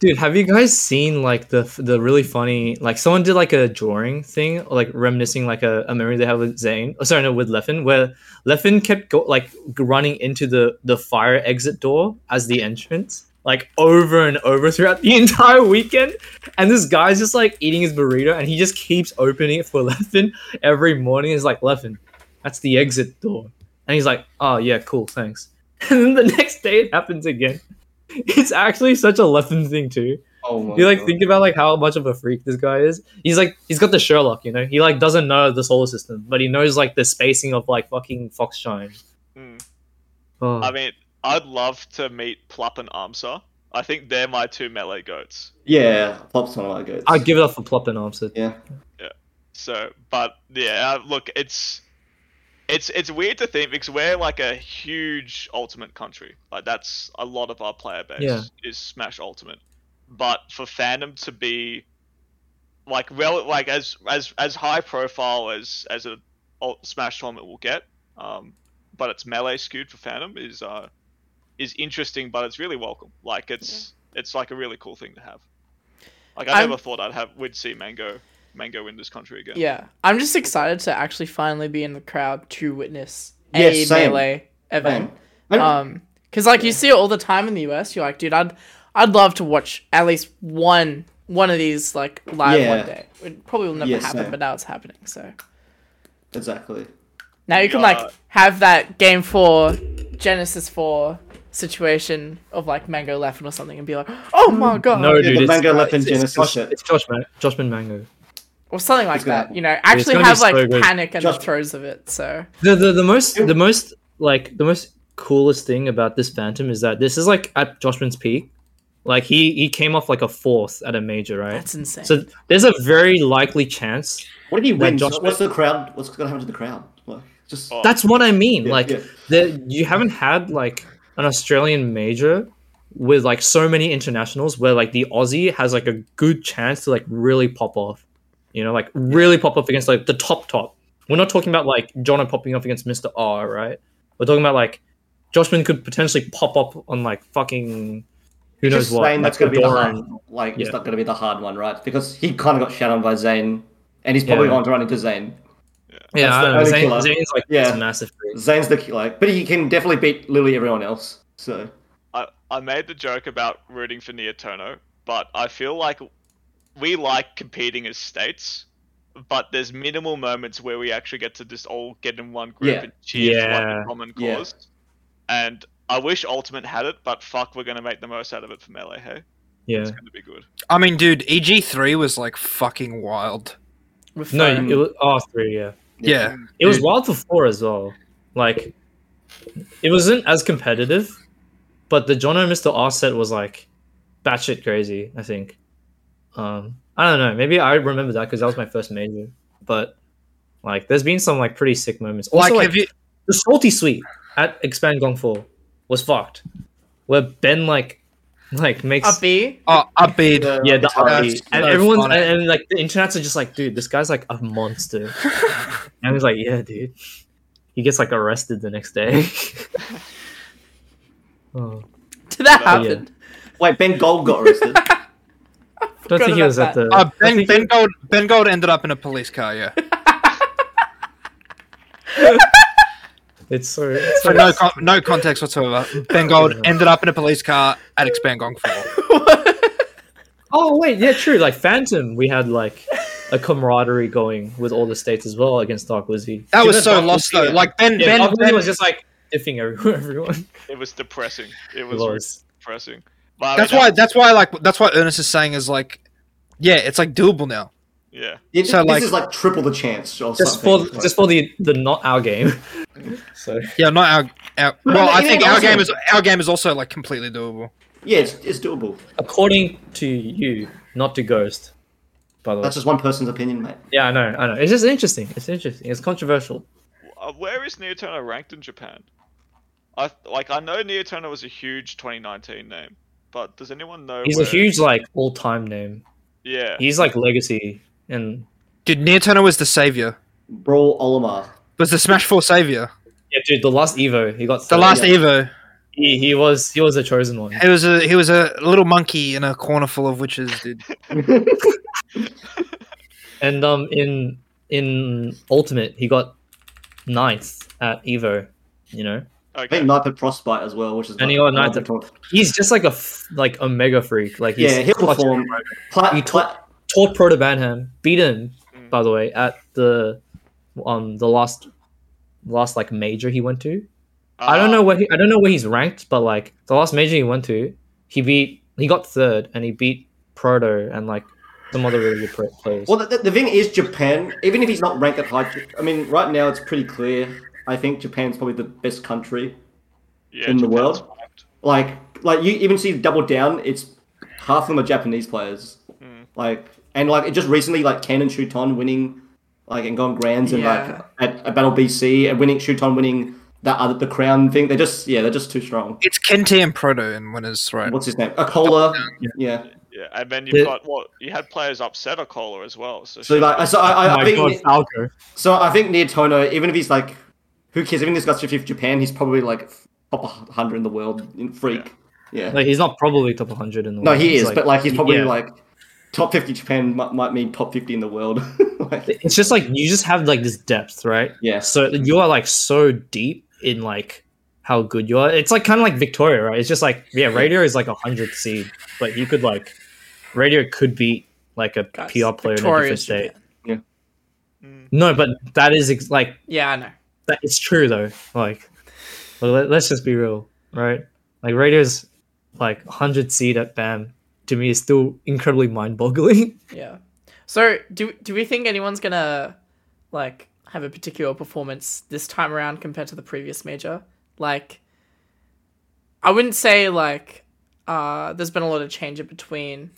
C: Dude, have you guys seen like the the really funny like someone did like a drawing thing like reminiscing like a, a memory they have with Zane? Oh, sorry, no, with Leffen, where Leffen kept go, like running into the the fire exit door as the entrance, like over and over throughout the entire weekend. And this guy's just like eating his burrito, and he just keeps opening it for Leffen every morning. Is like Leffen, that's the exit door, and he's like, oh yeah, cool, thanks. And then the next day it happens again. It's actually such a Leffen thing too
E: Oh my
C: you like
E: God.
C: think about like how much of a freak this guy is he's like he's got the sherlock you know he like doesn't know the solar system but he knows like the spacing of like fucking foxshine
B: Mm.
C: oh,
B: I mean, I'd love to meet Plup and Armsa. I think they're my two melee goats.
E: Yeah, Plop's one of my goats.
C: i'd give it up for plop and answer
E: Yeah.
B: So, but yeah, uh, look, it's it's it's weird to think because we're like a huge Ultimate country. Like that's a lot of our player base
C: Yeah.
B: is Smash Ultimate. But for fandom to be like well, like as as as high profile as as a Ult- Smash tournament will get, um, but it's melee skewed for fandom is uh is interesting, but it's really welcome. Like it's it's like a really cool thing to have. Like I
A: I'm-
B: never thought I'd have we'd see Mango Mango in this country again.
A: Yeah, I'm just excited to actually finally be in the crowd to witness
E: Yeah,
A: a
E: same.
A: melee event.
E: Man. Man.
A: Um, because like you see it all the time in the US, you're like, dude, I'd I'd love to watch at least one one of these like live
E: Yeah.
A: one day. It probably will never
E: Yeah,
A: happen,
E: same.
A: but now it's happening. So
E: exactly.
A: now you can
B: Yeah.
C: Uh,
A: like have that game four, Genesis four situation of like Mango Leffen or something, and be like, oh my god,
C: No, dude,
E: the
C: it's,
E: Mango
C: uh,
E: Left in
C: it's, it's,
E: Genesis
C: Josh,
E: shit.
C: it's Josh, Man- Joshman Mango.
A: or something like
E: It's gonna
A: that.
E: happen.
A: You know, actually
C: gonna be
A: have like
C: so good.
A: panic and the
E: Just-
A: throes of it. So
C: The, the the most the most like the most coolest thing about this Phantom is that this is like at Joshman's peak. Like he he came off like a fourth at a major, right?
A: that's insane.
C: So there's a very likely chance.
E: What if he
C: Like
E: wins?
C: Josh-
E: What's the crowd? What's gonna happen to the crowd? Like, just
B: Oh.
C: That's what I mean.
E: Yeah,
C: like
E: yeah.
C: the you haven't had like an Australian major with like so many internationals where like the Aussie has like a good chance to like really pop off. You know, like really pop off against like the top top. We're not talking about like Jono popping off against Mr. R, right? We're talking about like Joshman could potentially pop up on like fucking who knows
E: just
C: what.
E: Zayn,
C: like,
E: that's gonna be the hard.
C: Ghidorah.
E: Like
C: Yeah.
E: it's not gonna be the hard one, right? Because he kind of got shut on by Zayn, and he's probably
C: Yeah.
E: going to run into Zayn.
C: Yeah, I
E: the
C: don't know.
E: only
C: Zayn,
E: killer.
C: Zayn's like
E: Yeah.
C: yeah. massive. freak.
E: Zayn's the key- like, but he can definitely beat literally everyone else. So
B: I, I made the joke about rooting for Neotono, but I feel like we like competing as states, but there's minimal moments where we actually get to just all get in one group
E: Yeah.
B: and cheer for like
C: Yeah.
B: a common
E: Yeah.
B: cause. And I wish Ultimate had it, but fuck, we're gonna make the most out of it for melee. Hey,
C: Yeah.
B: it's gonna be good.
F: I mean, dude, EG3 was like fucking wild.
A: With
C: No,
A: Fern.
C: it was R three. Yeah.
F: Yeah.
C: It was
F: Dude.
C: wild for four as well. Like, it wasn't as competitive, but the Jono Mr. R set was like batshit crazy. I think. Um, I don't know. Maybe I remember that because that was my first major. But like, there's been some like pretty sick moments. Also,
F: Like,
C: like,
F: have you?
C: the salty sweet at Expand Gong Four was fucked, where Ben like like makes.
A: a B.
F: Oh, upbeat.
C: yeah, the RB.
F: that's
C: And
F: so
C: everyone's and,
F: funny.
C: and like the internets are just like, dude, this guy's like a monster. and he's like, yeah, dude. He gets like arrested the next day. oh.
A: Did that
B: Yeah.
A: happen?
E: wait, Ben Gold got arrested.
C: Don't think he
A: about
C: was at the.
F: Uh,
C: I
F: ben,
C: think-
F: ben Gold Ben Gold ended up in a police car, yeah.
C: It's so. It's so
F: For no con- no context whatsoever. Ben Gold ended up in a police car at Expangong 4.
C: oh wait, yeah, true. Like Phantom, we had like a camaraderie going with all the states as well against Dark Wizzy.
F: That was
E: Even
F: so
E: Dark
F: lost
E: Wizzy,
F: though.
E: yeah.
F: Like Ben
C: Yeah,
F: Ben,
C: Dark Wizzy
F: ben
C: was just like diffing every- everyone.
B: It was depressing. It
C: It
B: was,
C: was.
B: depressing. But I
F: That's
B: mean,
F: why that's why like that's why Ernest is saying is like yeah, it's like doable now.
B: Yeah,
E: It-
F: So,
E: this
F: like-
E: is like triple the chance or
C: Just for
E: something.
C: just for the the not our game. so
F: Yeah, not our, our well,
E: no,
F: I
E: it
F: think
E: is
F: our
E: also-
F: game is our game is also like completely doable.
E: yeah, it's, it's doable.
C: according to you, not to Ghost. By the way,
E: That's just one person's opinion, mate.
C: yeah, I know, I know. It's just interesting. It's interesting. It's controversial.
B: Uh, where is Neotono ranked in Japan? I like I know Neotono was a huge 2019 name, but does anyone know?
C: He's
B: where...
C: a huge like all-time name.
B: Yeah.
C: He's like legacy, and
F: Dude, Neo Turner was the savior.
E: Brawl Olimar.
F: Was the Smash 4 savior.
C: yeah, dude. The last Evo, he got
F: The
A: Oh,
C: third.
F: last
E: yeah.
F: Evo.
C: He, he was he was a chosen one.
F: He was a he was a little monkey in a corner full of witches, dude.
C: And um, in in Ultimate, he got ninth at Evo. You know,
E: I
B: Okay.
E: think Knife at Frostbite as well, which is
C: And he got Knife at-
E: Frostbite.
C: he's just like a f- like a mega freak. Like he's
E: Yeah, he'll
C: clutch
E: perform. Pla-
C: You
E: pla-
C: taught Proto Banham, beat him,
B: Mm.
C: by the way, at the um the last last like major he went to. I don't
B: Uh,
C: know where he, I don't know where he's ranked, but like the last major he went to, he beat he got third and he beat Proto and like some other really good pro- players.
E: Well, the, the thing is, Japan, even if he's not ranked at high, I mean, right now it's pretty clear. I think Japan's probably the best country
B: yeah,
E: in the
B: Japan's
E: world?
B: fucked.
E: Like, like you even see Double Down, it's half of them are Japanese players. Like, and like it just recently, like Ken and Shuton winning like and gone grands and
A: Yeah.
E: like at, at Battle BC and winning Shuton winning that other the crown thing. They're just yeah, they're just too strong.
D: It's Kente and Proto in winners, right?
E: What's his name? Akola. Yeah.
B: Yeah, and then you've
C: Yeah.
B: got what you had players upset a caller as well. So,
E: So like so I, I,
C: Oh
E: I
C: my
E: think
C: god, Falco.
E: So I think Neotono, even if he's like, who cares? Even if he's got 50 of Japan, he's probably like top 100 in the world in freak. Yeah.
C: Like he's not probably top 100 in the
E: no,
C: world.
E: he
C: It's
E: is, but like he's probably
C: yeah.
E: like top 50 Japan might, might mean top 50 in the world. like,
C: it's just like you just have like this depth, right?
E: yeah.
C: So you are like so deep in like how good you are. It's like kind of like Victoria, right? It's just like yeah, radio is like a hundred seed, but you could like radio could beat like a
A: Guys,
C: PR player in a different
A: Victoria's
C: state.
A: Japan.
C: No, but that is ex- like
A: Yeah, I know.
C: that it's true though. Like, well, let, us just be real, right? Like radio's like hundred seed at BAM to me is still incredibly mind-boggling.
A: Yeah. So do do we think anyone's gonna like have a particular performance this time around compared to the previous major? Like I wouldn't say like uh there's been a lot of change between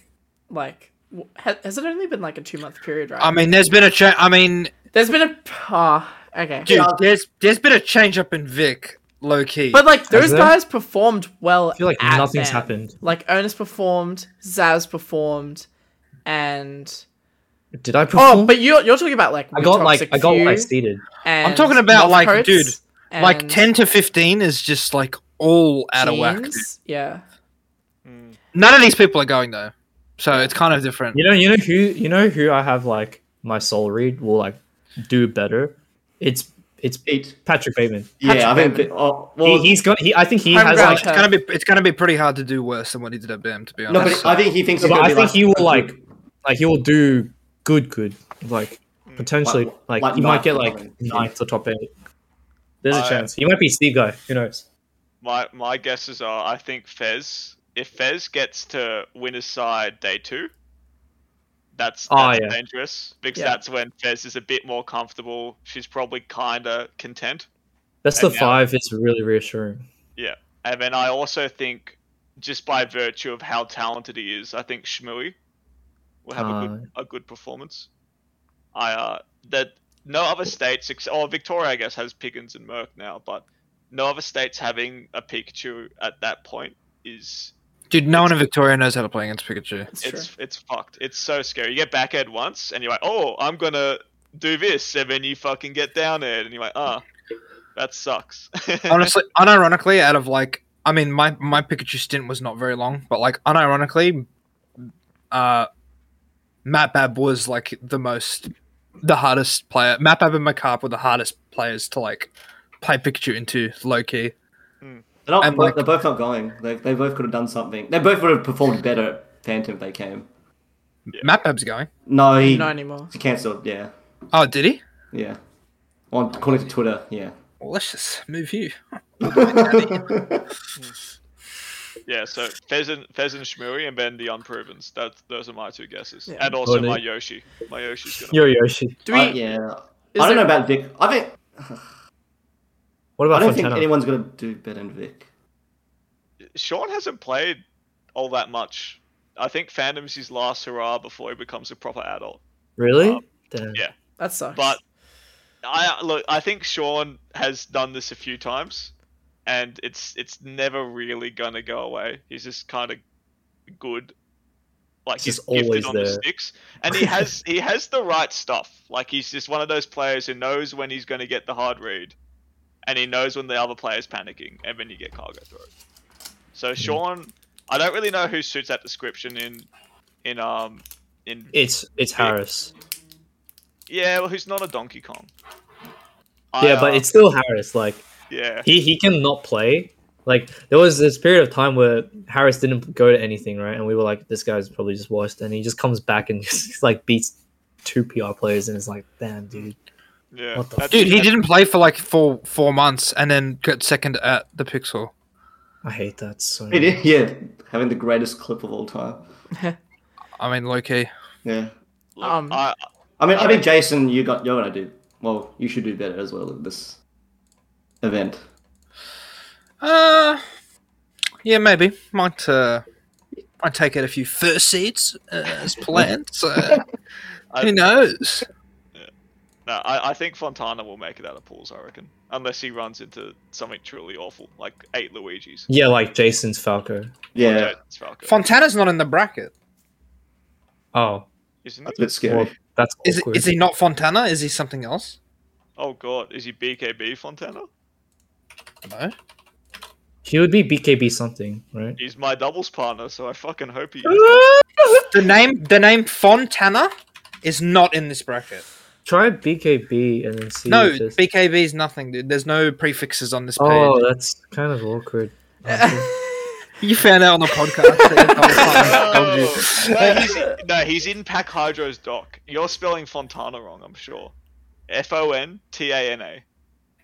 A: like w- ha- has it only been like a two month period right?
D: I mean, there's been a change. I mean,
A: there's been a ah okay.
D: dude, there's there's been a change up in Vic, low key.
A: But like those
C: there?
A: guys performed well.
C: I feel like
A: at
C: nothing's
A: Bam.
C: happened.
A: Like Ernest performed, Zaz performed, and
C: Did I perform?
A: oh, but you're you're talking about like
C: I got like
A: Toxic
C: I got
A: Few
C: like seeded.
A: and
D: I'm talking about, like,
A: Northcotes
D: dude, like
A: and
D: ten to fifteen is just like all out of whack. dude.
A: Jeans. Yeah,
D: None of these people are going though, so it's kind of different.
C: You know, you know who, you know who I have like my soul read will like do better. It's it's
E: Eight.
C: Patrick Bateman.
E: Yeah, I
A: Patrick
E: think. that- Oh,
C: He,
E: well,
C: he's got. He, I think he
A: I'm
C: has
A: glad
C: like.
A: I-
D: It's gonna be it's gonna be pretty hard to do worse than what he did at BAM, to be
E: no,
D: honest.
E: but I think he thinks. he's
C: But
E: gonna
C: I
E: be,
C: think he will like, like he will do good, good. Like
B: Hmm.
C: potentially, like,
E: Like- like
C: he might get
E: ninth or
C: like
E: something.
C: ninth or top eight. There's a
B: I-
C: chance he might be C guy. Who knows?
B: my my guesses are I think Fez. If Fez gets to winner's side day two, that's,
C: Oh,
B: that's
C: yeah.
B: dangerous because
A: Yeah.
B: that's when Fez is a bit more comfortable. She's probably kinda content.
C: That's the
B: And now-
C: five. Is really reassuring.
B: And then I also think, just by virtue of how talented he is, I think Shmui will have a good a good performance. I uh, that no other states, ex- or Victoria, I guess, has Piggins and Merc now, but no other states having a Pikachu at that point is
D: Dude, no one in Victoria knows how to play against Pikachu.
A: it's,
B: it's
A: true.
B: it's fucked. It's so scary. You get back aired once, and you're like, oh, I'm gonna do this, and then you fucking get down aired, and you're like, ah, that sucks.
D: Honestly, unironically, out of like, I mean, my my Pikachu stint was not very long, but like, unironically, uh, Matbab was like the most, the hardest player. Matbab and Macarp were the hardest players to like play Pikachu into low key.
E: They're, not,
D: I'm like-
E: they're both not going. They, they both could have done something. They both would have performed better at Phantom if they came.
D: Matbab's going.
E: No, he,
A: not anymore.
E: he cancelled. Yeah,
D: Oh, did he?
E: yeah. On according to Twitter, yeah.
D: Well, let's just move you.
B: Yeah, so Pheasant, Pheasant Shmuri, and then the Unprovens. That those are my two guesses,
A: Yeah.
B: and also
C: Totally.
B: my Yoshi. My Yoshi's gonna.
C: Yo Yoshi.
A: Do we?
D: Uh,
E: I- yeah.
A: is
E: I don't
A: there-
E: know about Vic. I think
C: What
E: I
C: about
E: don't think
C: Fontana?
E: anyone's gonna do better than Vic.
B: Sean hasn't played all that much. I think Fandom's his last hurrah before he becomes a proper adult.
C: Really?
B: Um,
C: Damn.
B: yeah.
A: That sucks.
B: But I look, I think Sean has done this a few times, and it's it's never really gonna go away. He's just kind of good, like
C: It's
B: he's
C: just
B: gifted
C: always
B: on the
C: there.
B: sticks, and he has he has the right stuff. Like he's just one of those players who knows when he's gonna get the hard read, and he knows when the other player's panicking, and then you get cargo throw.
C: Hmm.
B: So Sean, I don't really know who suits that description in in um in
C: It's it's Harris.
B: yeah, well, who's not a Donkey Kong. I,
C: Yeah, but
B: uh,
C: it's still Harris. Like
B: Yeah,
C: he he cannot play. Like there was this period of time where Harris didn't go to anything, right? And we were like, this guy's probably just washed, and he just comes back and just like beats two PR players, and it's like, damn, dude.
B: yeah.
C: What the
B: That's-
D: Dude, he
B: that's-
D: didn't play for like four four months and then got second at the Pixel.
C: I hate that so
E: It
C: much.
E: is, yeah, having the greatest clip of all time.
D: I mean, low key.
E: Yeah.
B: look,
A: um,
B: I,
E: I mean, I think Jason, you got you're gonna do well. You should do better as well at this event.
D: Uh, yeah, maybe might uh, might take out a few uh, first seats uh, as planned. So
B: I-
D: who knows?
B: No, I, I think Fontana will make it out of pools. I reckon, unless he runs into something truly awful, like eight Luigi's.
C: Yeah, like Jason's Falco.
B: Or
E: Yeah,
B: Jaden's Falco,
D: Fontana's not in the bracket.
C: Oh,
B: isn't
E: that's a
B: he?
E: bit
C: well,
E: scary.
C: that's
D: Is
C: awkward.
D: is he not Fontana? Is he something else?
B: Oh god, is he BKB Fontana?
D: No.
C: He would be BKB something, right?
B: He's my doubles partner, so I fucking hope he.
D: The name the name Fontana is not in this bracket.
C: Try BKB and then see.
D: No,
C: if it's-
D: BKB is nothing, dude. There's no prefixes on this page.
C: oh, that's kind of awkward.
D: You found out on the podcast. that your whole
B: No,
D: partner told you.
B: no, he's, no, he's in Pack Hydro's dock. You're spelling Fontana wrong, I'm sure. F O N T A N A.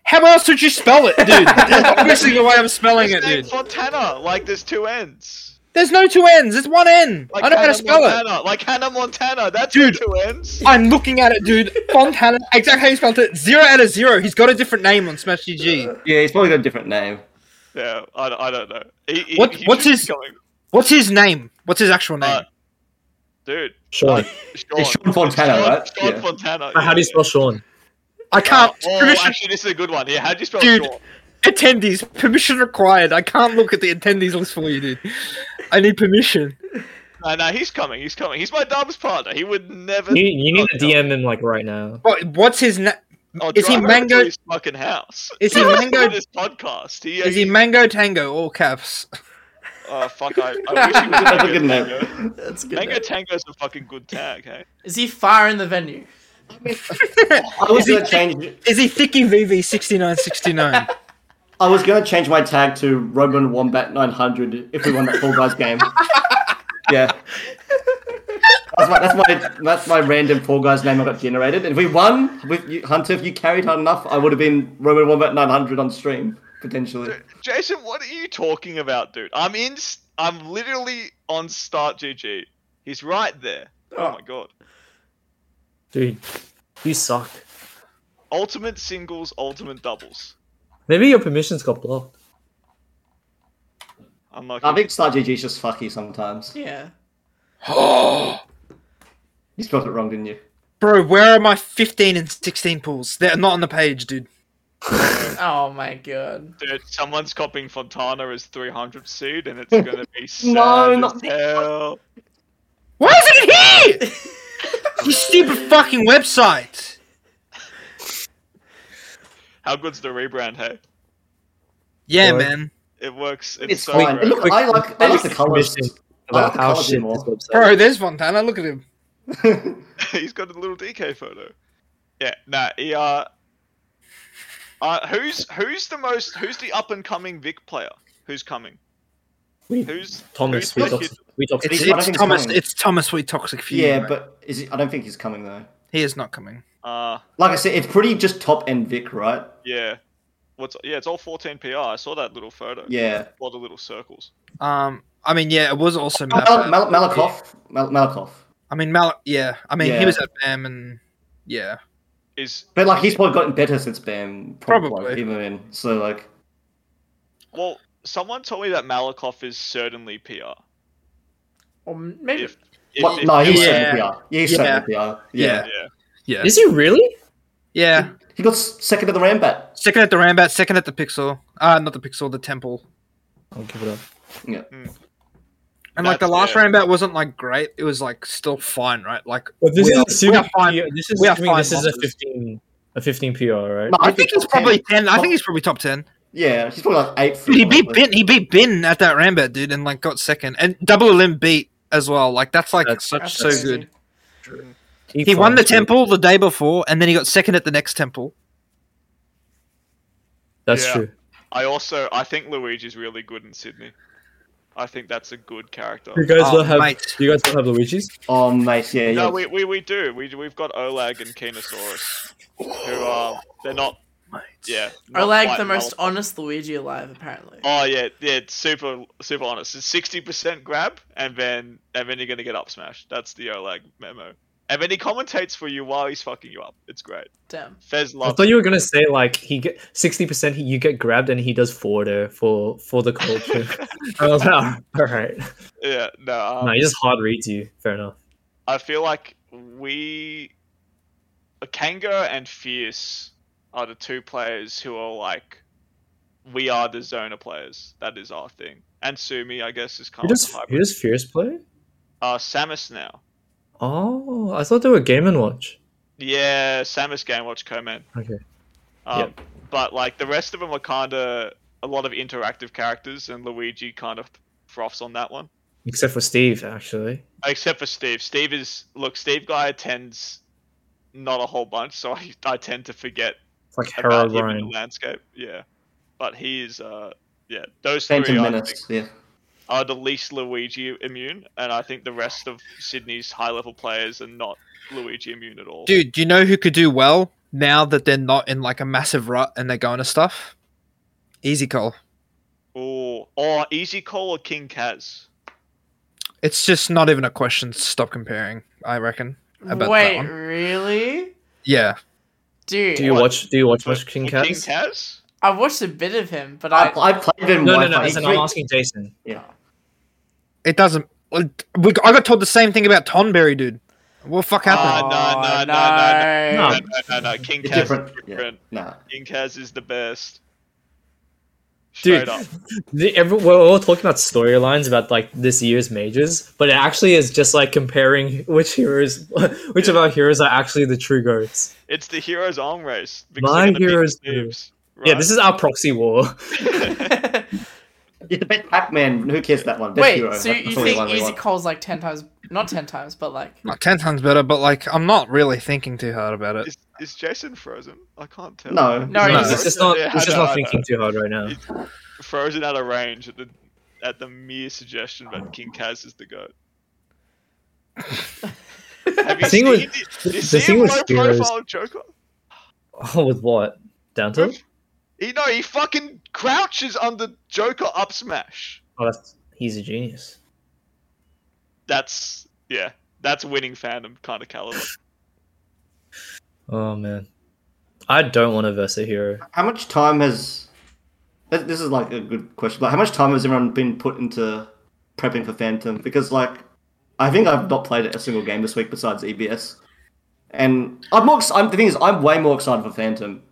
D: How else would you spell it, dude?
F: Obviously, the way I'm spelling it, dude.
B: Fontana, like there's two N's.
D: There's no two N's. There's one N.
B: Like
D: I know how to spell it.
B: Montana, Like Hannah Montana, that's got
D: Dude.
B: two N's.
D: I'm looking at it, dude. Fontana, exactly how you spelled it. Zero out of zero. He's got a different name on Smash GG.
E: Yeah, he's probably got a different name.
B: Yeah, I, I don't know. He, he,
D: What-
B: he
D: what's
B: should be
D: his-
B: going-
D: What's his name? What's his actual name?
B: Uh, dude,
C: Sean.
B: Sean.
E: Sean Fontana,
B: Sean,
E: right?
B: Sean
E: Yeah.
B: Fontana.
C: How do you spell Sean?
D: I can't.
B: Oh,
D: permission
B: actually, this is a good one. Yeah, how do you spell
D: Dude.
B: Sean?
D: attendees. Permission required. I can't look at the attendees list for you, dude. I need permission.
B: No, no, he's coming. He's coming. He's my dubs partner. He would never.
C: You, you need to
B: Oh, no.
C: DM him like right now.
D: What, what's his name?
B: I'll
D: Is he
B: drive over to
D: Mango-
B: His fucking house.
D: Is he
B: Listen to
D: Mango-
B: This podcast. He, uh,
D: Is he Mango Tango? All caps.
B: Oh fuck! I, I wish he was
E: That's a good
B: Mango Tango.
E: name.
A: That's a good.
B: Mango
A: name.
B: Tango's a fucking good tag. Hey,
A: Is he far in the venue?
E: I was gonna change.
D: Is he Thicky VV sixty nine sixty nine?
E: I was gonna change my tag to Roman Wombat 900 if we won that Fall Guys game. yeah. That's my, that's my that's my random Fall Guys name I got generated. And if we won with you, Hunter, if you carried hard enough, I would have been Roman Wombat 900 on stream potentially.
B: Jason, what are you talking about, dude? I'm in. s- I'm literally on Start GG. He's right there. Oh my god!
C: Dude, you suck.
B: Ultimate singles, ultimate doubles.
C: Maybe your permissions got blocked.
B: I'm not.
E: I
B: kidding.
E: think Star GG's just fucky sometimes.
A: Yeah.
E: You spelled it wrong, didn't you?
D: Bro, where are my fifteen and sixteen pools? They're not on the page, dude.
A: Oh my god.
B: Dude, someone's copying Fontana as 300 seed, and it's gonna be sad
E: not
B: as hell.
D: Why is it here? you stupid fucking website.
B: How good's the rebrand? Hey,
D: Yeah,
C: Sorry.
D: man.
B: it works. It's,
E: It's
B: so
E: fine.
B: great.
E: Look, I like I like the colors.
C: Permissions
E: I like
C: About
E: the
C: how
E: colours
C: shit
E: more.
C: this website.
D: Bro, there's Fontana. Look at him.
B: He's got a little DK photo. Yeah, nah, he uh, uh who's who's the most who's the up and coming Vic player? Who's coming?
C: We-
B: Who's
C: Thomas, we
B: Who's
C: talked. We talked.
D: It's,
E: He's not
D: it's
E: even
D: Thomas.
E: coming.
D: It's Thomas. We toxic few.
E: yeah, but is he, I don't think he's coming though.
D: he is not coming.
B: uh
E: Like I said, it's pretty just top end Vic, right?
B: yeah. What's yeah? It's all 14 PR. I saw that little photo.
E: Yeah.
B: a lot of little circles.
D: Um, I mean, yeah, it was also Mal-
E: Oh, Mal- Mal- Malakoff. Mal- Malakoff.
D: I mean, Mal. Yeah, I mean,
E: Yeah.
D: he was at BAM, and yeah,
B: Is
E: But like he's probably gotten better since Bam, probably,
D: Probably.
E: even so like
B: well, someone told me that Malakoff is certainly PR.
A: Or maybe.
B: If, if,
E: what,
B: if
E: no, he's
D: yeah.
E: certainly PR. Yeah, he's
D: Yeah.
E: certainly PR. Yeah.
B: yeah.
D: yeah,
C: Is he really?
D: yeah.
E: he got s- second at the Rambat.
D: Second at the Rambat, second at the Pixel. Uh not the Pixel, the Temple.
C: I'll give it up.
E: Yeah,
D: And like the
B: That's-
D: last
B: yeah.
D: Rambat wasn't like great. It was like still fine, right? Like
C: But this
D: We
C: is
D: are- we
C: assuming
D: are fine-
C: PR this is
D: we are
C: assuming
D: fine
C: this is a
D: bosses.
C: fifteen a fifteen PR, right?
E: No,
D: I think he's
E: top
D: probably
E: 10.
D: ten. I
E: Top-
D: think he's probably top ten.
E: yeah, he's probably like eighth.
D: Dude, he beat
E: probably.
D: Bin. He beat Bin at that Rambat, dude, and like got second. And Double Limb beat as well. Like that's like
C: That's-
D: such
A: That's
D: so
A: crazy.
D: good.
C: E
D: He won the temple the day before, and then he got second at the next temple.
C: That's
B: Yeah.
C: true.
B: I also I think Luigi's really good in Sydney. I think that's a good character.
C: You guys
D: Oh,
C: don't have
D: mate.
C: you guys don't have Luigi's?
E: Oh mate, yeah, yeah.
B: No, we, we, we do. We we've got Olag and Kenosaurus, who are they're not. Yeah,
A: Or
B: not
A: like
B: quite
A: the most
B: Mal-
A: honest Luigi alive, apparently.
B: Oh yeah, yeah. it's Super super honest. It's sixty percent grab, and then and then you're gonna get up smashed. That's the Olag memo. And then he commentates for you while he's fucking you up. It's great.
A: Damn.
B: Fez
C: I
B: loves.
C: thought you were gonna say like he get sixty percent you get grabbed and he does forward air for for the culture. I was like, all right.
B: Yeah, no. Um,
C: No, he just hard reads you. Fair enough.
B: I feel like we Kango and Fierce are the two players who are like, we are the Zona players. That is our thing. And Sumi, I guess, is
C: Who
B: kind of
C: does,
B: a
C: who
B: hybrid.
C: does Fierce play?
B: Uh, Samus now.
C: Oh, I thought they were Game and Watch.
B: Yeah, Samus Game Watch Co-Man.
C: Okay.
B: Um,
C: Yep.
B: But like the rest of them are kind of a lot of interactive characters, and Luigi kind of froths on that one.
C: Except for Steve, actually.
B: Except for Steve. Steve is look. Steve guy attends not a whole bunch, so I, I tend to forget
C: It's like
B: about him in the
C: Herobrine.
B: landscape. Yeah, but he is uh yeah those three
E: Phantom
B: I think,
E: Menace. Yeah.
B: are the least Luigi immune, and I think the rest of Sydney's high level players are not Luigi immune at all.
D: Dude, do you know who could do well now that they're not in like a massive rut and they're going to stuff? Easy call.
B: Ooh, or Easy Call or King Kaz.
D: It's just not even a question. Stop comparing. I reckon. About that
A: Wait,
D: one.
A: really?
D: Yeah.
A: Dude,
C: Do you
B: What?
C: watch? Do you watch
B: But
C: much King
B: for
C: Cats?
B: King Kaz?
A: I watched a bit of him, but
E: I,
A: I
E: I played in
C: No, no,
E: Wi-Fi.
C: no. As in, I'm
E: Great.
C: asking Jason.
E: Yeah.
D: It doesn't. I got told the same thing about Tonberry, dude. What the fuck happened?
A: Uh,
B: no, no, no,
A: no,
B: No,
C: No.
B: no, no, no. King
E: It's
B: Kaz
E: different.
B: is
E: Yeah.
B: different.
E: Nah.
B: King Kaz is the best. Straight
C: Dude,
B: up.
C: the- every, we're all talking about storylines about like this year's majors, but it actually is just like comparing which heroes, which of our heroes are actually the true goats.
B: It's the hero's arm race. because
C: My
B: they're gonna beat
C: hero's
B: the thieves,
C: Yeah,
B: right?
C: this is our proxy war.
E: Yeah, the best Pac-Man. Who cares that one? Best
A: Wait,
E: hero.
A: so you,
E: That's
A: you
E: the only
A: think
E: one we
A: Easy
E: want.
A: Call's like ten times, not ten times, but like
D: Like, ten times better, but like I'm not really thinking too hard about it.
B: Is, is Jason frozen? I can't tell.
E: No.
A: No,
C: No,
A: he's
C: it's just not.
B: Yeah,
C: It's just
B: I know,
C: not
B: I
C: thinking too hard right now.
B: know. Frozen out of range at the at the mere suggestion that King Kaz is the goat. Have you
C: The thing
B: seen
C: with-
B: the, you
C: the
B: see
C: thing
B: him
C: with
B: low
C: heroes-
B: profile Joker?
C: Oh, with what? Down to?
B: He no, he fucking crouches under Joker up smash.
C: Oh, that's, he's a genius.
B: That's yeah, that's winning fandom kind of caliber.
C: Oh man, I don't want to verse a hero.
E: How much time has? th- This is like a good question. Like, how much time has everyone been put into prepping for Phantom? Because like, I think I've not played a single game this week besides EBS, and I'm more. ex- I'm, the thing is, I'm way more excited for Phantom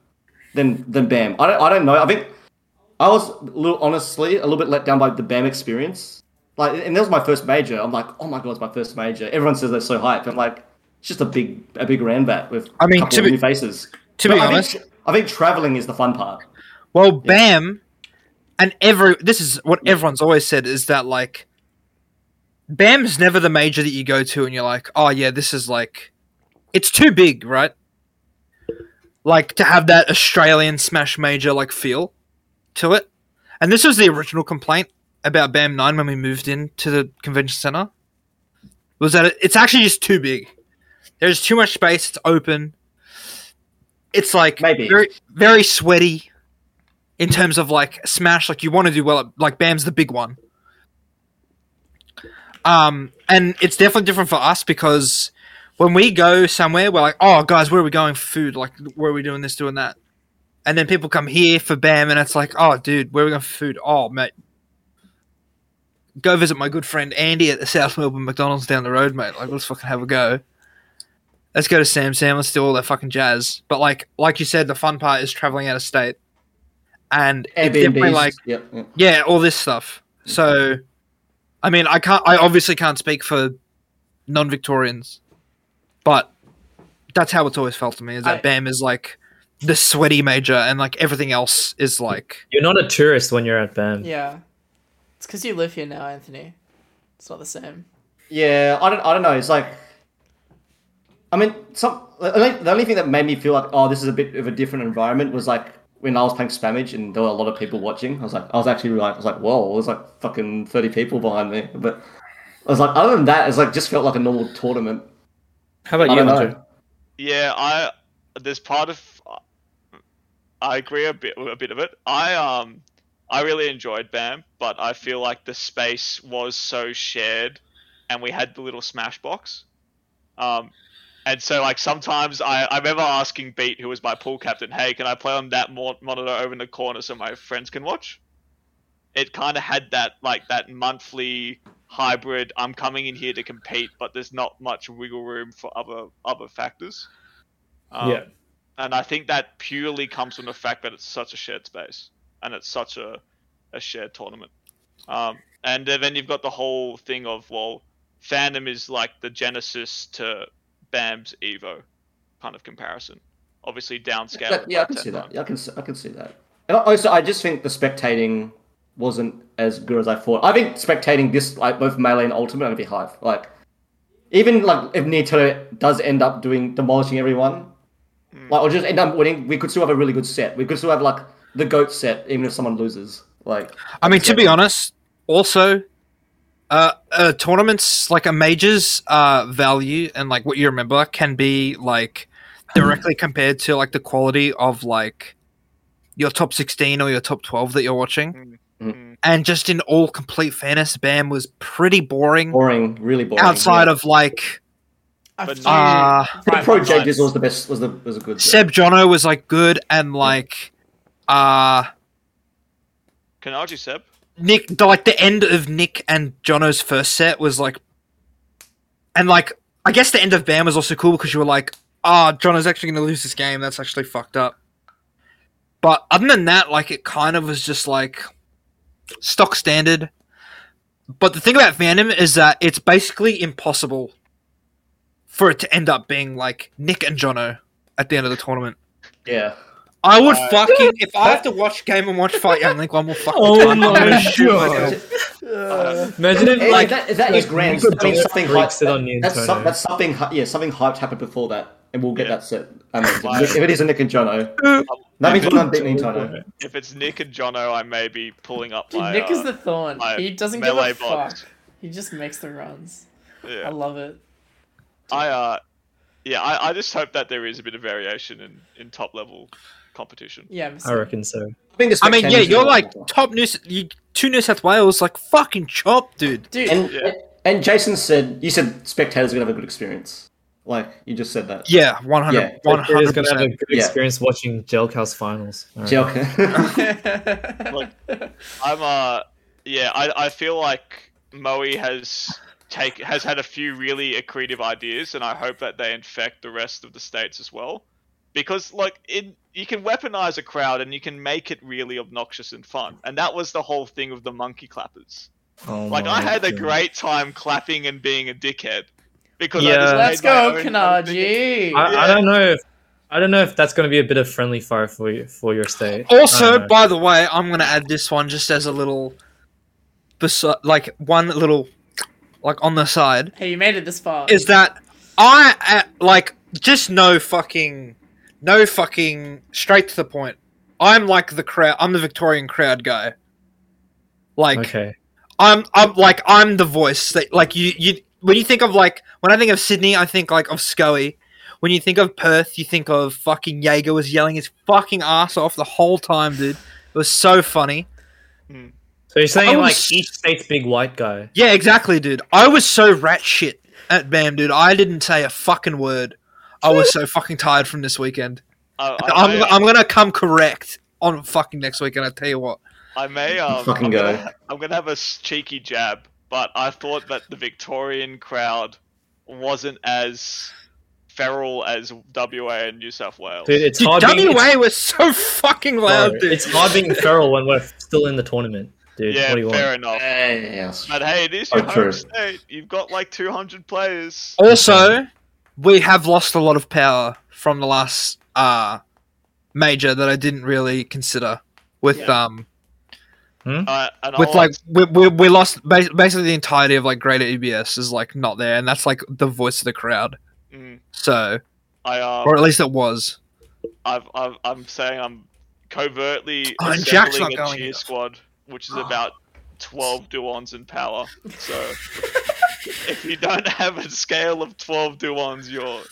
E: than than Bam. I don't. I don't know. I think I was a little, honestly a little bit let down by the Bam experience. Like, and that was my first major. I'm like, oh my god, it's my first major. Everyone says they're so hyped. I'm like, it's just a big a big Ranbat with
D: I mean,
E: a couple
D: to
E: of
D: be-
E: new faces.
D: To
E: But
D: be
E: I think-
D: honest,
E: I think traveling is the fun part.
D: well, Bam, and every this is what everyone's always said is that like, Bam's never the major that you go to and you're like, oh yeah, this is like, it's too big, right? Like to have that Australian smash major like feel to it, and this was the original complaint about Bam Nine when we moved in to the convention center, was that it, it's actually just too big. There's too much space. It's open. It's like
E: Maybe.
D: very very sweaty in terms of like smash. Like you want to do well. At, like Bam's the big one. Um, and it's definitely different for us because when we go somewhere, we're like, oh guys, where are we going for food? Like where are we doing this, doing that? And then people come here for BAM, and it's like, oh, dude, where are we going for food? Oh, mate, go visit my good friend Andy at the South Melbourne McDonald's down the road, mate. Like, let's fucking have a go. Let's go to Sam Sam. Let's do all that fucking jazz. But like, like you said, the fun part is traveling out of state, and it's definitely
E: Airbnb,
D: like
E: yep, yep.
D: yeah, all this stuff. So, I mean, I can't. I obviously can't speak for non-Victorians, but that's how it's always felt to me. Is that
A: I-
D: Bam is like the sweaty major, and like everything else is like
C: You're not a tourist when you're at BAM.
A: yeah. It's because you live here now, Anthony. It's not the same.
E: yeah. I don't. I don't know. It's like, I mean, some the only, the only thing that made me feel like, oh, this is a bit of a different environment was like when I was playing Spamage and there were a lot of people watching. I was like, I was actually like, I was like, whoa, there's like fucking thirty people behind me. But I was like, other than that, it's like just felt like a normal tournament.
C: How about you,
E: I don't
C: Andrew?
E: know.
B: Yeah, I there's part of I agree a bit a bit of it. I um I really enjoyed BAM, but I feel like the space was so shared, and we had the little smash box, um, and so like sometimes I I remember asking Beat, who was my pool captain, hey, can I play on that mo- monitor over in the corner so my friends can watch? It kind of had that like that monthly hybrid. I'm coming in here to compete, but there's not much wiggle room for other other factors. Um,
C: Yeah.
B: And I think that purely comes from the fact that it's such a shared space and it's such a, a shared tournament. Um, and then you've got the whole thing of, well, fandom is like the genesis to BAM's Evo kind of comparison. Obviously, downscaled.
E: That- yeah, I
B: by
E: can see
B: 10
E: that.
B: times.
E: Yeah, I can, s- I can see that. And also, I just think the spectating wasn't as good as I thought. I think spectating this, like both melee and ultimate, would be Hive. Like, even like if Nito does end up doing demolishing everyone, like or just end up winning, we could still have a really good set. We could still have like the goat set, even if someone loses. Like,
D: I mean, to be honest, also, uh, uh, tournaments like a major's uh, value and like what you remember can be like directly compared to like the quality of like your top 16 or your top 12 that you're watching.
E: Mm.
B: Mm.
D: And just in all complete fairness, Bam was pretty boring,
E: boring, really boring.
D: outside
E: yeah.
D: of like
A: I
B: But
A: feel
D: uh,
E: the
A: private
E: pro Jade
A: lives.
E: Dizzle was the best. Was the was a good. set.
D: Seb Jono was like good and like uh
B: Can I argue, Seb?
D: Nick, the, like the end of Nick and Jono's first set was like, and like I guess the end of Bam was also cool because you were like, ah, Jono's actually going to lose this game. That's actually fucked up. But other than that, like it kind of was just like stock standard. But the thing about Fandom is that it's basically impossible for it to end up being like Nick and Jono at the end of the tournament.
E: Yeah.
D: I would fucking if I have to watch game and watch Fight Young Link one more fucking time. I'm gonna shoot myself.
B: Um,
C: Imagine if
E: like
C: like
E: that, that is grand.
C: Nico
E: I mean,
C: Jr.
E: something hyped.
C: breaks it on
E: That, that's,
C: Nintendo.
E: some, that's something. hy- Yeah, something hyped happened before that, and we'll get
B: Yeah.
E: that set. I mean,
B: Wow.
E: if it is a Nick and Jono, that means we're not beating Nintendo.
B: If it's Nick and Jono, I may be pulling up
A: Dude,
B: my.
A: Nick is
B: uh,
A: the thorn.
B: my
A: He doesn't give a
B: melee
A: fuck.
B: bots.
A: He just makes the runs. I
B: yeah.
A: love it.
B: I uh, yeah, I, I just hope that there is a bit of variation in, in top level competition.
A: Yeah, I'm
C: I reckon so.
E: I, think the
D: I mean, yeah,
E: spectators
D: you're
E: will-
D: like top New you, to New South Wales, like fucking chop, dude.
A: dude.
E: And
B: Yeah.
E: and Jason said you said spectators are gonna have a good experience. Like you just said that.
D: Yeah, one hundred, one
C: It's
D: hundred
C: gonna have a
D: percent.
C: good
E: Yeah.
C: experience watching Jailhouse finals. All right.
E: Joke.
B: I'm uh, yeah, I, I feel like Moe has take has had a few really creative ideas, and I hope that they infect the rest of the states as well, because like in you can weaponize a crowd and you can make it really obnoxious and fun, and that was the whole thing of the monkey clappers.
C: Oh
B: Like I
C: my
B: had a
C: God.
B: great time clapping and being a dickhead because I
C: Yeah.
B: just
A: Let's
B: made my
A: go,
B: own
A: Kanaji.
C: I, I don't know if I don't know if that's going to be a bit of friendly fire for you, for your state. I don't
D: Also,
C: know.
D: by the way, I'm gonna add this one just as a little, besi- like one little, like on the side.
A: Hey, you made it this far.
D: is that I uh, like just no fucking, no fucking straight to the point. I'm like the crowd. I'm the Victorian crowd guy. Like
C: okay,
D: I'm I'm like I'm the voice that like you you when you think of like when I think of Sydney, I think like of Scully. When you think of Perth, you think of fucking Jaeger was yelling his fucking ass off the whole time, dude. It was so funny.
C: so you're saying
D: I
C: like
D: was-
C: each state's big white guy?
D: Yeah, exactly, dude. I was so rat shit at BAM, dude. I didn't say a fucking word. I was so fucking tired from this weekend.
B: Uh, I, I,
D: I'm,
B: I-
D: I'm gonna come correct on fucking next weekend. I tell you what.
B: I may um,
E: Fucking
B: I'm
E: go.
B: Gonna, I'm gonna have a s- cheeky jab, but I thought that the Victorian crowd wasn't as feral as WA and New South Wales.
C: Dude, it's
D: Dude,
C: hard. being, it's,
D: WA was so fucking
C: bro,
D: loud, dude.
C: it's hard being feral when we're still in the tournament, dude.
B: yeah,
C: what do you
B: fair
C: want?
B: enough.
E: Yes.
B: But hey, it is
E: Oh,
B: your home
E: true.
B: state. You've got like 200 players.
C: Oh.
D: Also, we have lost a lot of power from the last uh, major that I didn't really consider. With um,
B: Uh, and
D: with
B: I'll-
D: like we, we, we lost ba- basically the entirety of like Greater EBS is like not there, and that's like the voice of the crowd.
B: Mm,
D: So,
B: I uh,
D: or at least it was.
B: I've, I've, I'm saying I'm covertly
D: Oh, and Jack's
B: assembling
D: not
B: a
D: going
B: cheer
D: either. Ah.
B: squad, which is about 12 duons in power. So if you don't have a scale of 12 duons, you're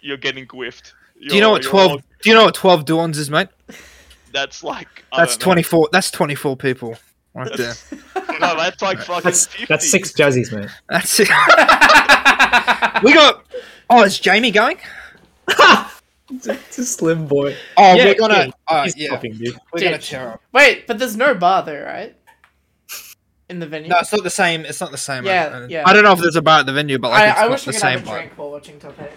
B: you're getting whiffed.
D: Do you know what
B: You're-
D: twelve?
B: you're-
D: Do you know what twelve duons is, mate?
B: That's like I
D: That's
B: don't know.
D: twenty four. That's twenty four people right there.
B: No, that's like fucking
C: That's
B: 50.
C: that's six jazzies, man.
D: That's it. we got. Oh, is Jamie going?
C: It's a slim boy.
D: Oh,
C: Yeah,
D: we're gonna.
C: yeah,
D: uh,
C: He's
D: yeah,
C: popping, dude.
D: we're
A: Dude.
D: gonna tear up.
A: Wait, but there's no bar there, right? In the venue.
D: No, it's not the same. It's not the same. I-
A: Yeah,
D: I,
A: yeah.
D: I don't know if there's a bar at the venue, but like
A: I,
D: it's
A: I
D: not
A: wish
D: the
A: we could have
D: same
A: a
D: one.
A: drink while watching Top Eight.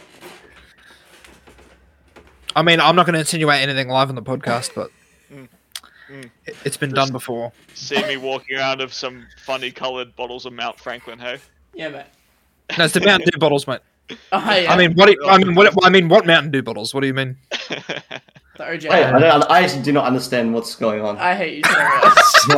D: I mean, I'm not going to insinuate anything live on the podcast, but
B: Mm. Mm.
D: it- it's been done before.
B: See me walking around with some funny coloured bottles of Mount Franklin, hey?
A: Yeah, mate.
D: No, it's the Mountain Dew bottles, mate.
A: Oh, yeah.
D: I mean, what? do- I mean, what? I mean, what Mountain Dew bottles? What do you mean?
A: the OJ.
E: Wait, I, don't, I actually do not understand what's going on.
A: I hate you so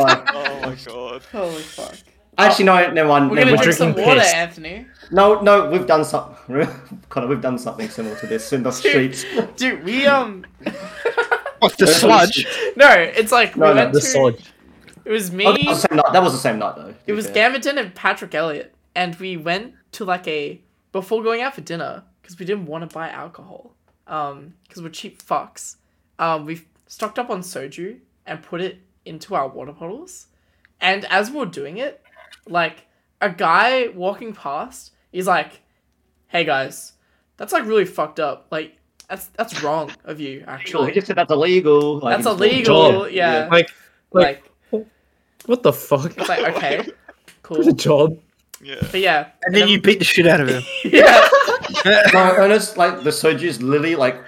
A: much.
E: Like,
B: oh my god.
A: Holy fuck.
E: actually, no, never mind.
A: We're
E: never
A: gonna
E: mind.
A: drink some
C: drinking
A: water,
C: piss.
A: Anthony.
E: No, no, we've done something. Connor, we've done something similar to this in the streets.
A: Dude, we um
D: What's the sludge?
A: no, it's like
E: No,
A: we
E: no,
A: went
C: The
A: to
C: solid.
A: it was me,
E: Oh, that, was the same night. that was the same night, though. to
A: it
E: be
A: was
E: fair.
A: Gamerton and Patrick Elliott, and we went to like a before going out for dinner because we didn't want to buy alcohol, um, because we're cheap fucks. Um, we stocked up on soju and put it into our water bottles, and as we we're doing it, like a guy walking past is like, "Hey guys, that's like really fucked up. Like that's that's wrong of you
E: Sure,
A: actually."
E: he just said that's illegal. Like,
A: That's
E: it's not-
A: illegal,
C: job.
A: yeah.
C: Like, like,
A: Like,
C: what the fuck?
A: it's like okay, cool.
C: It's a job.
B: Yeah.
A: But yeah,
D: And then you beat the shit out of him.
A: yeah,
E: No, Ernest, like the soju is literally like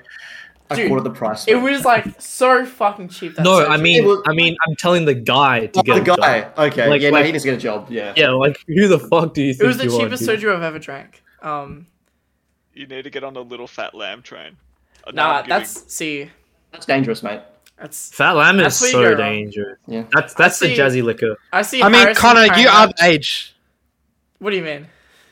E: a
A: Dude,
E: quarter of the price.
A: it was like so fucking cheap. That
C: No,
A: soju.
C: I mean,
E: It was-
C: I mean, I'm telling the guy to
E: Oh,
C: get
E: the
C: a job.
E: guy. Okay,
C: Like-
E: yeah, no,
C: like-
E: he needs to get a job. Yeah.
C: Yeah, like who the fuck do you
A: it
C: think
A: was the
C: you are,
A: cheapest
C: dude?
A: soju I've ever drank. Um,
B: You need to get on the little fat lamb train. Uh, no,
A: nah,
B: I'm giving-
A: that's see,
E: That's dangerous, mate.
A: that's
C: Fat lamb
A: That's where
C: is
A: you go
C: so
A: wrong.
C: dangerous.
E: Yeah.
C: That's that's the
A: see-
C: jazzy liquor.
A: I see.
D: I mean,
A: Harrison
D: Connor,
A: carrying
D: you are
A: that-
D: the age.
A: What do you mean?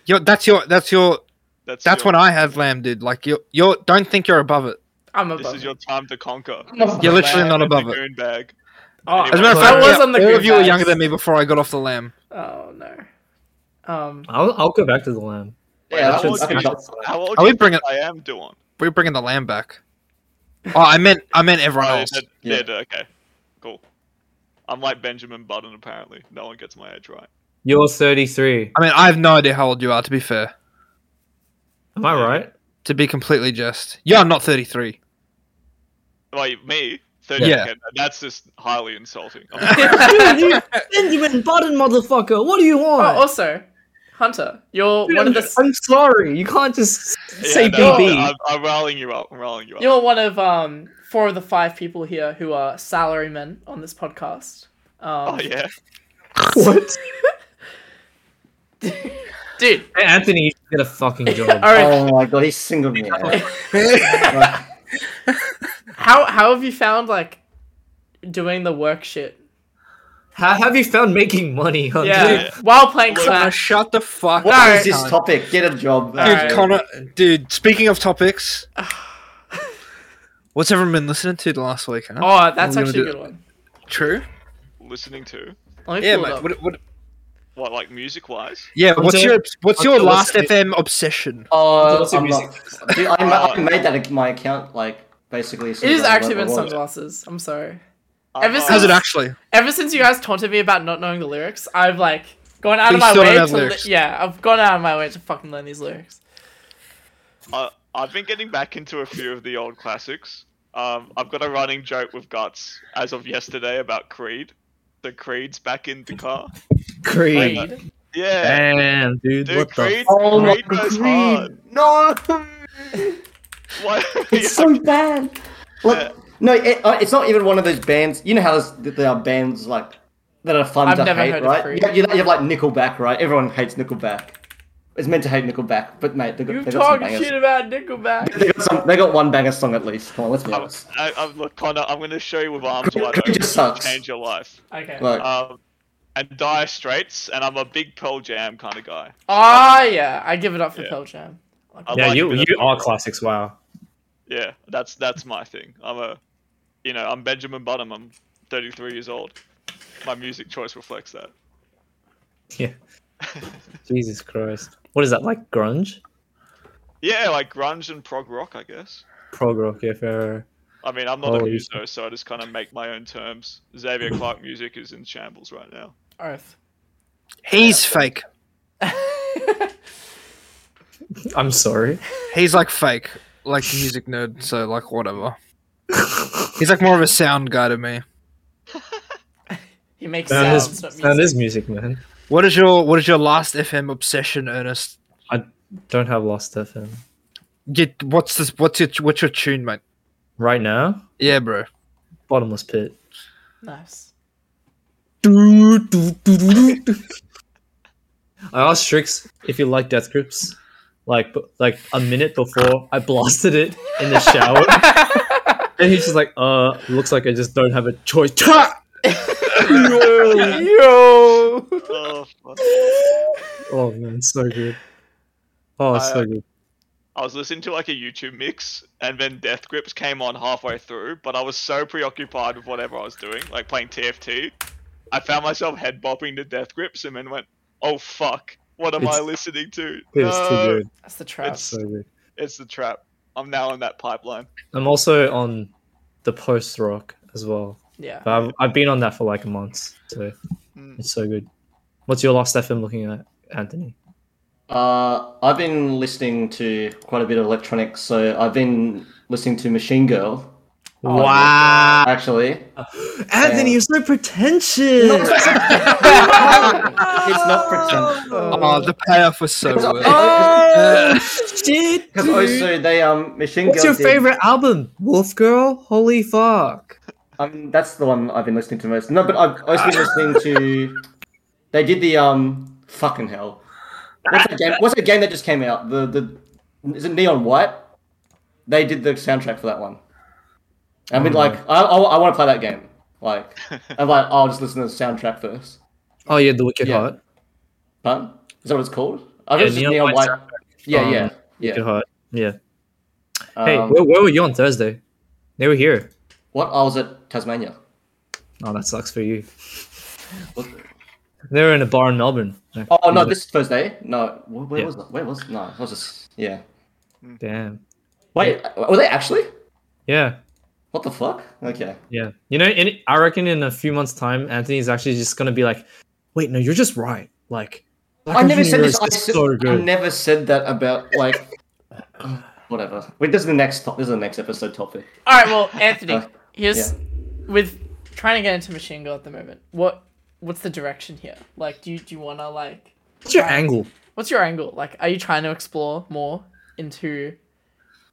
D: You're, that's your. That's your. That's
B: your-
D: when I have lamb, dude. Like you, you're. Don't think you're above it.
A: I'm above.
B: This is
A: it.
B: your time to conquer.
D: You're literally not above it.
B: Goon bag.
A: Oh,
B: Anyway,
D: As a matter of
C: Well,
D: fact,
A: I was
D: yeah,
A: on the
D: all
A: good
D: of you were
A: vibes.
D: younger than me before I got off the lamb.
A: Oh no. Um,
C: I'll I'll go back to the lamb.
E: Yeah,
B: Wait,
E: that's
B: how
E: what-
B: old
E: that's
B: you-
E: what-
B: How old
D: Are
B: do
D: we
B: you
D: bringing-
B: think I am doing?
D: We're bringing the lamb back. Oh, I meant. I meant everyone
B: Oh,
D: else.
B: dead,
E: Yeah.
B: dead, okay. Cool. I'm like Benjamin Button, apparently. No one gets my age right.
C: You're 33.
D: I mean, I have no idea how old you are. To be fair,
C: Am I right?
D: to be completely just, you are not 33.
B: Like, me? 30
D: Yeah.
B: okay, That's just highly insulting. I'm
C: Benjamin Button, motherfucker. What do you
A: oh,
C: want?
A: also, Hunter, you're one of the
C: I'm sorry. You can't just
B: Yeah,
C: say
B: no,
C: BB.
B: I'm, I'm rolling you up. I'm rolling you up.
A: you're one of um four of the five people here who are salarymen on this podcast. Um,
B: Oh yeah.
C: what?
A: dude,
C: Hey, Anthony, you should get a fucking job.
A: all right.
E: Oh my god, he's single. me out.
D: Uh,
E: Like,
A: How how have you found like doing the work shit?
C: How have you found making money?
D: Oh,
C: Hunter?
A: Yeah, while playing Clash.
D: shut the fuck
E: what
A: Alright.
E: is this topic? Get a job.
D: Dude,
A: Alright.
D: Connor, dude, speaking of topics, what's everyone been listening to the last week? Huh?
A: Oh, that's
D: I'm gonna
A: actually a
D: do
A: good
D: it.
A: one.
D: true.
B: Listening to
A: Let me
D: Yeah,
A: pull it
D: mate.
A: up.
D: What, what,
B: what, like music wise?
D: yeah, what's
C: Hunter-
D: your what's your
C: Hunter,
D: last
C: listen-
D: FM obsession?
E: Oh,
C: What's your
E: I'm not. Dude, I, ma- I made that my account like basically.
A: Uh, It has actually been sunglasses. I'm sorry.
B: I'm,
A: Ever
B: uh,
A: since-
D: How's it actually?
A: Ever since you guys taunted me about not knowing the lyrics, I've like gone out
D: But
A: of
D: you
A: my
D: still don't
A: way
D: have
A: to li-
D: lyrics.
A: yeah, I've gone out of my way to fucking learn these lyrics.
B: I, I've been getting back into a few of the old classics. Um, I've got a running joke with Guts as of yesterday about Creed. The Creed's back in the car.
C: Creed.
B: Yeah,
C: Damn, dude.
B: dude,
C: what
B: Creed,
C: the
E: Oh my
B: Creed goes
E: god!
B: hard.
E: No,
B: Why-
E: it's so bad. Look, no, it, uh, it's not even one of those bands. You know how there's- there are bands like that are fun
A: I've
E: to
A: never
E: hate,
A: heard of
E: right?
A: Creed.
E: You have, you have like Nickelback, right? Everyone hates Nickelback. It's meant to hate Nickelback, but mate, they
A: You
E: got, they got some
A: talking
E: bangers.
A: shit about Nickelback?
E: They got, some, they got one banger song at least. Come on,
A: Oh.
E: let's be honest.
B: I, I, look, Connor, I'm going to show you with arms wide
E: Creed
B: open.
E: just sucks.
B: Change your life.
A: Okay.
E: Like,
B: Um, and Dire Straits, and I'm a big Pearl Jam kind of guy.
A: Ah, yeah, I give it up for
B: Yeah.
A: Pearl Jam.
B: I
C: Yeah,
B: like a
C: you
B: bit
C: you
B: of-
C: are classics. Wow.
B: Yeah, that's that's my thing. I'm a, you know, I'm Benjamin Bottom. I'm 33 years old. My music choice reflects that.
C: Yeah. Jesus Christ. What is that like? Grunge?
B: Yeah, like grunge and prog rock, I guess.
C: Prog rock? Yeah, fair.
B: I mean, I'm not
C: Oh,
B: a
C: you-
B: muso, so I just kind of make my own terms. Xavier Clark music is in shambles right now.
A: Earth.
D: He's fake.
C: I'm sorry.
D: He's like fake, like a music nerd. So like whatever. He's like more of a sound guy to me.
A: He makes
C: That is
A: sounds. not
C: that
A: music.
C: is music, man.
D: What is your what is your last FM obsession, Ernest?
C: I don't have Lost FM.
D: Get what's this? What's your what's your tune, mate?
C: Right now,
F: Yeah, bro.
C: bottomless pit.
A: Nice.
C: I asked Strix if he liked Death Grips, like b- like a minute before I blasted it in the shower, and he's just like, "Uh, looks like I just don't have a choice." oh
A: Yo.
B: Oh, fuck.
C: man, it's so good. Oh, it's so good.
B: I was listening to like a YouTube mix, and then Death Grips came on halfway through, but I was so preoccupied with whatever I was doing, like playing TFT, I found myself head bopping to Death Grips and then went, oh fuck, what am I
C: It's-
B: listening to?
C: It's too
B: No,
C: good.
A: That's the trap.
B: It's-
C: So good.
B: It's the trap. I'm now in that pipeline.
C: I'm also on the post rock as well.
A: Yeah.
C: But I've, I've been on that for like a month, so
B: Mm.
C: it's so good. What's your last FM looking at, Anthony?
E: Uh, I've been listening to quite a bit of electronics, so I've been listening to Machine Girl.
C: Oh,
D: Oh,
C: wow,
E: Actually,
C: Anthony, you're so pretentious.
E: it's not pretend.
F: Oh, the payoff was so worth. it.
C: Oh shit!
E: Because
C: dude.
E: also they um Machine
C: What's
E: Girl.
C: your
E: did-
C: favorite album? Wolf Girl? Holy fuck!
E: Um, that's the one I've been listening to most. No, but I've also been listening to. They did the um fucking hell. What's that game? What's that game that just came out? The the is it Neon White? They did the soundtrack for that one. I
C: Hmm.
E: mean, like I I, want to play that game. Like I'm like I'll just listen to the soundtrack first.
C: Oh yeah, The Wicked
E: Yeah.
C: Heart.
E: Pardon? Is that what it's called? I think
C: Yeah,
E: it's just
C: Neon
E: Neon
C: White
E: White. Yeah,
C: Um,
E: yeah,
C: Wicked
E: yeah.
C: Heart. Yeah. hey,
E: Um,
C: where, where were you on Thursday? They were here.
E: what? I was at Tasmania.
C: Oh, that sucks for you.
E: What-
C: They were in a bar in Melbourne.
E: Oh no, this Thursday. No, where, where
C: Yeah.
E: was that? Where was? No, I was just yeah.
C: Damn.
E: Wait, uh, were they actually?
C: Yeah,
E: What the fuck? Okay.
C: yeah. You know, in, I reckon in a few months' time, Anthony's actually just gonna be like, "Wait, no, you're just right." Like,
E: I never said this. I,
C: It's
E: said-
C: so
E: I
C: good.
E: never said that about like whatever. Wait, this is the next. To- this is the next episode topic.
A: All right. Well, Anthony,
E: Uh,
A: here's with trying to get into machine girl at the moment. What what's the direction here? Like, do you do you wanna like
C: What's your angle?
A: what's your angle? Like, are you trying to explore more into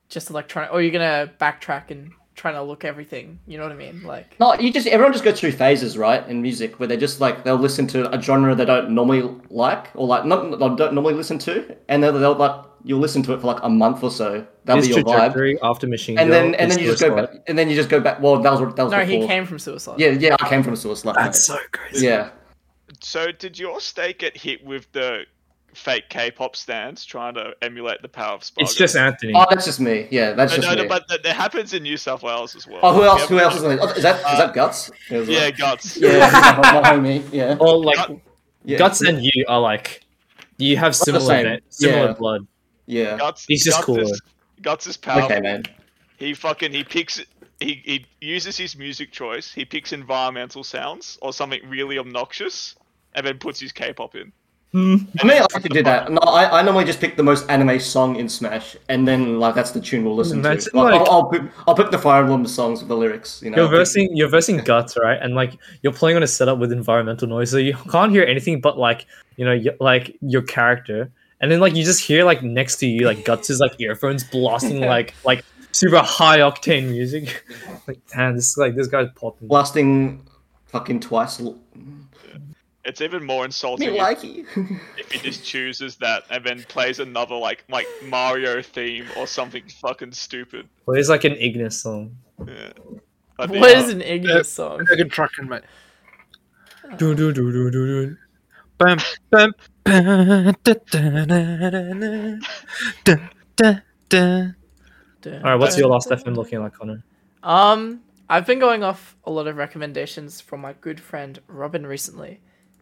A: just electronic, or are you gonna backtrack and trying to look everything? You know what I mean? Like,
E: No, you just everyone just goes through phases, right? In music, where they just like they'll listen to a genre they don't normally like or like not they don't normally listen to, and they'll, they'll like you'll listen to it for like a month or so. That'll
C: His
E: be your vibe,
C: trajectory after Machine
E: and
C: Girl
E: then and
C: is
E: then you just
C: Suicide.
E: go back, and then you just go back. Well, that was that was
A: no,
E: before.
A: he came from suicide.
E: Yeah, yeah, I came from Source Life.
C: That's so crazy.
E: Yeah.
B: So, did your state get hit with the fake K pop stands trying to emulate the power of Spargo?
C: It's just Anthony.
E: Oh, that's just me. Yeah, that's
B: No,
E: just
B: no, no,
E: me.
B: but that, that happens in New South Wales as well.
E: Oh, who else?
B: Yeah,
E: Who else is in it? Oh, Is that is that guts? as well?
B: Yeah, guts.
E: yeah, my homie. Yeah,
C: Or like
E: yeah.
C: Guts and you are like you have similar
E: same.
C: ve- similar
E: Yeah.
C: blood.
E: Yeah.
B: Guts.
C: He's just
B: guts
C: cooler.
B: Is, guts is powerful.
E: Okay, man.
B: He fucking he picks he he uses his music choice. He picks environmental sounds or something really obnoxious, and then puts his K-pop in.
E: I mean, I like to do that. No, I, I normally just pick the most anime song in Smash, and then like that's the tune we'll listen
C: Imagine,
E: to. Like,
C: like-
E: I'll, I'll pick I'll pick the Fire Emblem songs with the lyrics. You know.
C: You're versing you're versing Guts, right? And like you're playing on a setup with environmental noise, so you can't hear anything but like you know y- like your character, and then like you just hear like next to you like Guts is like earphones blasting like like super high octane music. like damn, this like this guy's popping.
E: blasting fucking twice. l-
B: It's even more insulting
E: Me
B: if,
E: like you.
B: if he just chooses that and then plays another like like Mario theme or something fucking stupid.
C: Well, it's like an Ignis song.
B: I'd be
A: What
B: out.
A: is an ignorant song?
F: Dragon trucking, mate.
C: Dun, dun, dun, dun, dun, dun.
F: Bum, bum, bum, da, da, da, da, da, da, da, da.
C: All right, what's your last FM looking like, Connor?
A: Um, I've been going off a lot of recommendations from my good friend Robin recently,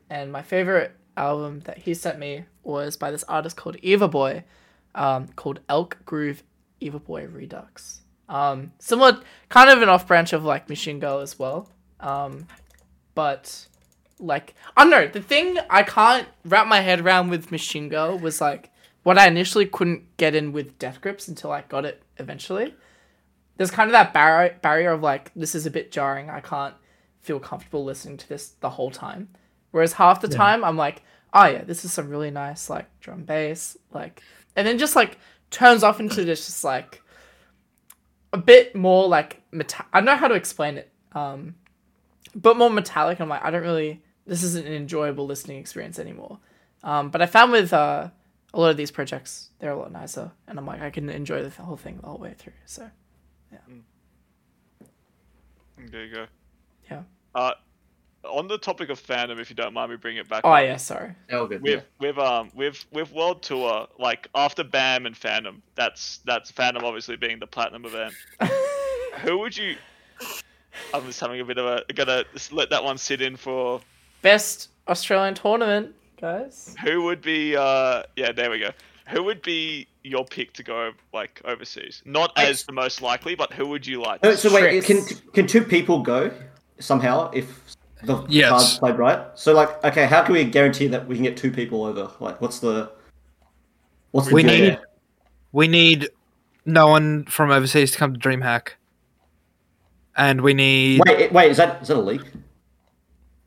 A: and my favorite album that he sent me was by this artist called Eva Boy, um, called Elk Groove Eva Boy Redux. Um, similar, kind of an off branch of like Machine Girl as well. Um, but like I don't know. The thing I can't wrap my head around with Machine Girl was like what I initially couldn't get in with Death Grips until I got it eventually. There's kind of that barrier barrier of like this is a bit jarring. I can't feel comfortable listening to this the whole time. Whereas half the time I'm like, oh yeah, this is some really nice like drum bass like, and then just like turns off into this just like a bit more like meta- I don't know how to explain it. Um, but more metallic. I'm like, I don't really. This isn't an enjoyable listening experience anymore. Um, but I found with uh, a lot of these projects, they're a lot nicer, and I'm like, I can enjoy the whole thing the whole way through. So
B: There you go.
A: Yeah.
B: Uh, on the topic of fandom, if you don't mind me bringing it back.
A: oh
B: up,
A: yeah, sorry.
E: That was good.
B: With with um with with world tour like after BAM and fandom that's that's fandom obviously being the platinum event. Who would you? I'm just having a bit of a gonna just let that one sit in for
A: Best Australian tournament, guys.
B: who would be uh yeah there we go who would be your pick to go like overseas not as the most likely but who would you like
E: yeah. So wait, can
A: Tricks.
E: can two people go somehow if the
I: Yes.
E: cards played right? So like, okay, how can we guarantee that we can get two people over? Like, what's the what's the
D: We
E: deal
D: need-
E: there?
D: We need no one from overseas to come to DreamHack. And we need
E: Wait, it- wait, is that is that a leak?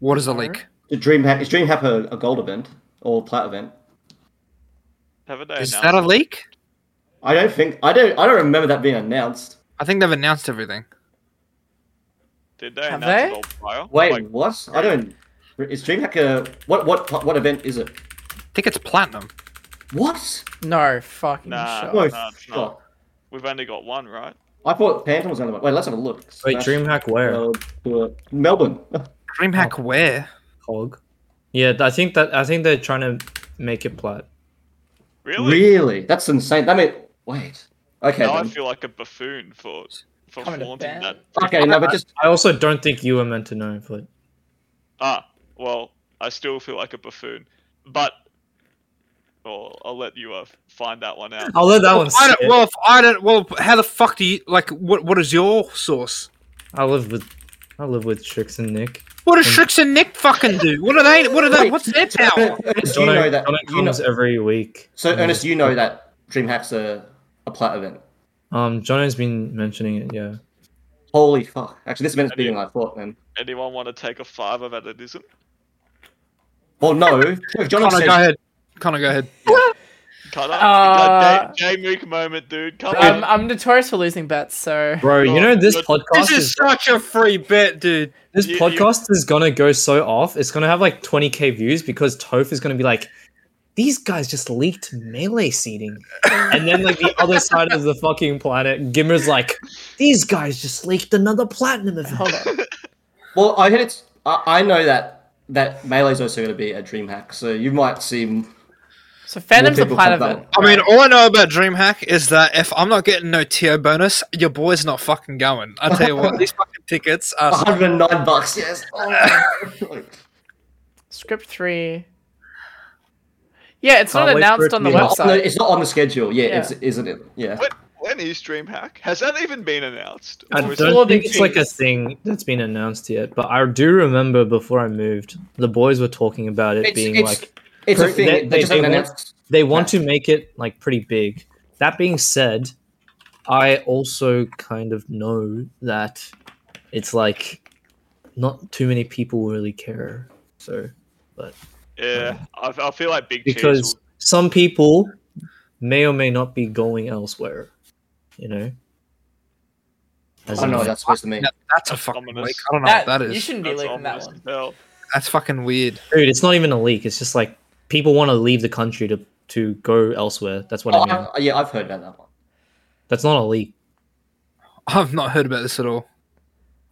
D: water's a leak.
E: The DreamHack is DreamHack a, a gold event or plat event?
B: have a day
D: Is
B: now
D: that a leak?
E: I don't think I don't I don't remember that being announced.
D: I think they've announced everything.
B: did they
A: Have
B: announce
A: they?
B: it all prior?
E: Wait,
B: Like,
E: what? I don't. Is DreamHack a what what what event is it?
D: I think it's platinum.
E: What?
A: No fucking
B: Nah.
A: shot.
E: No,
B: no, it's
E: fuck.
B: not. we've only got one right
E: I thought Phantom was the only one. Wait, let's have a look.
C: Wait,
E: Smash,
C: DreamHack where?
E: uh, to, uh, Melbourne.
D: DreamHack where?
C: Hog. Yeah, I think that I think they're trying to make it plat.
B: really,
E: really? That's insane. That mean wait. Okay.
B: now i
E: then.
B: feel like a buffoon for for
A: Coming to
B: flaunting
A: ban.
B: that
E: okay, no, but just
C: I also don't think you were meant to know, but
B: ah well i still feel like a buffoon but well, I'll let you uh, find that one out.
C: I'll let that one.
F: I
C: sit.
F: don't, well, if I don't. Well, how the fuck do you like? What What is your source?
C: I live with I live with Trix and Nick.
F: What do Shrix and Nick fucking do? What are they? What are they?
E: Wait,
F: what's their
E: so
F: power?
E: Ernest, you
C: Jono,
E: know that.
C: Jono
E: You know,
C: comes every week.
E: so Ernest, you know that DreamHack's a a plat event.
C: Um, Jono's been mentioning it. Yeah.
E: Holy fuck! Actually, this event is bigger than I thought, man.
B: Anyone want to take a five of it? Isn't
E: Well, no. If Jono
D: Connor, go
E: said,
D: ahead. Connor, go ahead.
B: cut
A: Uh,
B: up? J Mook moment, dude. Come
A: I'm,
B: on.
C: um,
A: I'm notorious for losing bets, so
E: Oh,
C: Bro, you know this
B: This
C: podcast
F: This
C: is,
F: is such a free bet, dude.
C: this
B: you- you-
C: podcast is gonna go so off. It's gonna have like 20k views because Toph is gonna be like, these guys just leaked melee seating, and then like the other side of the fucking planet, Gimmer's like, these guys just leaked another platinum event.
A: hold on.
E: well, I heard it's. I, I know that that melee's also going to be a DreamHack, so you might see.
A: So Phantom's a
E: people
A: part of
E: come
A: it.
E: down.
F: I mean, all I know about DreamHack is that if I'm not getting no tier bonus, your boy's not fucking going. I tell you what, these fucking tickets are.
E: 109 bucks, yes. Oh,
A: Script three. Yeah, it's
C: Can't
A: not
C: wait
A: announced
C: for it
A: on the
C: to be announced.
E: no,
A: website.
E: it's not on the schedule. Yeah,
A: Yeah.
E: It's, isn't it? Yeah.
B: When, when is DreamHack? Has that even been announced?
C: I
B: Or is
A: Well,
C: don't
A: they
C: think it's like a
A: changed.
C: thing that's been announced yet, but I do remember before I moved, the boys were talking about it
E: It's,
C: being
E: it's,
C: like
E: it's a
C: per-
E: thing.
C: they-
E: They,
C: they-
E: just
C: they
E: haven't
C: want-
E: announced.
C: they want to make it like pretty big. That being said, I also kind of know that it's like not too many people really care. So
B: Yeah, I, I feel like Big Cheese.
C: because some people may or may not be going elsewhere, you know.
E: I
C: As
E: don't know
C: in-
E: what that's supposed to mean.
F: No, that's a fucking
B: Ominous.
F: leak. I don't know
A: that,
F: what that
A: You
F: is.
A: shouldn't be
B: That's
A: leaking that
B: obvious
A: one.
B: as hell.
F: That's fucking weird.
C: dude, it's not even a leak. It's just like people want to leave the country to to go elsewhere. That's what
E: Oh,
C: I mean.
E: I- yeah, I've heard about that one.
C: That's not a leak.
F: I've not heard about this at all.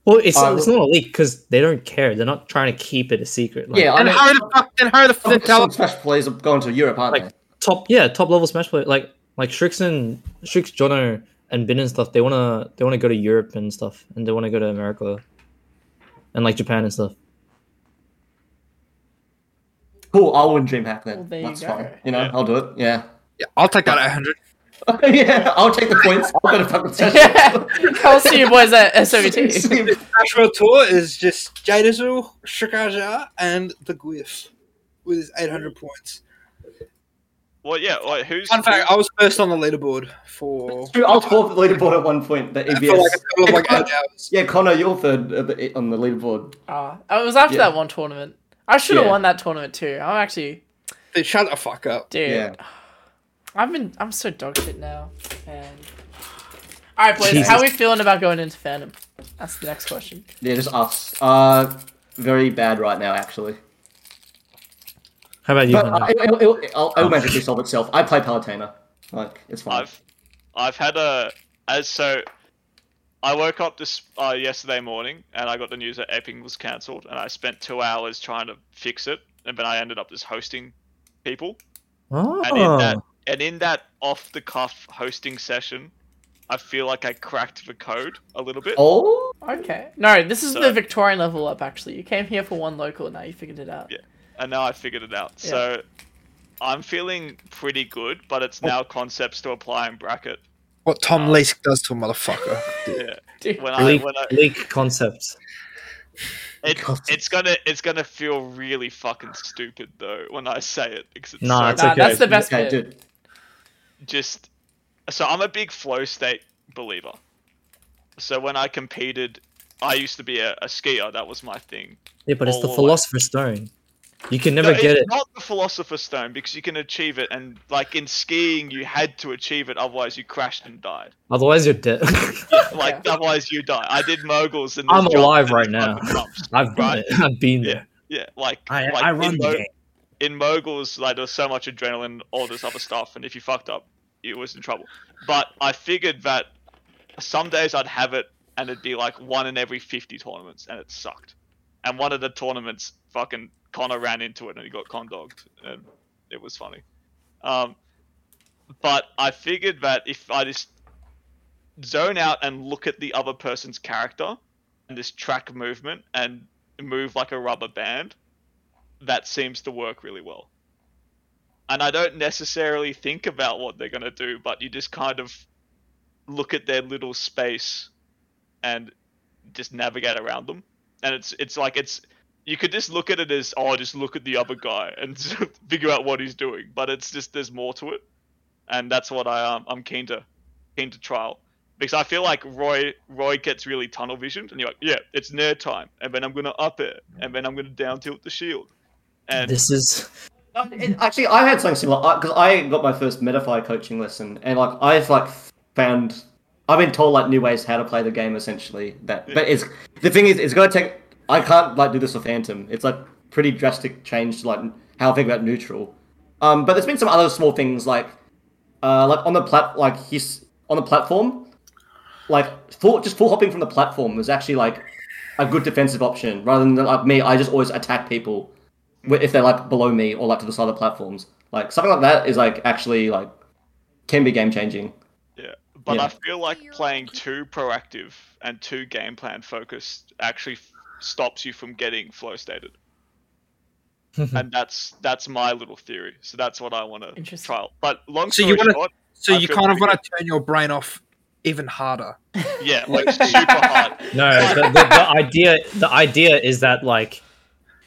C: Well, it's
E: I-
C: it's not a leak because they don't care. They're not trying to keep it a secret. Like,
E: Yeah, I
F: And
E: know.
F: how the fuck? Then how the fuck? Then
E: Some-
F: tell
E: Some Smash players have gone to Europe, aren't
C: Like- top yeah top level smash player like like Shrix and Shrix Jono and Bin and stuff they want to they want to go to Europe and stuff and they want to go to America and like Japan and stuff
E: they? Cool, I'll win DreamHack then.
A: Well, there you
E: That's
A: go.
E: fine. You know,
B: Yeah.
E: I'll do it. Yeah.
F: Yeah, I'll take that 800.
E: yeah, I'll take the points. I'll go to fucking
A: Yeah,
E: session.
A: I'll see you boys at SOVT.
F: Nashville tour is just Jadazu, Shikaja, and the Gwyff with his 800 points.
B: Well, yeah. Like, who's
F: Fun fact, I was first on the leaderboard for,
E: Dude, I was fourth on the leaderboard at one point. The
F: for
E: EBS.
F: like a total of like eight hours.
E: yeah, Connor, you're third at the- on the leaderboard.
A: Ah, it was after
E: Yeah.
A: that one tournament. I should have
E: Yeah.
A: won that tournament too. I'm actually,
F: Dude, shut the fuck up.
A: dude.
E: Yeah.
A: I've been, I'm so dog shit now, and All right, boys.
C: Jesus.
A: How are we feeling about going into fandom? That's the next question.
E: Yeah, just us. Uh, very bad right now, actually.
C: How about you?
E: But
C: Hunter?
E: uh, it, it, it, it'll, it'll magically solve itself. I play Palutena. Like, it's fine.
B: I've I've had a as so I woke up this uh, yesterday morning and I got the news that Epping was cancelled and I spent two hours trying to fix it and but I ended up just hosting people and in that
C: Oh,
B: and in that off the cuff hosting session I feel like I cracked the code a little bit.
E: Oh,
A: Okay. No, this is the
B: So-
A: Victorian level up. Actually, you came here for one local. Now you figured it out.
B: Yeah. and now I figured it out.
A: Yeah.
B: So I'm feeling pretty good, but it's now concepts to apply in bracket.
F: What Tom Leask does to a motherfucker.
B: Yeah.
A: Dude,
B: When
C: leak,
B: I, when I,
C: leak concept.
B: it,
E: God.
B: it's gonna it's gonna feel really fucking stupid though when I say it because it's
C: Nah,
B: so
C: it's
A: nah,
C: okay.
A: that's the best
E: okay,
A: bit.
E: dude.
B: just so I'm a big flow state believer. So when I competed, I used to be a, a skier. That was my thing.
C: Yeah, but it's the
B: Oh,
C: philosopher's stone. You can never
B: No,
C: get
B: it's
C: it.
B: not the philosopher's stone because you can achieve it, and like in skiing, you had to achieve it, otherwise you crashed and died.
C: Otherwise, you're dead.
B: Like
A: Yeah.
B: otherwise you die. I did moguls and
C: I'm
B: this jump
C: alive
B: and
C: right
B: this
C: now.
B: fucking jumps.
C: I've done
B: Right.
C: it. I've been there.
B: Yeah, like
C: I,
B: like
C: I
B: in
C: run the
B: mo-
C: game.
B: in moguls, like there's so much adrenaline, all this other stuff, and if you fucked up, it was in trouble. But I figured that some days I'd have it, and it'd be like one in every 50 tournaments, and it sucked. And one of the tournaments, fucking Connor ran into it, and he got condogged, and it was funny. Um, but I figured that if I just zone out and look at the other person's character and just track movement and move like a rubber band, that seems to work really well. And I don't necessarily think about what they're going to do, but you just kind of look at their little space and just navigate around them. And it's it's like it's you could just look at it as oh just look at the other guy and figure out what he's doing, but it's just there's more to it. And that's what I um, I'm keen to keen to trial because I feel like Roy Roy gets really tunnel visioned and you're like yeah, it's nerd time and then I'm going to up it and then I'm going to down tilt the shield. And
C: This is
E: Um, it- actually, I had something similar because I got my first Metafy coaching lesson, and like I just like found I've been told like new ways how to play the game essentially. That but it's the thing is it's gonna take. I can't like do this with Phantom. It's like pretty drastic change to like how I think about neutral. Um, but there's been some other small things like uh, like on the plat like his on the platform, like full just full hopping from the platform was actually like a good defensive option rather than like me. I just always attack people wi- if they're like below me or like to the side of the platforms. Like something like that is like actually like can be game changing.
B: Yeah, but
E: Yeah.
B: I feel like playing too proactive and too game plan focused actually f- stops you from getting flow stated. and that's that's my little theory. So that's what I want to
A: Interesting.
B: trial. But long
F: So
B: story
F: you wanna-
B: short,
F: So
B: I
F: you
B: feel
F: kind of
B: pretty
F: want to turn your brain off even harder.
B: yeah, like super hard.
C: no. The, the, the idea. The idea is that like,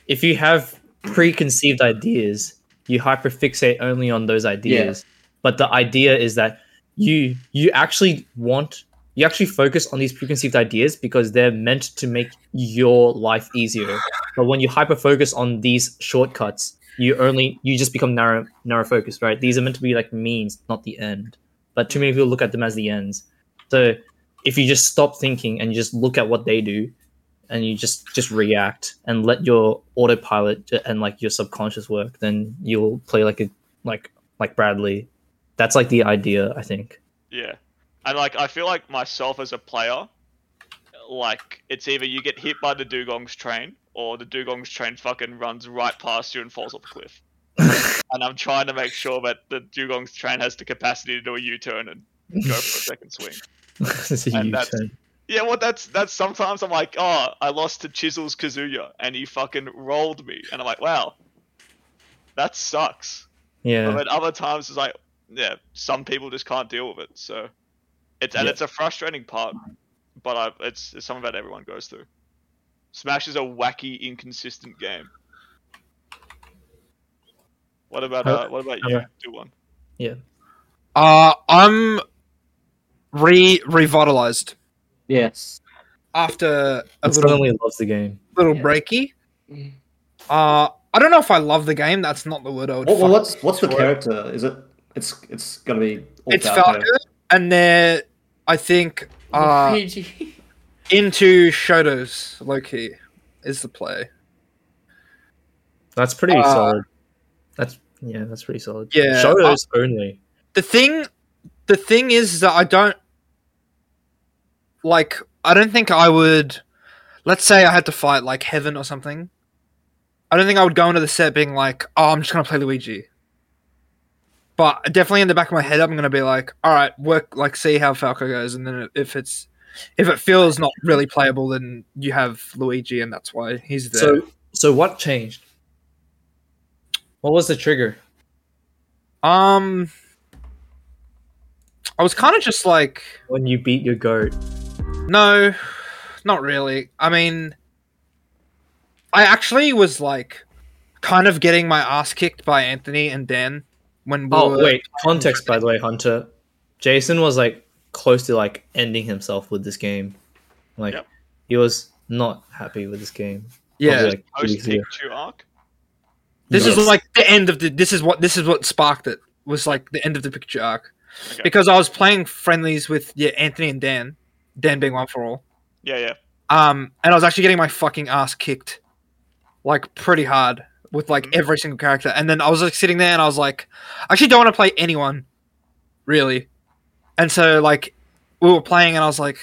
C: if you have preconceived ideas, you hyperfixate only on those ideas. But the idea is that you you actually want you actually focus on these preconceived ideas because they're meant to make your life easier. But when you hyper focus on these shortcuts, you only you just become narrow narrow focused, right? These are meant to be like means, not the end. But too many people look at them as the ends. So if you just stop thinking and you just look at what they do and you just just react and let your autopilot j- and like your subconscious work, then you'll play like a like like Bradley. That's like the idea, I think.
B: Yeah, and like I feel like myself as a player, like it's either you get hit by the dugong's train or the dugong's train fucking runs right past you and falls off a cliff. and I'm trying to make sure that the dugong's train has the capacity to do a U-turn and go for a second swing.
C: This is
B: And
C: you,
B: that's-
C: Tim.
B: Yeah, well, that's that's sometimes I'm like, oh, I lost to Chisel's Kazuya, and he fucking rolled me, and I'm like, wow, that sucks.
C: Yeah.
B: But other times it's like, yeah, some people just can't deal with it. So it's and
C: Yeah.
B: it's a frustrating part, but I, it's, it's something that everyone goes through. Smash is a wacky, inconsistent game. What about
C: How-
B: uh, what about you?
C: about-
B: Do one.
F: Uh, I'm re revitalized
E: Yes.
F: after a
C: It
F: little
C: suddenly loves the game.
F: little
A: Yeah.
F: breaky. Uh, I don't know if I love the game. That's not the word I would.
E: What, well,
F: fuck-
E: what's what's the
F: Sure.
E: character? Is it? It's it's gonna be. all
F: It's
E: Falco.
F: Falco, and they're
D: I think uh,
A: PG.
D: into Shoto's low key is the play.
C: That's pretty
D: Uh,
C: solid. That's yeah, that's pretty solid.
D: Yeah,
C: Shotos only.
D: the thing the thing is that I don't like I don't think I would let's say I had to fight like heaven or something. I don't think I would go into the set being like, oh I'm just gonna play Luigi. But definitely in the back of my head I'm gonna be like, alright, work like see how Falco goes and then if it's if it feels not really playable then you have Luigi and that's why he's there.
C: So so what changed? What was the trigger?
D: um I was kinda just like
C: When you beat your goat.
D: No, not really. I mean, I actually was like kind of getting my ass kicked by Anthony and Dan when we
C: Oh
D: were-
C: wait, context by the way, Hunter. Jason was like close to like ending himself with this game. Like
B: Yep.
C: he was not happy with this game.
D: Yeah,
B: Oh,
C: Probably, like, two
B: Post
C: weeks ago.
B: Pikachu arc.
D: this
C: Yes.
D: is like the end of the. This is what this is what sparked it. Was like the end of the picture arc
B: Okay.
D: because I was playing friendlies with yeah Anthony and Dan, Dan being one for all.
B: Yeah, yeah.
D: Um, and I was actually getting my fucking ass kicked, like pretty hard with like
E: Mm-hmm.
D: every single character. And then I was like sitting there, and I was like, I actually don't want to play anyone, really. And so like we were playing, and I was like,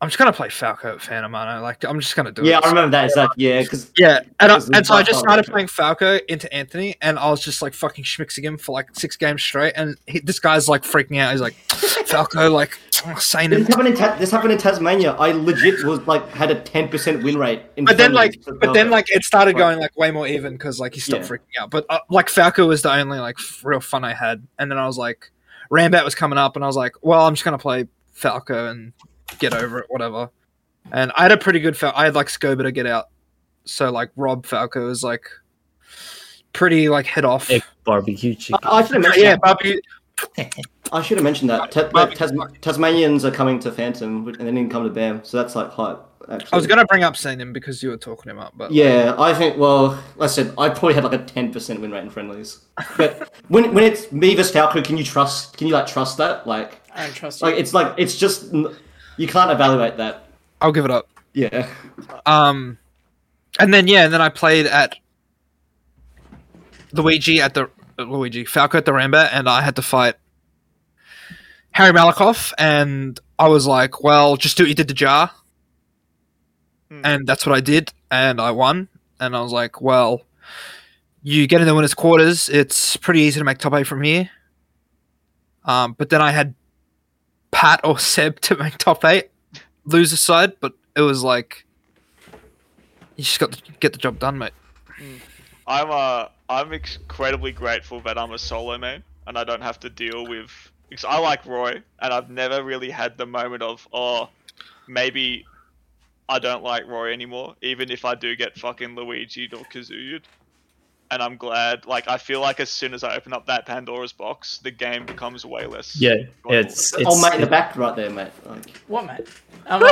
D: I'm just gonna play Falco at Phantom Manor. Like I'm just gonna do
E: Yeah,
D: it.
E: I remember that. It's like, yeah, because
D: Yeah, and, I,
E: Because we
D: and so I
E: talked
D: just
E: about
D: started
E: it.
D: playing Falco into Anthony, and I was just like fucking schmixing him for like six games straight. And he, this guy's like freaking out. He's like, Falco, like saying
E: this
D: him.
E: happened in Ta- this happened in Tasmania. I legit was like had a ten percent win rate. In
D: but then like
E: friendlies for
D: but then
E: Falco.
D: like it started
E: Right.
D: going like way more even because like he stopped
E: Yeah.
D: freaking out but uh, like falco was the only like f- real fun i had and then i was like rambat was coming up and i was like well i'm just gonna play falco and get over it whatever and i had a pretty good Fal- i had like scoba to get out so like rob falco was like pretty like head off
C: Egg barbecue chicken.
D: Uh,
E: I, I should have mentioned.
D: yeah
E: Yeah,
D: Barbie,
E: I should have mentioned that. Ta- like, Tas- Tasmanians are coming to Phantom, which- and they didn't come to Bam, so that's like hype. Actually,
D: i was gonna bring up seeing him because you were talking him up but
E: Yeah, I think. Well, like I said I probably had like a ten percent win rate in friendlies. But when when it's me versus Falco, can you trust? Can you like trust that? Like,
A: I don't trust you.
E: like it's like it's just n- you can't evaluate that.
D: i'll give it up
E: Yeah,
D: Um, and then yeah, and then I played at Luigi at the at Luigi Falco at the Rambat, and I had to fight Harry Malakoff, and I was like, well, just do what you did to Jar,
B: Hmm.
D: and that's what I did, and I won, and I was like, well, you get in the winners' quarters, it's pretty easy to make top eight from here. Um, but then I had Pat or Seb to make top eight, loser side, but it was like you just got to get the job done, mate.
B: I'm uh, I'm incredibly grateful that I'm a solo man and I don't have to deal with because I like Roy and I've never really had the moment of oh maybe I don't like Roy anymore even if I do get fucking Luigi or Kazooie. And I'm glad. Like I feel like as soon as I open up that Pandora's box, the game becomes way less.
C: Yeah, yeah, it's it's
E: oh mate, in the back right there, mate. Like,
A: What, mate? I'm a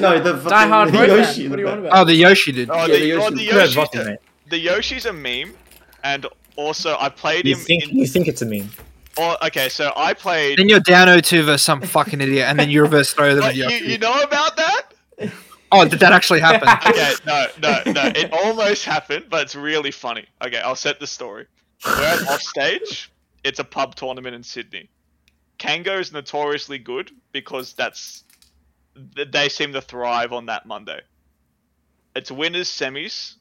E: no, no, the
A: Die
E: fucking-
A: Hard
E: the
A: Road fan.
E: Yoshi in
A: What
E: the
A: do you want
E: back.
A: about?
D: Oh, the Yoshi did.
B: Oh,
E: Yeah,
B: the,
E: the
B: oh,
E: Yoshi-
B: the
C: Red
B: Yoshi's
C: Rocket,
B: a-
C: mate.
B: the Yoshi's a meme, and also I played
C: You
B: him.
C: think
B: in,
C: you think it's a meme?
B: oh, okay, so I played.
D: Then you're down 0-2 versus some fucking idiot, and then you reverse throw them
B: But
D: at
B: you,
D: Yoshi.
B: you know about that?
D: Oh, did that actually happen?
B: okay, no, no, no. It almost happened, but it's really funny. Okay, I'll set the story. We're at offstage. It's a pub tournament in Sydney. Kango is notoriously good because that's th- they seem to thrive on that Monday. It's winners semis.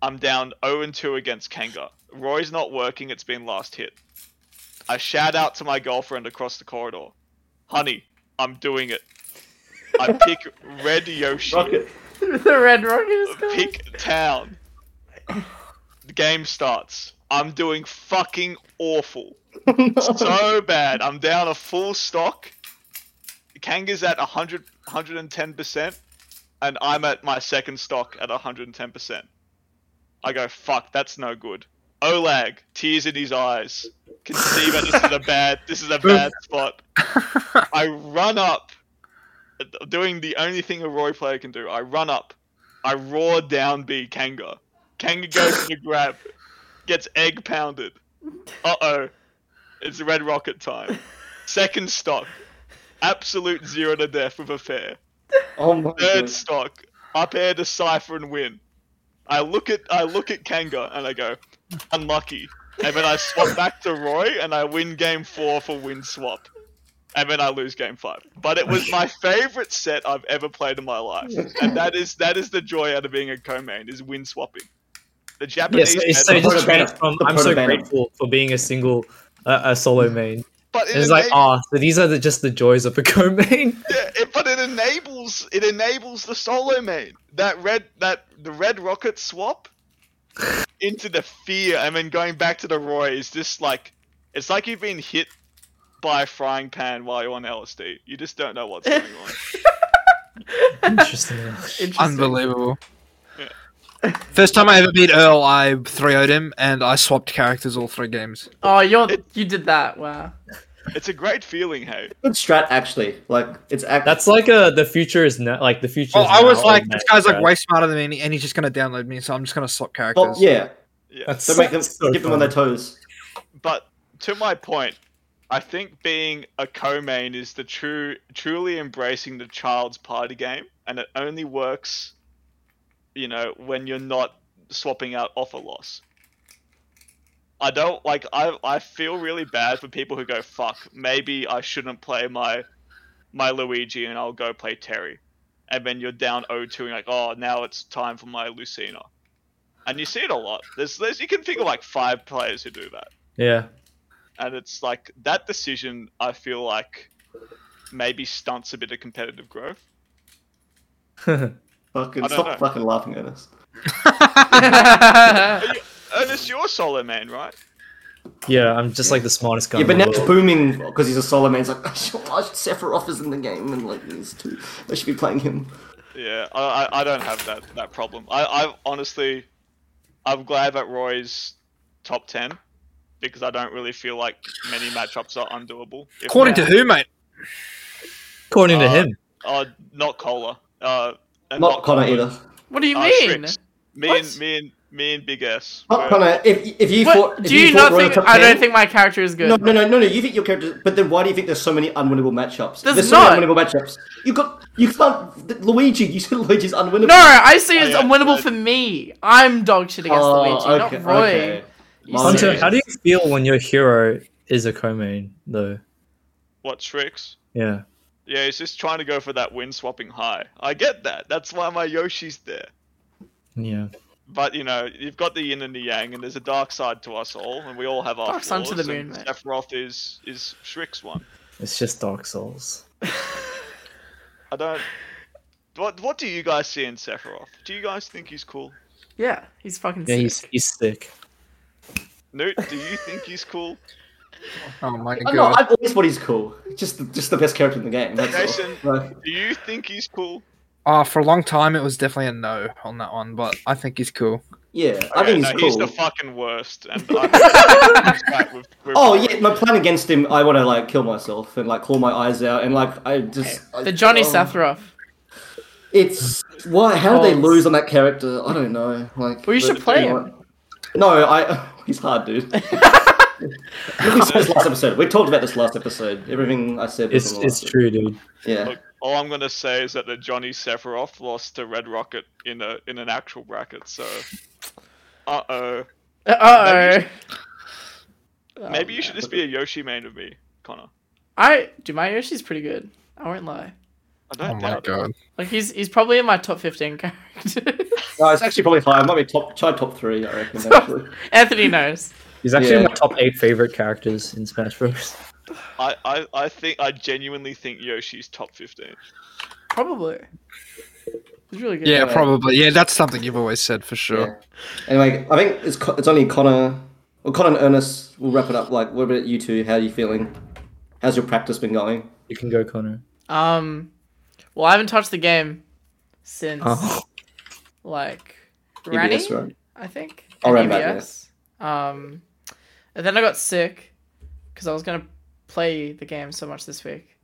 B: I'm down 0 and 2 against Kanga. Roy's not working. It's been last hit. I shout out to my girlfriend across the corridor. Honey, I'm doing it. I pick Red Yoshi
E: Rocket.
A: the Red Rocket is coming.
B: pick town. The game starts. I'm doing fucking awful. so bad. I'm down a full stock. Kanga's at 100, 110%, and I'm at my second stock at 110%. I go, fuck, that's no good. Olag, tears in his eyes, can see that this is a bad, this is a bad spot. I run up, doing the only thing a Roy player can do. I run up, I roar down B Kanga. Kanga goes to the grab, gets egg pounded. Uh oh, it's red rocket time. Second stock. absolute zero to death with a fair.
E: Oh my
B: Third
E: god.
B: stock, up air to cipher and win. I look at I look at Kanga and I go, unlucky. And then I swap back to Roy and I win game four for win swap. And then I lose game five. But it was my favorite set I've ever played in my life. And that is that is the joy out of being a co-main is win swapping. The
C: Yes,
B: Japanese
C: yeah, so,
B: meta-
C: so it just
E: Proto-banner.
C: changed from
E: The
C: I'm so
E: proto-banner.
C: grateful for being a single uh, a solo main.
B: but it
C: It's like
B: enab-
C: ah, so these are the, just the joys of a co main.
B: Yeah, it, but it enables it enables the solo main that red that the red rocket swap into the fear and then going back to the Roy is just like it's like you've been hit by a frying pan while you're on LSD. You just don't know what's going on.
C: Interesting.
F: Unbelievable. First time I ever beat Earl, I 3 0'd him and I swapped characters all three games.
A: Oh, you're you did that. Wow.
B: It's a great feeling, hey.
E: Good strat actually. Like it's act-
C: That's like a the future is now, like the future.
F: Well,
C: is
F: I
C: now
F: was like,
C: on
F: this guy's like
C: Minecraft.
F: way smarter than me and he's just going to download me, so I'm just going to swap characters.
E: well, oh, yeah.
B: Yeah.
C: That's
E: So make them
C: so
E: keep them on
C: funny.
E: their toes.
B: But to my point, I think being a co-main is the true truly embracing the child's party game, and it only works, you know, when you're not swapping out offer loss. I don't like I I feel really bad for people who go fuck. Maybe I shouldn't play my my Luigi and I'll go play Terry, and then you're down 0-2 and you're like oh now it's time for my Lucina, and you see it a lot. There's there's you can think of like five players who do that
C: Yeah.
B: and it's like that decision i feel like maybe stunts a bit of competitive growth
E: Fucking
B: I don't
E: stop
B: know.
E: fucking laughing at us.
B: ernest you're a solo man right
C: yeah, I'm just like the smartest guy.
E: Yeah, but
C: in the
E: now it's
C: world.
E: booming because he's a solo man. He's like, I should, I should, Sephiroth is in the game and like he's too. I should be playing him.
B: yeah i i, I don't have that that problem i i honestly i'm glad that roy's top 10 because i don't really feel like many matchups are undoable If
F: According
B: not-
F: to who, mate?
C: according to
B: Uh,
C: him,
B: uh, not cola uh and
E: Not Connor either.
A: what do you
B: uh,
A: mean?
B: Shrix. me
A: What?
B: and me and me and big s
E: Not Connor. If if you
A: What?
E: thought, if
A: Do you,
E: thought
A: not
E: Roy
A: think?
E: top
A: I don't
E: 10
A: think my character is good.
E: No, no, no, no, no. You think your character, but then why do you think there's so many unwinnable matchups?
A: There's
E: there's
A: not.
E: so many unwinnable matchups. You got, you can't. th- Luigi, you said Luigi's unwinnable.
A: No, I see
C: Oh,
A: it as
B: yeah,
A: unwinnable
B: uh,
A: for me. I'm dog shit against
E: Oh,
A: Luigi,
E: okay,
A: not Roy.
E: okay. My
C: Hunter,
E: bad.
C: how do you feel when your hero is a co main though?
B: what tricks
C: Yeah.
B: Yeah, it's just trying to go for that win swapping high. I get that. That's why my Yoshi's there.
C: Yeah.
B: But you know, you've got the yin and the yang, and there's a dark side to us all, and we all have our
A: Dark sun to
B: flaws,
A: the
B: and
A: moon, mate.
B: Sephiroth is is Shrek's one.
C: It's just Dark Souls.
B: I don't. What what do you guys see in Sephiroth? Do you guys think he's cool?
A: Yeah, he's fucking
C: Yeah,
A: sick.
C: he's he's sick.
B: Newt, do you think he's cool?
F: Oh my
E: I know,
F: god.
E: I've always thought he's cool. Just, the, just the best character in the game. That's
B: Jason.
E: All. Like,
B: Do you think he's cool?
F: Ah, for a long time, it was definitely a no on that one, but I think he's cool.
E: yeah, I
B: Okay,
E: think he's
B: no,
E: cool.
B: he's the fucking worst. And I'm, right, with, with
E: Oh yeah, my plan against him. I want to like kill myself and like claw my eyes out and like I just I-
A: the Johnny
E: oh,
A: Sathroff.
E: It's why? How did they
A: Balls.
E: lose on that character? I don't know. Like
A: Well, you
E: but-
A: should play him.
E: No, I. He's hard, dude. Look, we said this last episode. We talked about this last episode. Everything I said. was
C: It's
E: on the
C: it's
E: last
C: true, dude.
E: Yeah.
B: Look, all I'm gonna say is that the Johnny Sephiroth lost to Red Rocket in a in an actual bracket. So, uh oh.
A: Uh
B: Maybe
A: oh.
B: Maybe you should just be a Yoshi main of me, Connor.
A: I do my Yoshi's pretty good. I won't lie.
B: I
F: Oh
B: don't
F: my
B: doubt it.
F: god.
A: Like he's he's probably in my top fifteen characters.
E: No, it's actually probably high. It might be top. Try top three. I reckon. Actually.
A: Anthony knows.
C: He's actually
E: Yeah.
C: my top eight favorite characters in Smash Bros.
B: I, I, I think I genuinely think Yoshi's top fifteen.
A: Probably. He's really good.
F: Yeah,
E: Yeah.
F: probably. Yeah, that's something you've always said for sure.
E: Yeah. Anyway, I think it's Co- it's only Connor. Well, Connor and Ernest. We'll wrap it up. Like, what about you two? How are you feeling? How's your practice been going?
C: You can go, Connor.
A: Um well I haven't touched the game since
C: Oh,
A: like Granny,
E: EBS, right?
A: I think.
E: Oh,
A: and
E: around that,
A: EBS. Um and then I got sick because I was gonna play the game so much this week.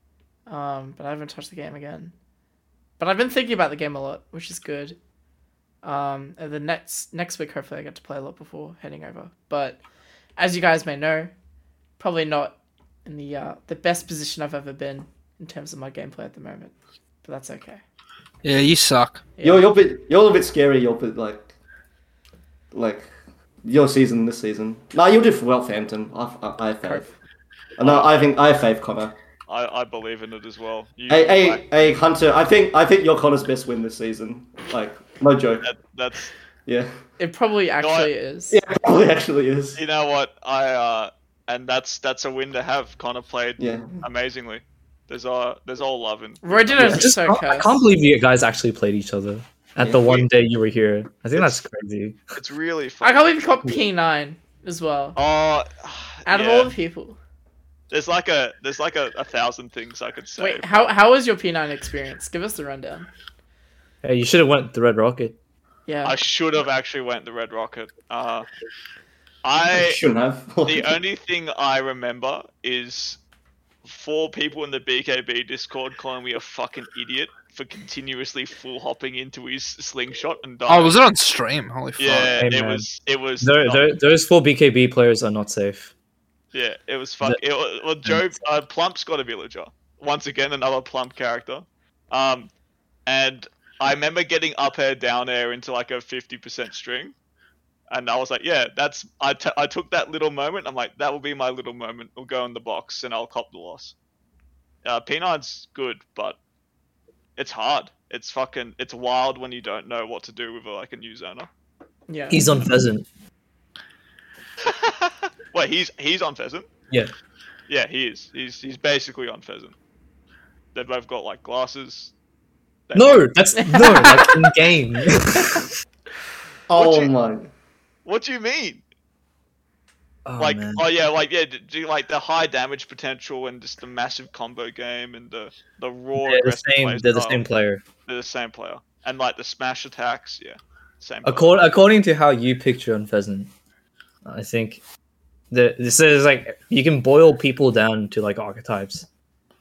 A: Um, but I haven't touched the game again. But I've been thinking about the game a lot, which is good. Um, and the next next week, hopefully, I get to play a lot before heading over. But as you guys may know, probably not in the uh, the best position I've ever been in terms of my gameplay at the moment, but that's okay.
F: Yeah, you suck.
E: You're you're a bit you're a little bit scary. You're a bit like like your season this season. No, you'll do well, Hampton. I, I, I have faith. No, I think I have faith, Connor.
B: I, I believe in it as well. You,
E: Hey, hey,
B: like,
E: hey, Hunter. I think I think you're Connor's best win this season. Like, no joke.
B: that, that's
E: Yeah,
A: It probably actually
B: I-
A: is.
E: yeah, probably actually is.
B: you know what I uh, and that's that's a win to have. Connor played
E: Yeah.
B: amazingly. There's all there's all love and
A: Roy did
C: I
A: it
C: just
A: so
C: can't- I
A: cursed.
C: can't believe you guys actually played each other at the
E: Yeah.
C: one day you were here. I think that's crazy.
B: it's really fun.
A: I can't believe you got P9 as well.
B: Oh,
A: Out of
B: yeah.
A: all the people.
B: there's like a there's like a, a thousand things I could say.
A: Wait, how how was your P9 experience? Give us the rundown.
C: Hey, you should have went the Red Rocket.
A: Yeah.
B: I should have actually went the Red Rocket. Uh, I
E: shouldn't have.
B: the only thing I remember is four people in the BKB Discord calling me a fucking idiot for continuously full hopping into his slingshot and dying.
F: Oh, was it on stream? Holy fuck.
B: yeah,
C: Hey,
B: it
C: man.
B: was. It was.
C: Tho-
B: not-
C: tho- those four BKB players are not safe.
B: Yeah, it was fuck. It was, well, Joe uh, Plump's got a villager once again, another Plump character. Um, and I remember getting up air, down air into like a fifty percent string, and I was like, yeah, that's. I, t- I took that little moment. I'm like, that will be my little moment. We'll go in the box and I'll cop the loss. Uh, P9's good, but it's hard. It's fucking. It's wild when you don't know what to do with like a new zoner.
A: yeah.
C: He's on pheasant.
B: Wait, he's he's on pheasant.
C: Yeah.
B: Yeah, he is. He's he's basically on pheasant. They've both got like glasses. They-
C: No, that's no, like in game.
E: oh
B: What you-
E: my.
B: What do you mean?
C: Oh,
B: like,
C: man.
B: oh yeah, like yeah, d- do like the high damage potential and just the massive combo game and the the oh, raw.
C: they're the
B: aggressive
C: same.
B: play
C: They're the
B: style.
C: same player.
B: They're the same player. And like the smash attacks, yeah, same. player.
C: According according to how you picture on pheasant, I think the this is like you can boil people down to like archetypes.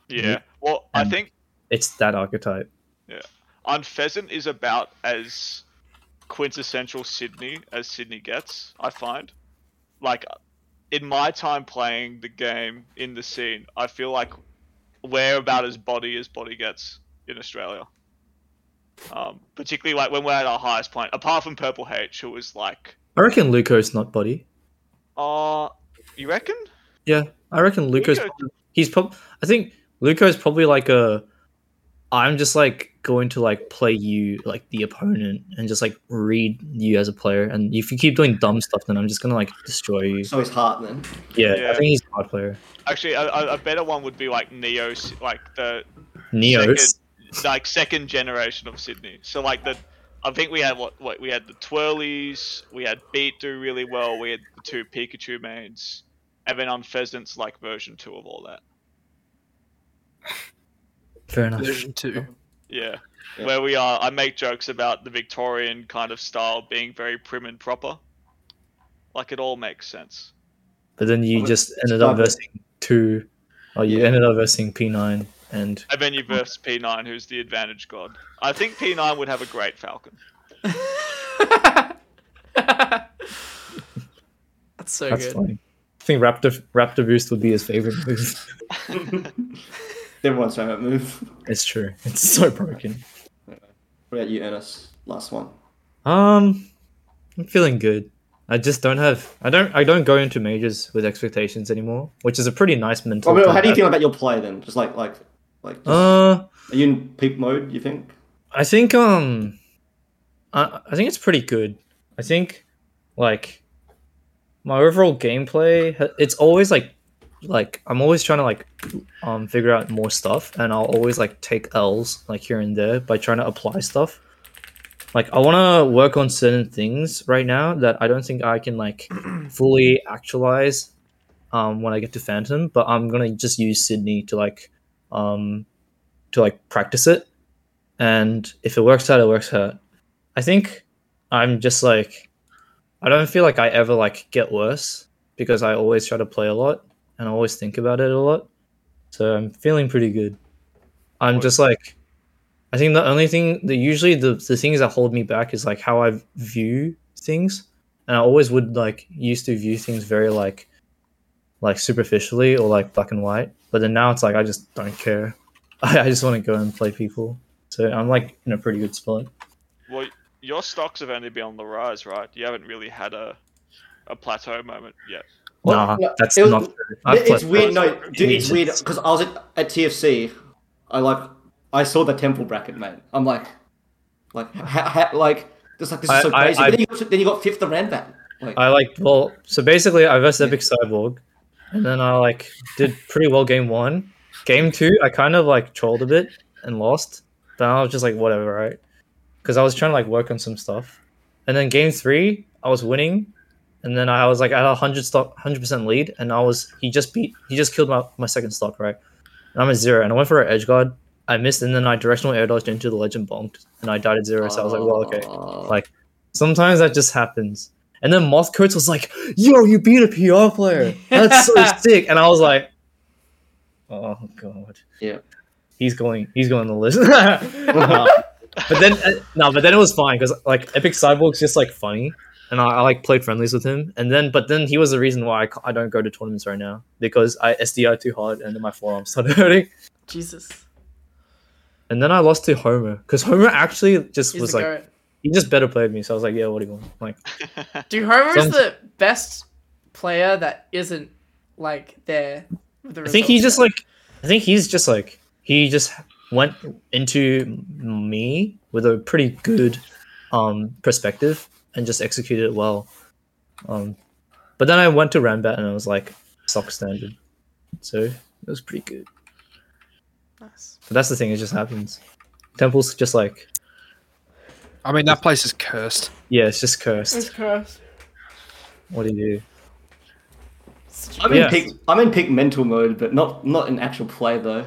B: Yeah. Well, I
C: Um,
B: think
C: It's that archetype.
B: on pheasant is about as quintessential Sydney as Sydney gets. I find, like, in my time playing the game in the scene, I feel like we're about as body as body gets in Australia. Um, particularly like when we're at our highest point, apart from Purple H, who was like,
C: I reckon Luco's not body.
B: "Uh, you reckon?"
C: Yeah, I reckon Luco's.
B: Luco-
C: prob- He's probably. I think Luco's probably like a. I'm just like going to like play you like the opponent and just like read you as a player. And if you keep doing dumb stuff, then I'm just gonna like destroy you.
E: So his heart then.
C: Yeah, I
B: Yeah.
C: think he's a hard player.
B: Actually, a- a, a better one would be like Neo, Sy- like the
C: Neos.
B: second, like second generation of Sydney. So like the, I think we had what, what we had the Twirlies, we had Beat do really well, we had the two Pikachu mains, and then on Pheasants like version two of all that.
C: Fair enough.
F: Version 2.
B: Yeah.
E: Yeah.
B: Where we are, I make jokes about the Victorian kind of style being very prim and proper. Like it all makes sense.
C: But then you
E: Well,
C: just ended up
E: probably-
C: versing two, or you
E: Yeah.
C: ended up versing P9 and
B: And then you
E: Hmm.
B: verse P9, who's the advantage god. I think P9 would have a great Falcon.
A: That's so
C: that's
A: good.
C: fine. I think Raptor Raptor Boost would be his favorite move.
E: Everyone's favorite move.
C: it's true. It's so broken.
E: What about you, Ernest? Last one.
C: Um, I'm feeling good. I just don't have. I don't. I don't go into majors with expectations anymore, which is a pretty nice mental.
E: Oh, well,
C: thing
E: how do you
C: to
E: feel about your play then? Just like like like.
C: have. Uh,
E: Are you in peak mode? You think?
C: I think um, I I think it's pretty good. I think, like, my overall gameplay. ha- It's always like, like I'm always trying to like, um, figure out more stuff, and I'll always like take L's like here and there by trying to apply stuff. Like I want to work on certain things right now that I don't think I can like fully actualize um, when I get to Phantom, but I'm gonna just use Sydney to like um, to like practice it and if it works out it works out i think i'm just like i don't feel like i ever like get worse because i always try to play a lot and i always think about it a lot so i'm feeling pretty good i'm just like i think the only thing that usually the, the things that hold me back is like how i view things and i always would like used to view things very like like superficially or like black and white but then now it's like i just don't care I, I just want to go and play people. So I'm like in a pretty good spot.
B: Well, your stocks have only been on the rise, right? You haven't really had a a plateau moment yet.
E: Well,
C: nah,
E: no,
C: that's
E: it was-
C: not. true. I've
E: it's
C: played-
E: weird. No, dude, it's weird
C: Jesus.
E: because I was at, at TFC. I like I saw the temple bracket, man. I'm like, like, ha, ha, like, just like this is
C: I-
E: so
C: I-
E: crazy.
C: I-
E: but then you, got, then you got fifth around that. Like,
C: I like well, so basically I versed Epic Cyborg, and then I like did pretty well game one. Game two, I kind of like trolled a bit and lost. Then I was just like whatever, right? Because I was trying to like work on some stuff, and then game three I was winning, and then I was like at a hundred stock, hundred percent lead, and I was he just beat he just killed my my second stock, right? And I'm at zero, and I went for an edge guard. I missed, and then I directional air dodged into the legend bonked, and I died at zero. So I was like, well, okay.
E: Uh,
C: Like sometimes that just happens. And then Moth Coats was like, "Yo, you beat a PR player. That's so sick." And I was like, "Oh god,
E: Yeah.
C: he's going, he's going on the list." Nah. But then, uh, no, but then it was fine because like Epic Cyborg's just like funny, and I, I like played friendlies with him. And then, but then he was the reason why I, ca- I don't go to tournaments right now because I SDI too hard and then my forearm started hurting.
A: Jesus.
C: And then I lost to Homer because Homer actually just
A: He's
C: was
A: the
C: like
A: goat.
C: he just better played me. So I was like, "Yeah, what do you want?" Like.
A: Dude, Homer's
C: Some-
A: the best player that isn't like there. With the
C: I think
A: results
C: he's just
A: yet.
C: like, I think he's just like, he just went into me with a pretty good um, perspective and just executed it well. Um, but then I went to Rambat and I was like, stock standard. So it was pretty good.
A: Nice.
C: But that's the thing, it just happens. Temple's just like,
F: I mean, that place is cursed.
C: yeah, it's just cursed.
A: crossed.
C: What do you do?
E: I'm in
C: yeah.
E: peak. I'm in peak mental mode, but not not in actual play though.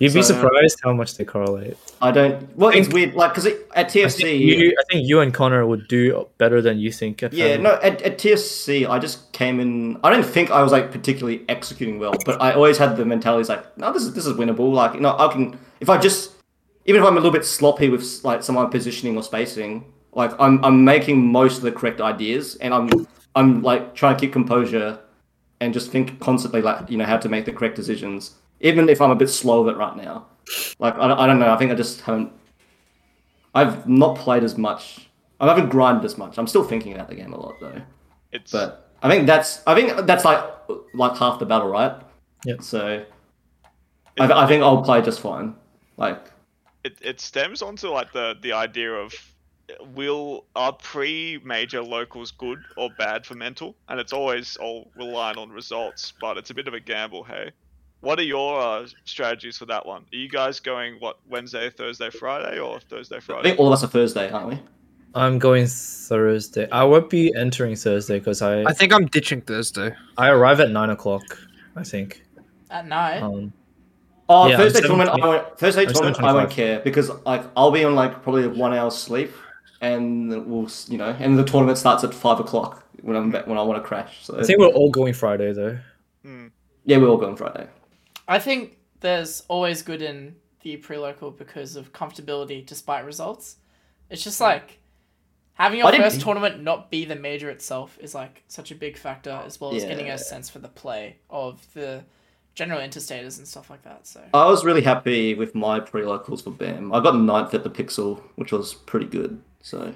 C: You'd be
E: So-
C: surprised how much they correlate.
E: I don't. Well, it's weird. Like, cause it, at
C: I
E: TFC,
C: think, you, I think you and Connor would do better than you think. at
E: Yeah,
C: Family.
E: no, at, at TSC, I just came in. I don't think I was like particularly executing well, but I always had the mentality it's like, no, this is this is winnable. Like, no, I can if I just even if I'm a little bit sloppy with like some of my positioning or spacing, like I'm I'm making most of the correct ideas, and I'm I'm like trying to keep composure and just think constantly like you know how to make the correct decisions, even if I'm a bit slow of it right now. Like I, don't- I don't know. I think I just haven't. I've not played as much. I haven't grinded as much. I'm still thinking about the game a lot though.
B: It's
E: But I think that's I think that's like like half the battle, right?
C: Yep.
E: So I, I think I'll play just fine. Like
B: it, it stems onto like the the idea of will are pre-major locals good or bad for mental and it's always all relying on results but it's a bit of a gamble hey what are your uh, strategies for that one are you guys going what wednesday thursday friday or thursday
E: I
B: friday
E: think all of us are Thursday, aren't we?
C: I'm going Thursday. I won't be entering Thursday because I
F: I think I'm ditching Thursday.
C: I arrive at nine o'clock, I think.
A: At night.
C: Um,
E: Oh,
C: Yeah, I'm
E: Thursday
C: seven
E: tournament. I
C: twenty-
E: won't, Thursday
C: I'm
E: tournament.
C: seven
E: I won't
C: twenty-five.
E: care because like I'll be on like probably one hour sleep, and we'll s- you know, and the tournament starts at five o'clock when I'm when I want to crash. So
C: I think we're all going Friday though.
E: yeah, we're all going Friday.
A: I think there's always good in the pre-local because of comfortability despite results. It's just like having
E: Hmm. I
A: your
E: didn't-
A: first tournament not be the major itself is like such a big factor as well as getting
E: Yeah.
A: a sense for the play of the general interstaters and stuff like that. So
E: I was really happy with my pre locals for BAM. I got ninth at the Pixel, which was pretty good. So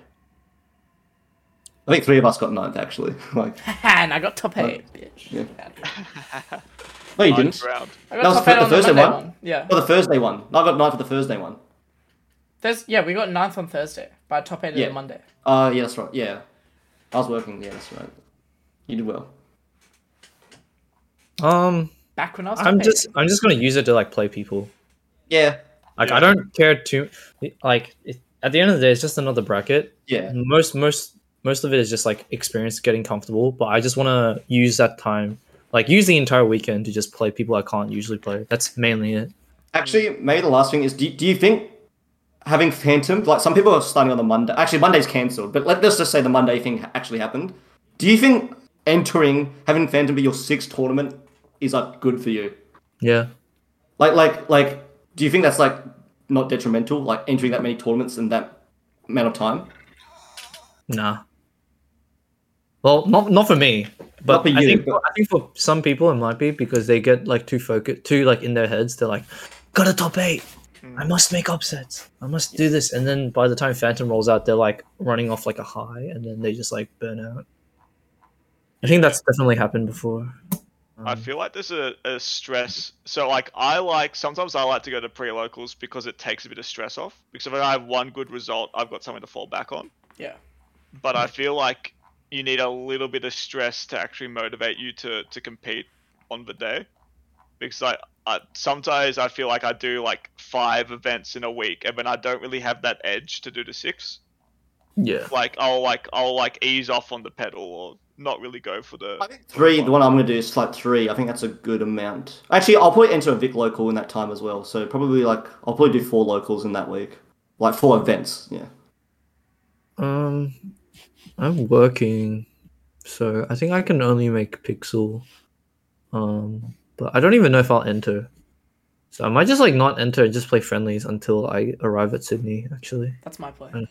E: I think three of us got ninth actually. Like
A: and I got top eight, bitch.
E: Oh. yeah.
A: Get outta here.
E: no, you
B: Ninth
E: didn't.
B: round.
A: I got
E: That was
A: top
E: the-
A: eight
E: the
A: on the
E: Thursday
A: Monday
E: one?
A: one. Yeah.
E: Oh, the Thursday one. I got ninth for the Thursday one.
A: There's yeah, we got ninth on Thursday, but I top eight
E: Yeah.
A: on Monday.
E: Uh yeah, that's right. Yeah, I was working. Yeah, that's right. You did well.
C: Um,
A: Back when I was top
C: I'm
A: eight.
C: just I'm just gonna use it to like play people.
E: Yeah,
C: Like I don't care too. Like it, at the end of the day, it's just another bracket.
E: yeah.
C: Most most most of it is just like experience getting comfortable. But I just want to use that time, like use the entire weekend to just play people I can't usually play. That's mainly it.
E: Actually, maybe the last thing is: do, do you think having Phantom, like some people are starting on the Monday. Actually, Monday's cancelled, but let, let's just say the Monday thing ha- actually happened. Do you think entering having Phantom be your sixth tournament is like good for you?
C: Yeah.
E: Like, like, like, do you think that's like not detrimental? Like entering that many tournaments in that amount of time?
C: Nah. Well, not not for me, but
E: Not for
C: I
E: you,
C: think
E: but-
C: for, I think for some people it might be because they get like too focused, too like in their heads. They're like, got a top eight. I
E: Mm.
C: must make upsets. I must do this. And then by the time Phantom rolls out, they're like running off like a high, and then they just like burn out. I think that's definitely happened before.
B: I feel like there's a, a stress. So like I like sometimes I like to go to pre locals because it takes a bit of stress off. Because if I have one good result, I've got something to fall back on.
A: Yeah.
B: But I feel like you need a little bit of stress to actually motivate you to to compete on the day. Because I, I sometimes I feel like I do like five events in a week, and then I don't really have that edge to do the six.
C: Yeah.
B: Like I'll like I'll like ease off on the pedal or not really go for the.
I: I think
E: Three, the one I'm going to do is like three. I think that's a good amount. Actually, I'll probably enter a Vic local in that time as well. So probably like I'll probably do four locals in that week, like four events. Yeah.
C: Um, I'm working, so I think I can only make Pixel. Um, but I don't even know if I'll enter. So I might just like not enter and just play friendlies until I arrive at Sydney. Actually,
A: That's my play.
C: Mm.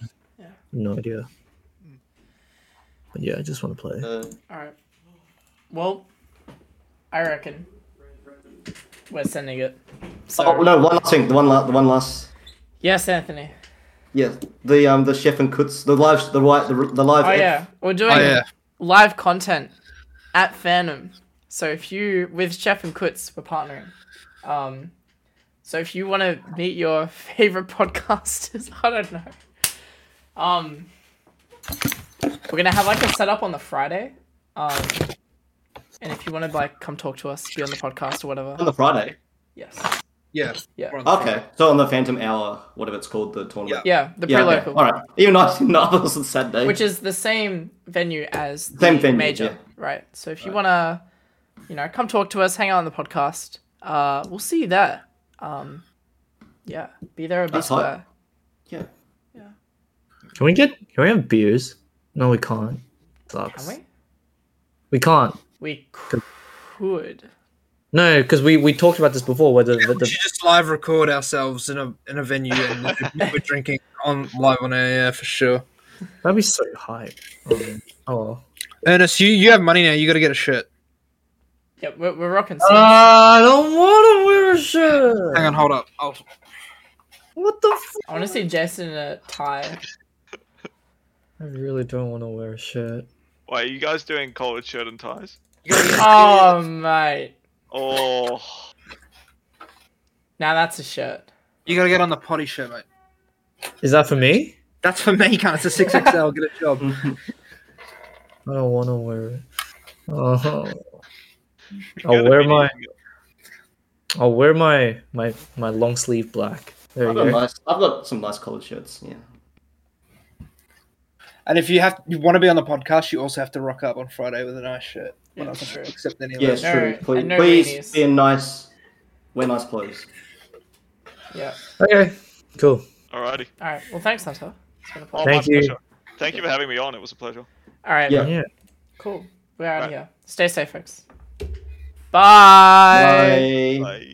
C: no idea. But yeah, I just want to play.
E: Uh,
A: All right. Well, I reckon we're sending it. So
E: oh no! One last thing. The one, la- the one last.
A: yes, Anthony.
E: Yeah, the um, the chef and Kutz, the live, the right, the, the live.
A: Oh yeah, we're doing
F: Oh, yeah.
A: live content at Phantom. So if you with Chef and Kutz, we're partnering. Um, so if you want to meet your favorite podcasters, I don't know. Um, we're gonna have like a setup on the Friday. Um, and if you want to like come talk to us, be on the podcast or whatever,
E: on the Friday.
A: yes,
F: Yeah.
A: Yeah.
F: We're on the phone.
E: Okay, so on the Phantom Hour, whatever it's called, the tournament.
A: yeah, the
E: Yeah, okay.
A: pre-local.
E: All right. Even not not on Saturday.
A: which is the same venue as the
E: Same venue,
A: major,
E: yeah.
A: right? So if you wanna, you know, come talk to us, hang out on the podcast. Uh, we'll see you there. Um, yeah, be there or be
E: That's hot.
A: square.
E: yeah.
C: Can we get? Can we have beers? No, we can't. Sucks.
A: Can we?
C: We can't.
A: We could.
C: No, because we we talked about this before. Whether the,
F: We
C: the
F: should just live record ourselves in a in a venue and like, we're drinking on live on air, yeah, for sure.
C: that'd be so hype. Um, oh. well.
F: Ernest, you, you have money now. You got to get a shirt.
A: Yeah, we're, we're rocking.
C: Uh,
E: Ah!
C: I don't want to wear a shirt.
F: Hang on, hold up. I'll,
C: What the? F-
A: I want to see Jason in a tie.
C: I really don't want to wear a shirt.
B: Wait, are you guys doing collared shirt and ties?
A: Oh mate,
B: Oh,
A: now that's a shirt.
F: you got to get on the potty shirt, mate.
C: Is that for me?
F: That's for me, cunt. It's a six XL. Get a job.
A: Mm.
C: I don't want to wear it. Oh,
B: you
C: I'll
B: gotta
C: wear
B: be-
C: my. I'll wear my my my long sleeve black. There you
E: I've got,
C: go.
E: nice, I've got some nice collared shirts. Yeah.
F: And if you have you want to be on the podcast, you also have to rock up on Friday with a nice shirt.
A: Yeah,
F: Well,
A: that's true.
F: Except any of
E: Yeah, it's
A: No,
E: true. Please,
A: and no
E: please
A: beanies.
E: be in nice, wear nice clothes.
A: Yeah.
C: Okay, cool.
B: Alrighty.
A: All right. Well, thanks, Hunter. It's been a
B: Oh,
A: pleasure.
B: my
C: Thank you.
B: pleasure. Thank you for having me on. It was a pleasure.
A: All right.
E: Yeah.
C: Yeah.
A: Cool. We're out of
B: Right.
A: here. Stay safe, folks. Bye.
E: Bye.
B: Bye.